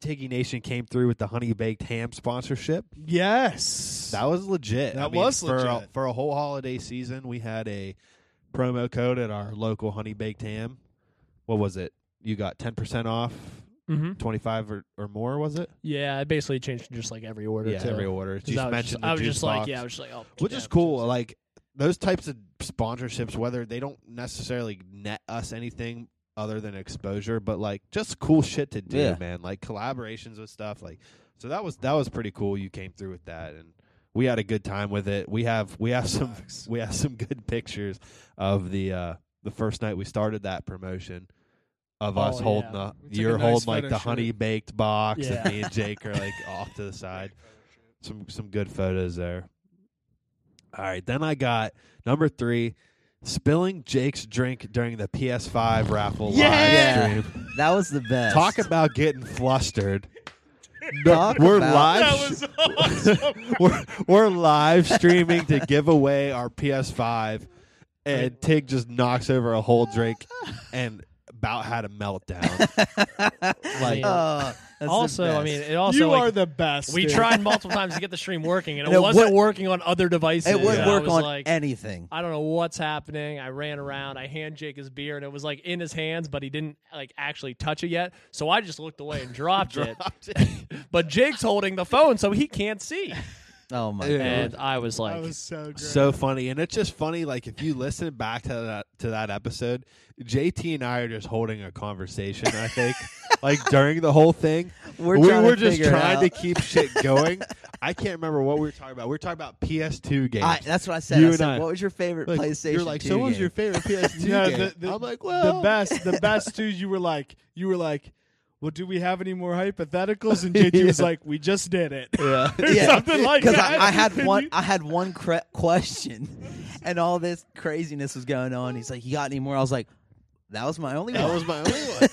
Speaker 3: Tiggy Nation came through with the honey baked ham sponsorship.
Speaker 4: Yes.
Speaker 3: That was legit.
Speaker 4: That was
Speaker 3: for A,
Speaker 4: legit.
Speaker 3: for a whole holiday season, we had a promo code at our local honey baked ham. What was it? You got ten percent off,
Speaker 5: Mm-hmm.
Speaker 3: twenty five or, or more. Was it?
Speaker 5: Yeah, I basically changed just like every order.
Speaker 3: yeah,
Speaker 5: to,
Speaker 3: every order.
Speaker 5: 'cause
Speaker 3: You
Speaker 5: I was
Speaker 3: mentioned
Speaker 5: just,
Speaker 3: the
Speaker 5: I was
Speaker 3: juice
Speaker 5: just like,
Speaker 3: box.
Speaker 5: yeah, I was just like, oh,
Speaker 3: which
Speaker 5: yeah,
Speaker 3: is cool. Like those types of sponsorships, whether they don't necessarily net us anything other than exposure, but like just cool shit to do,
Speaker 2: Yeah.
Speaker 3: man. Like collaborations with stuff. Like so that was that was pretty cool. You came through with that, and we had a good time with it. We have we have some
Speaker 4: Nice.
Speaker 3: we have some good pictures of the uh the first night we started that promotion. Of
Speaker 5: Oh,
Speaker 3: us
Speaker 5: yeah.
Speaker 3: holding the,
Speaker 4: We took a
Speaker 3: you're
Speaker 4: nice
Speaker 3: holding like
Speaker 4: photo
Speaker 3: the
Speaker 4: shoot.
Speaker 3: honey baked box,
Speaker 5: Yeah.
Speaker 3: and me and Jake are like off to the side some some good photos there. All right, then I got number three, spilling Jake's drink during the PS5 raffle
Speaker 2: Yeah.
Speaker 3: live stream.
Speaker 2: That was the best.
Speaker 3: Talk about getting flustered.
Speaker 2: Talk
Speaker 3: we're
Speaker 2: about-
Speaker 3: live. we're, we're live streaming to give away our PS5, and Tig just knocks over a whole drink and about had a meltdown. like,
Speaker 2: Uh, that's the
Speaker 5: Also, I
Speaker 2: best.
Speaker 5: mean, it also
Speaker 4: you
Speaker 5: like,
Speaker 4: are the best.
Speaker 5: we
Speaker 4: dude.
Speaker 5: tried multiple times to get the stream working, and it,
Speaker 2: And it
Speaker 5: wasn't
Speaker 2: wou-
Speaker 5: working on other devices.
Speaker 2: it would
Speaker 5: And I
Speaker 2: work
Speaker 5: was
Speaker 2: on
Speaker 5: like,
Speaker 2: anything.
Speaker 5: I don't know what's happening. I ran around. I hand Jake his beer, and it was like in his hands, but he didn't like actually touch it yet. So I just looked away and dropped, it. but Jake's holding the phone, so he can't see.
Speaker 2: Oh my
Speaker 3: Yeah.
Speaker 5: And I was like,
Speaker 4: That was so great.
Speaker 3: so funny and it's just funny like if you listen back to that to that episode jt and i are just holding a conversation i think like during the whole thing
Speaker 2: We're
Speaker 3: we
Speaker 2: trying to
Speaker 3: were just
Speaker 2: figure it
Speaker 3: trying to
Speaker 2: out.
Speaker 3: keep shit going i can't remember what we were talking about we were talking about ps2 games
Speaker 2: I, that's what I said.
Speaker 3: You
Speaker 2: I
Speaker 3: and
Speaker 2: said,
Speaker 3: I.
Speaker 2: what was your favorite
Speaker 3: Like,
Speaker 2: PlayStation?
Speaker 3: you're like
Speaker 2: 2
Speaker 3: so what was
Speaker 2: game?"
Speaker 3: your favorite ps2
Speaker 4: No,
Speaker 3: game
Speaker 4: the- the-
Speaker 3: i'm like well
Speaker 4: the best, the best two. You were like, you were like, well, do we have any more hypotheticals? And JT was
Speaker 3: Yeah.
Speaker 4: like, we just did it.
Speaker 3: yeah
Speaker 4: Or something like
Speaker 2: Because
Speaker 4: that.
Speaker 2: I, I had one, I had one cre- question, and all this craziness was going on. He's like, "You got any more?" I was like, "That was my only
Speaker 3: that
Speaker 2: one."
Speaker 3: was my only one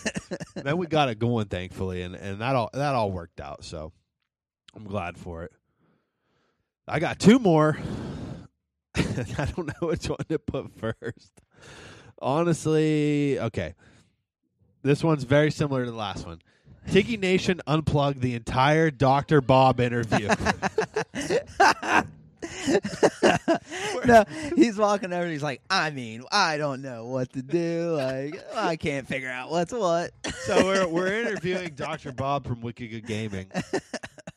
Speaker 3: then we got it going thankfully and and that all that all worked out so i'm glad for it I got two more. I don't know which one to put first. Honestly, okay. This one's very similar to the last one. Tiki Nation unplugged the entire Dr. Bob interview.
Speaker 2: no, he's walking over. He's like, I mean, I don't know what to do. Like, I can't figure out what's what.
Speaker 3: so we're, we're interviewing Dr. Bob from Wicked Good Gaming.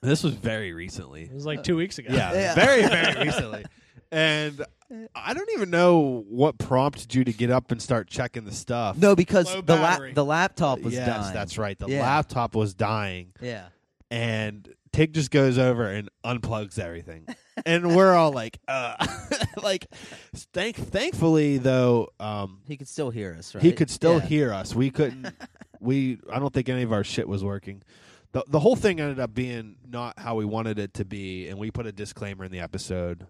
Speaker 3: This was very recently.
Speaker 5: It was like two weeks ago.
Speaker 3: Yeah,
Speaker 2: Yeah.
Speaker 3: very, very recently. And I don't even know what prompted you to get up and start checking the stuff.
Speaker 2: No, because
Speaker 4: Low
Speaker 2: the la-
Speaker 4: battery.
Speaker 2: the laptop was
Speaker 3: yes,
Speaker 2: done.
Speaker 3: that's right. The
Speaker 2: Yeah.
Speaker 3: laptop was dying,
Speaker 2: Yeah.
Speaker 3: and Tig just goes over and unplugs everything, and we're all like, uh, like, thank, thankfully though, um,
Speaker 2: He could still hear us, right?
Speaker 3: he could still
Speaker 2: Yeah.
Speaker 3: hear us. We couldn't. we I don't think any of our shit was working. The the whole thing ended up being not how we wanted it to be, and we put a disclaimer in the episode,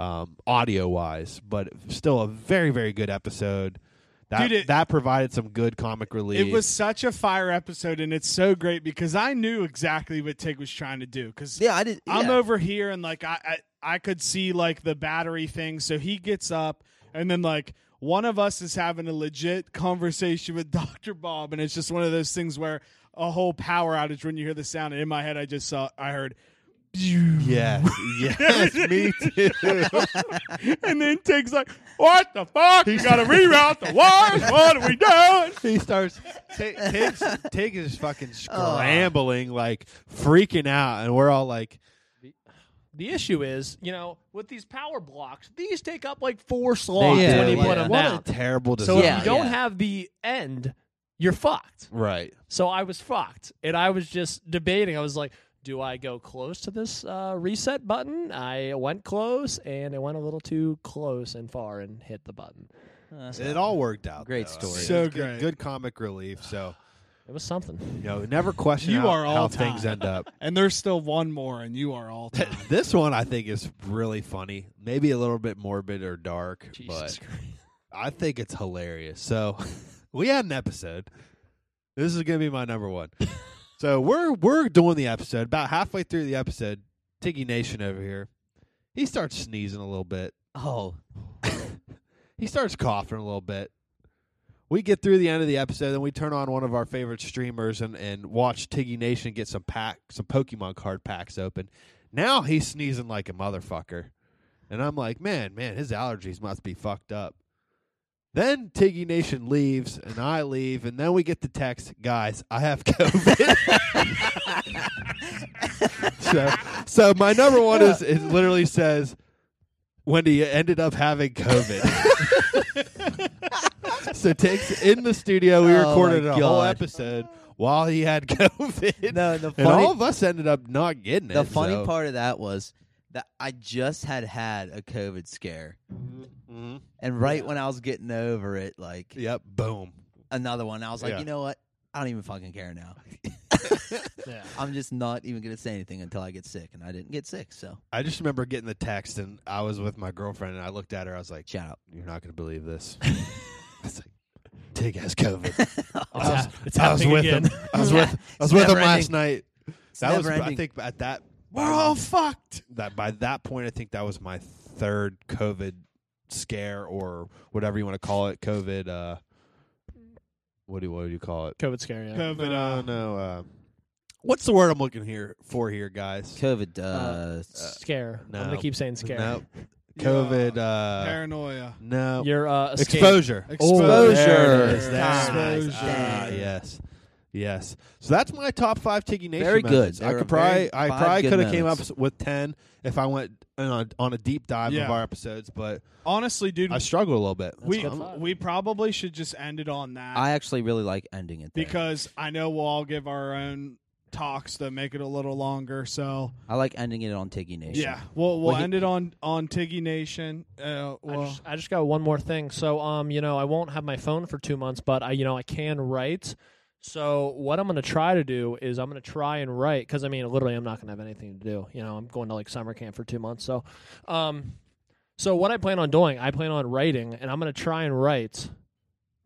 Speaker 3: um, audio wise, but still a very very good episode. That
Speaker 4: Dude, it-
Speaker 3: that provided some good comic relief.
Speaker 4: It was such a fire episode, and it's so great because I knew exactly what Tig was trying to do. Because
Speaker 2: Yeah, I did.
Speaker 4: I'm
Speaker 2: yeah.
Speaker 4: over here, and like I, I, I could see like the battery thing. So he gets up, and then like one of us is having a legit conversation with Doctor Bob, and it's just one of those things where a whole power outage when you hear the sound. And in my head, I just saw, I heard.
Speaker 3: yeah yes me too.
Speaker 4: and then Tig's like, "What the fuck? You gotta reroute the wires. What are we doing?"
Speaker 3: he starts Tig, Tig's, Tig is fucking scrambling like freaking out, and we're all like.
Speaker 5: The issue is, you know, with these power blocks, these take up like four slots
Speaker 2: do,
Speaker 5: when you put
Speaker 2: yeah.
Speaker 5: them
Speaker 3: what
Speaker 5: down.
Speaker 3: a terrible
Speaker 5: So
Speaker 3: design.
Speaker 5: if
Speaker 2: Yeah,
Speaker 5: you don't
Speaker 2: yeah.
Speaker 5: have the end, you're fucked.
Speaker 3: right.
Speaker 5: So I was fucked, and I was just debating. I was like, "Do I go close to this uh, reset button?" I went close, and I went a little too close and far, and hit the button.
Speaker 3: It all worked out.
Speaker 2: Great
Speaker 3: though.
Speaker 2: story.
Speaker 3: it
Speaker 4: So
Speaker 3: was good-
Speaker 4: great.
Speaker 3: Good, comic relief. So
Speaker 5: It was something.
Speaker 3: you know, never question
Speaker 4: You
Speaker 3: how,
Speaker 4: are all
Speaker 3: how
Speaker 4: time.
Speaker 3: things end up.
Speaker 4: And there's still one more, and you are all time.
Speaker 3: this one I think is really funny. Maybe a little bit morbid or dark,
Speaker 5: Jesus
Speaker 3: but
Speaker 5: Christ.
Speaker 3: I think it's hilarious. So we had an episode. This is gonna be my number one. so we're we're doing the episode. About halfway through the episode, Tiggy Nation over here, he starts sneezing a little bit.
Speaker 2: Oh,
Speaker 3: he starts coughing a little bit. We get through the end of the episode, and we turn on one of our favorite streamers and, and watch Tiggy Nation get some pack some Pokemon card packs open. Now he's sneezing like a motherfucker. And I'm like, man, man, his allergies must be fucked up. Then Tiggy Nation leaves and I leave, and then we get the text, guys, I have COVID. so so my number one is it literally says Wendy ended up having COVID. so takes in the studio. We
Speaker 2: Oh
Speaker 3: recorded
Speaker 2: my
Speaker 3: a whole
Speaker 2: God.
Speaker 3: episode while he had COVID.
Speaker 2: No, the
Speaker 3: and
Speaker 2: funny-
Speaker 3: all of us ended up not getting it.
Speaker 2: the funny
Speaker 3: so-
Speaker 2: part of that was that I just had had a COVID scare,
Speaker 3: Mhm.
Speaker 2: and right when I was getting over it, like
Speaker 3: Yep. Boom.
Speaker 2: another one, I was like,
Speaker 3: Yeah.
Speaker 2: you know what? I don't even fucking care now.
Speaker 5: Yeah.
Speaker 2: I'm just not even gonna say anything until I get sick, and I didn't get sick. So
Speaker 3: I just remember getting the text, and I was with my girlfriend, and I looked at her. I was like,
Speaker 2: shout out.
Speaker 3: "You're not going to believe this." I was like, "Tig has COVID." I was,
Speaker 5: it's
Speaker 3: I was
Speaker 5: happening
Speaker 3: with
Speaker 5: again.
Speaker 3: him. I was with. I was
Speaker 2: It's
Speaker 3: with him
Speaker 2: never
Speaker 3: last
Speaker 2: ending.
Speaker 3: night.
Speaker 2: It's
Speaker 3: that was.
Speaker 2: never
Speaker 3: I
Speaker 2: ending.
Speaker 3: think at that
Speaker 4: We're all fucked.
Speaker 3: that by that point I think that was my third COVID scare or whatever you want to call it. COVID. Uh, what do what do you call it?
Speaker 5: COVID scare. Yeah.
Speaker 4: COVID,
Speaker 3: No,
Speaker 4: uh,
Speaker 3: no. Uh, what's the word I'm looking here for here, guys?
Speaker 2: COVID. Uh,
Speaker 5: Uh, scare.
Speaker 3: no.
Speaker 5: I'm gonna keep saying scare.
Speaker 3: No, COVID. Uh,
Speaker 4: paranoia.
Speaker 3: no,
Speaker 5: Your uh, escape.
Speaker 3: exposure.
Speaker 2: Exposure.
Speaker 3: There it is. There.
Speaker 2: Exposure.
Speaker 3: Ah,
Speaker 2: Dang.
Speaker 3: yes. Yes. So that's my top five Tiggy Nation.
Speaker 2: Very good.
Speaker 3: methods. I
Speaker 2: There
Speaker 3: could
Speaker 2: were
Speaker 3: probably
Speaker 2: very-
Speaker 3: I
Speaker 2: five
Speaker 3: probably
Speaker 2: good
Speaker 3: could have came up
Speaker 2: methods.
Speaker 3: with ten if I went on a, on a deep dive of
Speaker 4: Yeah.
Speaker 3: our episodes, but
Speaker 4: Honestly, dude,
Speaker 3: I struggle a little bit.
Speaker 4: we
Speaker 5: good thought.
Speaker 4: we probably should just end it on that
Speaker 2: I actually really like ending it there.
Speaker 4: because I know we'll all give our own talks to make it a little longer. So
Speaker 2: I like ending it on Tiggy Nation.
Speaker 4: yeah, we'll we'll
Speaker 2: Well, he-
Speaker 4: end it on on Tiggy Nation. Uh,
Speaker 5: I
Speaker 4: well,
Speaker 5: just, I just got one more thing. So, um, you know, I won't have my phone for two months, but I, you know, I can write. So, what I'm gonna try to do is I'm gonna try and write because I mean, literally, I'm not gonna have anything to do. You know, I'm going to like summer camp for two months. So, um, so what I plan on doing, I plan on writing, and I'm gonna try and write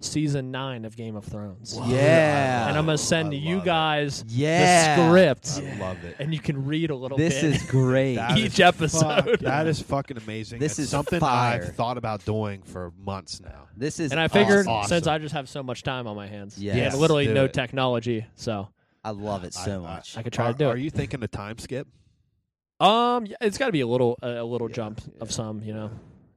Speaker 5: season nine of Game of Thrones,
Speaker 2: Whoa. Yeah.
Speaker 5: and I'm gonna send
Speaker 3: I
Speaker 5: to you
Speaker 3: love it.
Speaker 5: guys
Speaker 2: Yeah.
Speaker 5: the script,
Speaker 3: I love it.
Speaker 5: and you can read a little
Speaker 2: This
Speaker 5: bit
Speaker 2: is great.
Speaker 3: That
Speaker 5: each
Speaker 3: is-
Speaker 5: episode.
Speaker 3: That is fucking amazing.
Speaker 2: This
Speaker 3: It's
Speaker 2: is
Speaker 3: something
Speaker 2: fire.
Speaker 3: I've thought about doing for months now.
Speaker 2: this is
Speaker 5: And I figured
Speaker 2: awesome.
Speaker 3: awesome.
Speaker 5: since I just have so much time on my hands,
Speaker 2: Yes.
Speaker 5: and literally
Speaker 3: Do
Speaker 5: no
Speaker 3: it.
Speaker 5: technology, so
Speaker 2: I love it so
Speaker 3: I- I-
Speaker 2: much.
Speaker 5: I could try
Speaker 3: are,
Speaker 5: to do
Speaker 3: Are
Speaker 5: it.
Speaker 3: you thinking a time skip?
Speaker 5: um, yeah, it's got to be a little a little
Speaker 3: Yeah,
Speaker 5: jump
Speaker 3: yeah.
Speaker 5: of some, you know.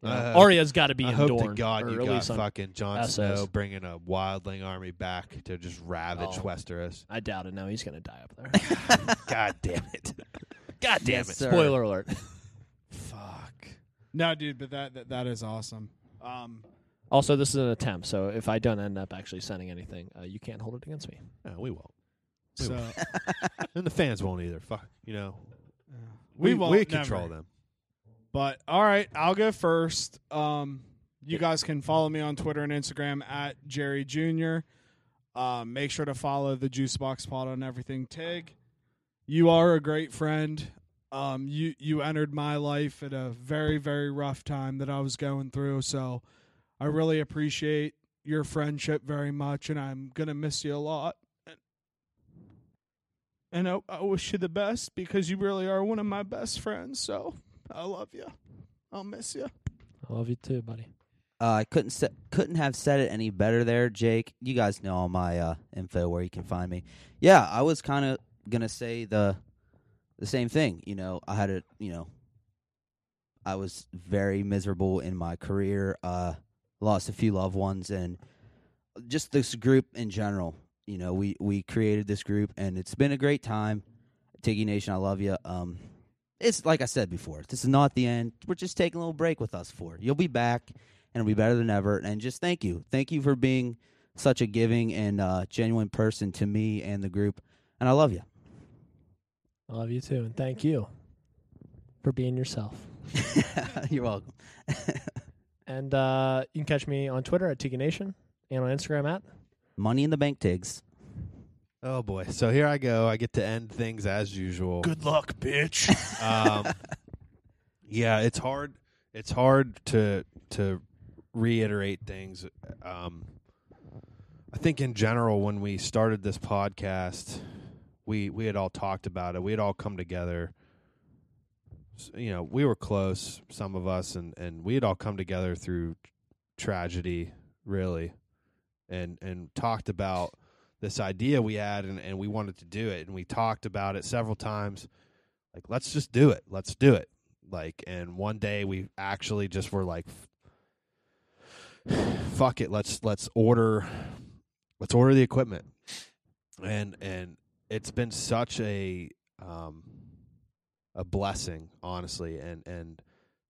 Speaker 5: You know,
Speaker 3: Uh,
Speaker 5: Arya's got to be
Speaker 3: I
Speaker 5: in
Speaker 3: hope to
Speaker 5: Dorne,
Speaker 3: God
Speaker 5: or
Speaker 3: you
Speaker 5: at
Speaker 3: got
Speaker 5: least on-
Speaker 3: fucking Jon
Speaker 5: SS.
Speaker 3: Snow bringing a wildling army back to just ravage
Speaker 5: Oh.
Speaker 3: Westeros.
Speaker 5: I doubt it. No, he's gonna die up there.
Speaker 3: God damn it!
Speaker 5: God damn
Speaker 2: Yes,
Speaker 5: it!
Speaker 2: sir.
Speaker 5: Spoiler alert.
Speaker 3: Fuck.
Speaker 4: No, dude, but that that, that is awesome. Um,
Speaker 5: Also, this is an attempt, so if I don't end up actually sending anything, uh, you can't hold it against me.
Speaker 3: No, we won't, We
Speaker 4: so
Speaker 3: and the fans won't either. Fuck. You know,
Speaker 4: we,
Speaker 3: we,
Speaker 4: won't
Speaker 3: control
Speaker 4: never.
Speaker 3: them.
Speaker 4: But all right, I'll go first. Um, you guys can follow me on Twitter and Instagram at Jerry Jr. Um, make sure to follow the Juice Box Pod on everything. Tig, you are a great friend. Um, you you entered my life at a very very rough time that I was going through, so I really appreciate your friendship very much, and I'm gonna miss you a lot. And I, I wish you the best because you really are one of my best friends. So I love you. I'll miss you.
Speaker 5: I love you too, buddy.
Speaker 2: Uh, I couldn't sa- couldn't have said it any better there, Jake. You guys know all my uh, info where you can find me. Yeah, I was kind of gonna say the the same thing. You know, I had a you know, I was very miserable in my career. Uh, lost a few loved ones, and just this group in general. You know, we we created this group, and it's been a great time. Tiggy Nation, I love you. Um, it's like I said before, this is not the end. We're just taking a little break with us for. it. You'll be back and it'll be better than ever. And just thank you. Thank you for being such a giving and uh, genuine person to me and the group. And I love you.
Speaker 5: I love you too, and thank you for being yourself.
Speaker 2: You're welcome.
Speaker 5: And uh, you can catch me on Twitter at Tiki Nation and on Instagram at
Speaker 2: Money in the bank, Tigs.
Speaker 3: Oh boy. So here I go. I get to end things as usual. Good luck, bitch. um, yeah, it's hard. It's hard to to reiterate things. Um, I think in general, when we started this podcast, we we had all talked about it. We had all come together. S- You know, we were close, some of us, and and we had all come together through tragedy, really, and and talked about this idea we had and, and we wanted to do it and we talked about it several times like let's just do it let's do it like and one day we actually just were like fuck it let's let's order let's order the equipment and and it's been such a um a blessing honestly and and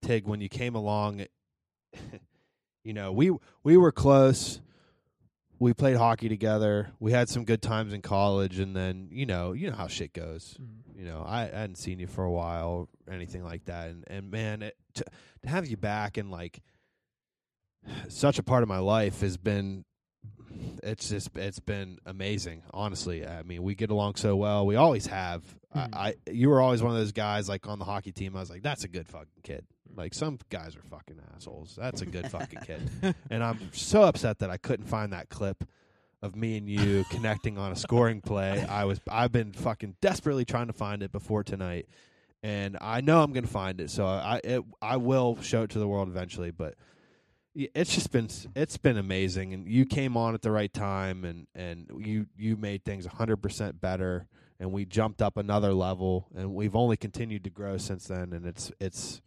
Speaker 3: tig when you came along you know we we were close we played hockey together. We had some good times in college, and then you know, you know how shit goes. You know, I, I hadn't seen you for a while, or anything like that, and and man, it, to, to have you back and like such a part of my life has been it's just it's been amazing honestly i mean we get along so well we always have
Speaker 5: Mhm.
Speaker 3: I, I you were always one of those guys like on the hockey team i was like that's a good fucking kid like some guys are fucking assholes that's a good fucking kid and I'm so upset that I couldn't find that clip of me and you connecting on a scoring play. I was I've been fucking desperately trying to find it before tonight, and I know I'm gonna find it. So I it, I will show it to the world eventually. But y- it's just been s- it's been amazing, and you came on at the right time, and and you you made things 100 percent better. And we jumped up another level, and we've only continued to grow since then. And it's it's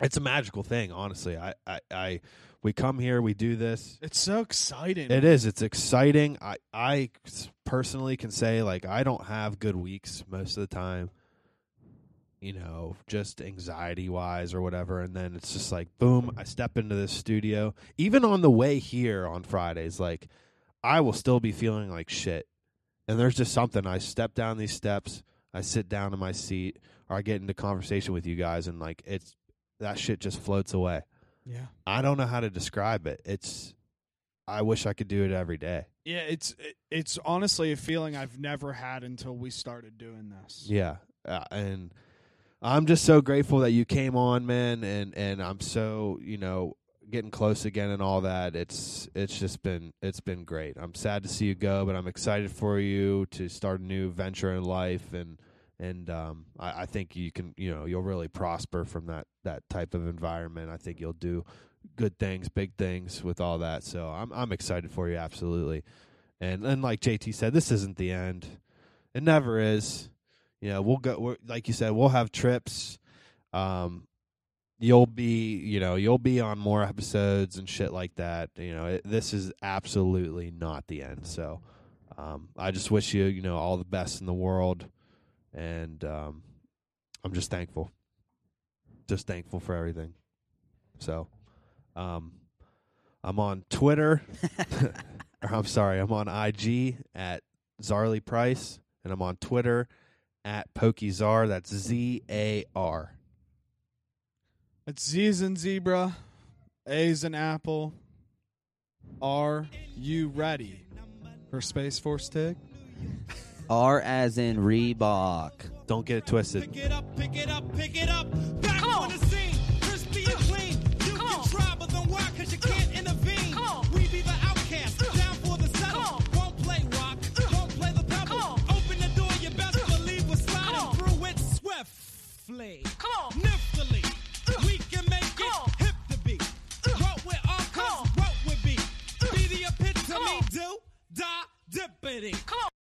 Speaker 3: it's a magical thing, honestly. I, I, I we come here, we do this.
Speaker 4: It's so exciting.
Speaker 3: It is. It's exciting. I, I personally can say like I don't have good weeks most of the time. You know, just anxiety wise or whatever, and then it's just like boom. I step into this studio. Even on the way here on Fridays, like I will still be feeling like shit. And there's just something. I step down these steps. I sit down in my seat, or I get into conversation with you guys, and like it's that shit just floats away.
Speaker 4: Yeah.
Speaker 3: I don't know how to describe it. It's I wish I could do it every day.
Speaker 4: Yeah, it's it, it's honestly a feeling I've never had until we started doing this.
Speaker 3: Yeah. Uh, and I'm just so grateful that you came on, man, and and I'm so, you know, getting close again and all that. It's it's just been it's been great. I'm sad to see you go, but I'm excited for you to start a new venture in life and and um I, I think you can you know, you'll really prosper from that that type of environment. I think you'll do good things, big things with all that. So I'm I'm excited for you absolutely. And and like JT said, this isn't the end. It never is. You know, we'll go. We're, like you said, we'll have trips. Um, you'll be, you know, you'll be on more episodes and shit like that. You know, it, this is absolutely not the end. So, um, I just wish you, you know, all the best in the world, and um, I'm just thankful. Just thankful for everything. So, um, I'm on Twitter. or I'm sorry, I'm on IG at Zarly Price, and I'm on Twitter at PokeZar. That's Z A R.
Speaker 4: It's Z's and zebra, A's and apple. Are you ready for Space Force Tig?
Speaker 2: R as in Reebok.
Speaker 3: Don't get it twisted.
Speaker 1: Pick it up, pick it up, pick it up. Back Come on. the scene, crispy and clean. You can try, but don't why, cause you can't intervene. We be the outcast, down for the settle. Won't play rock, won't play the pebble. Open the door, you best believe we're sliding through it swiftly. Come on. Niftily. We can make it hip to be. What we are, cause what we be. Be the epitome, do, da, dippity. Come on.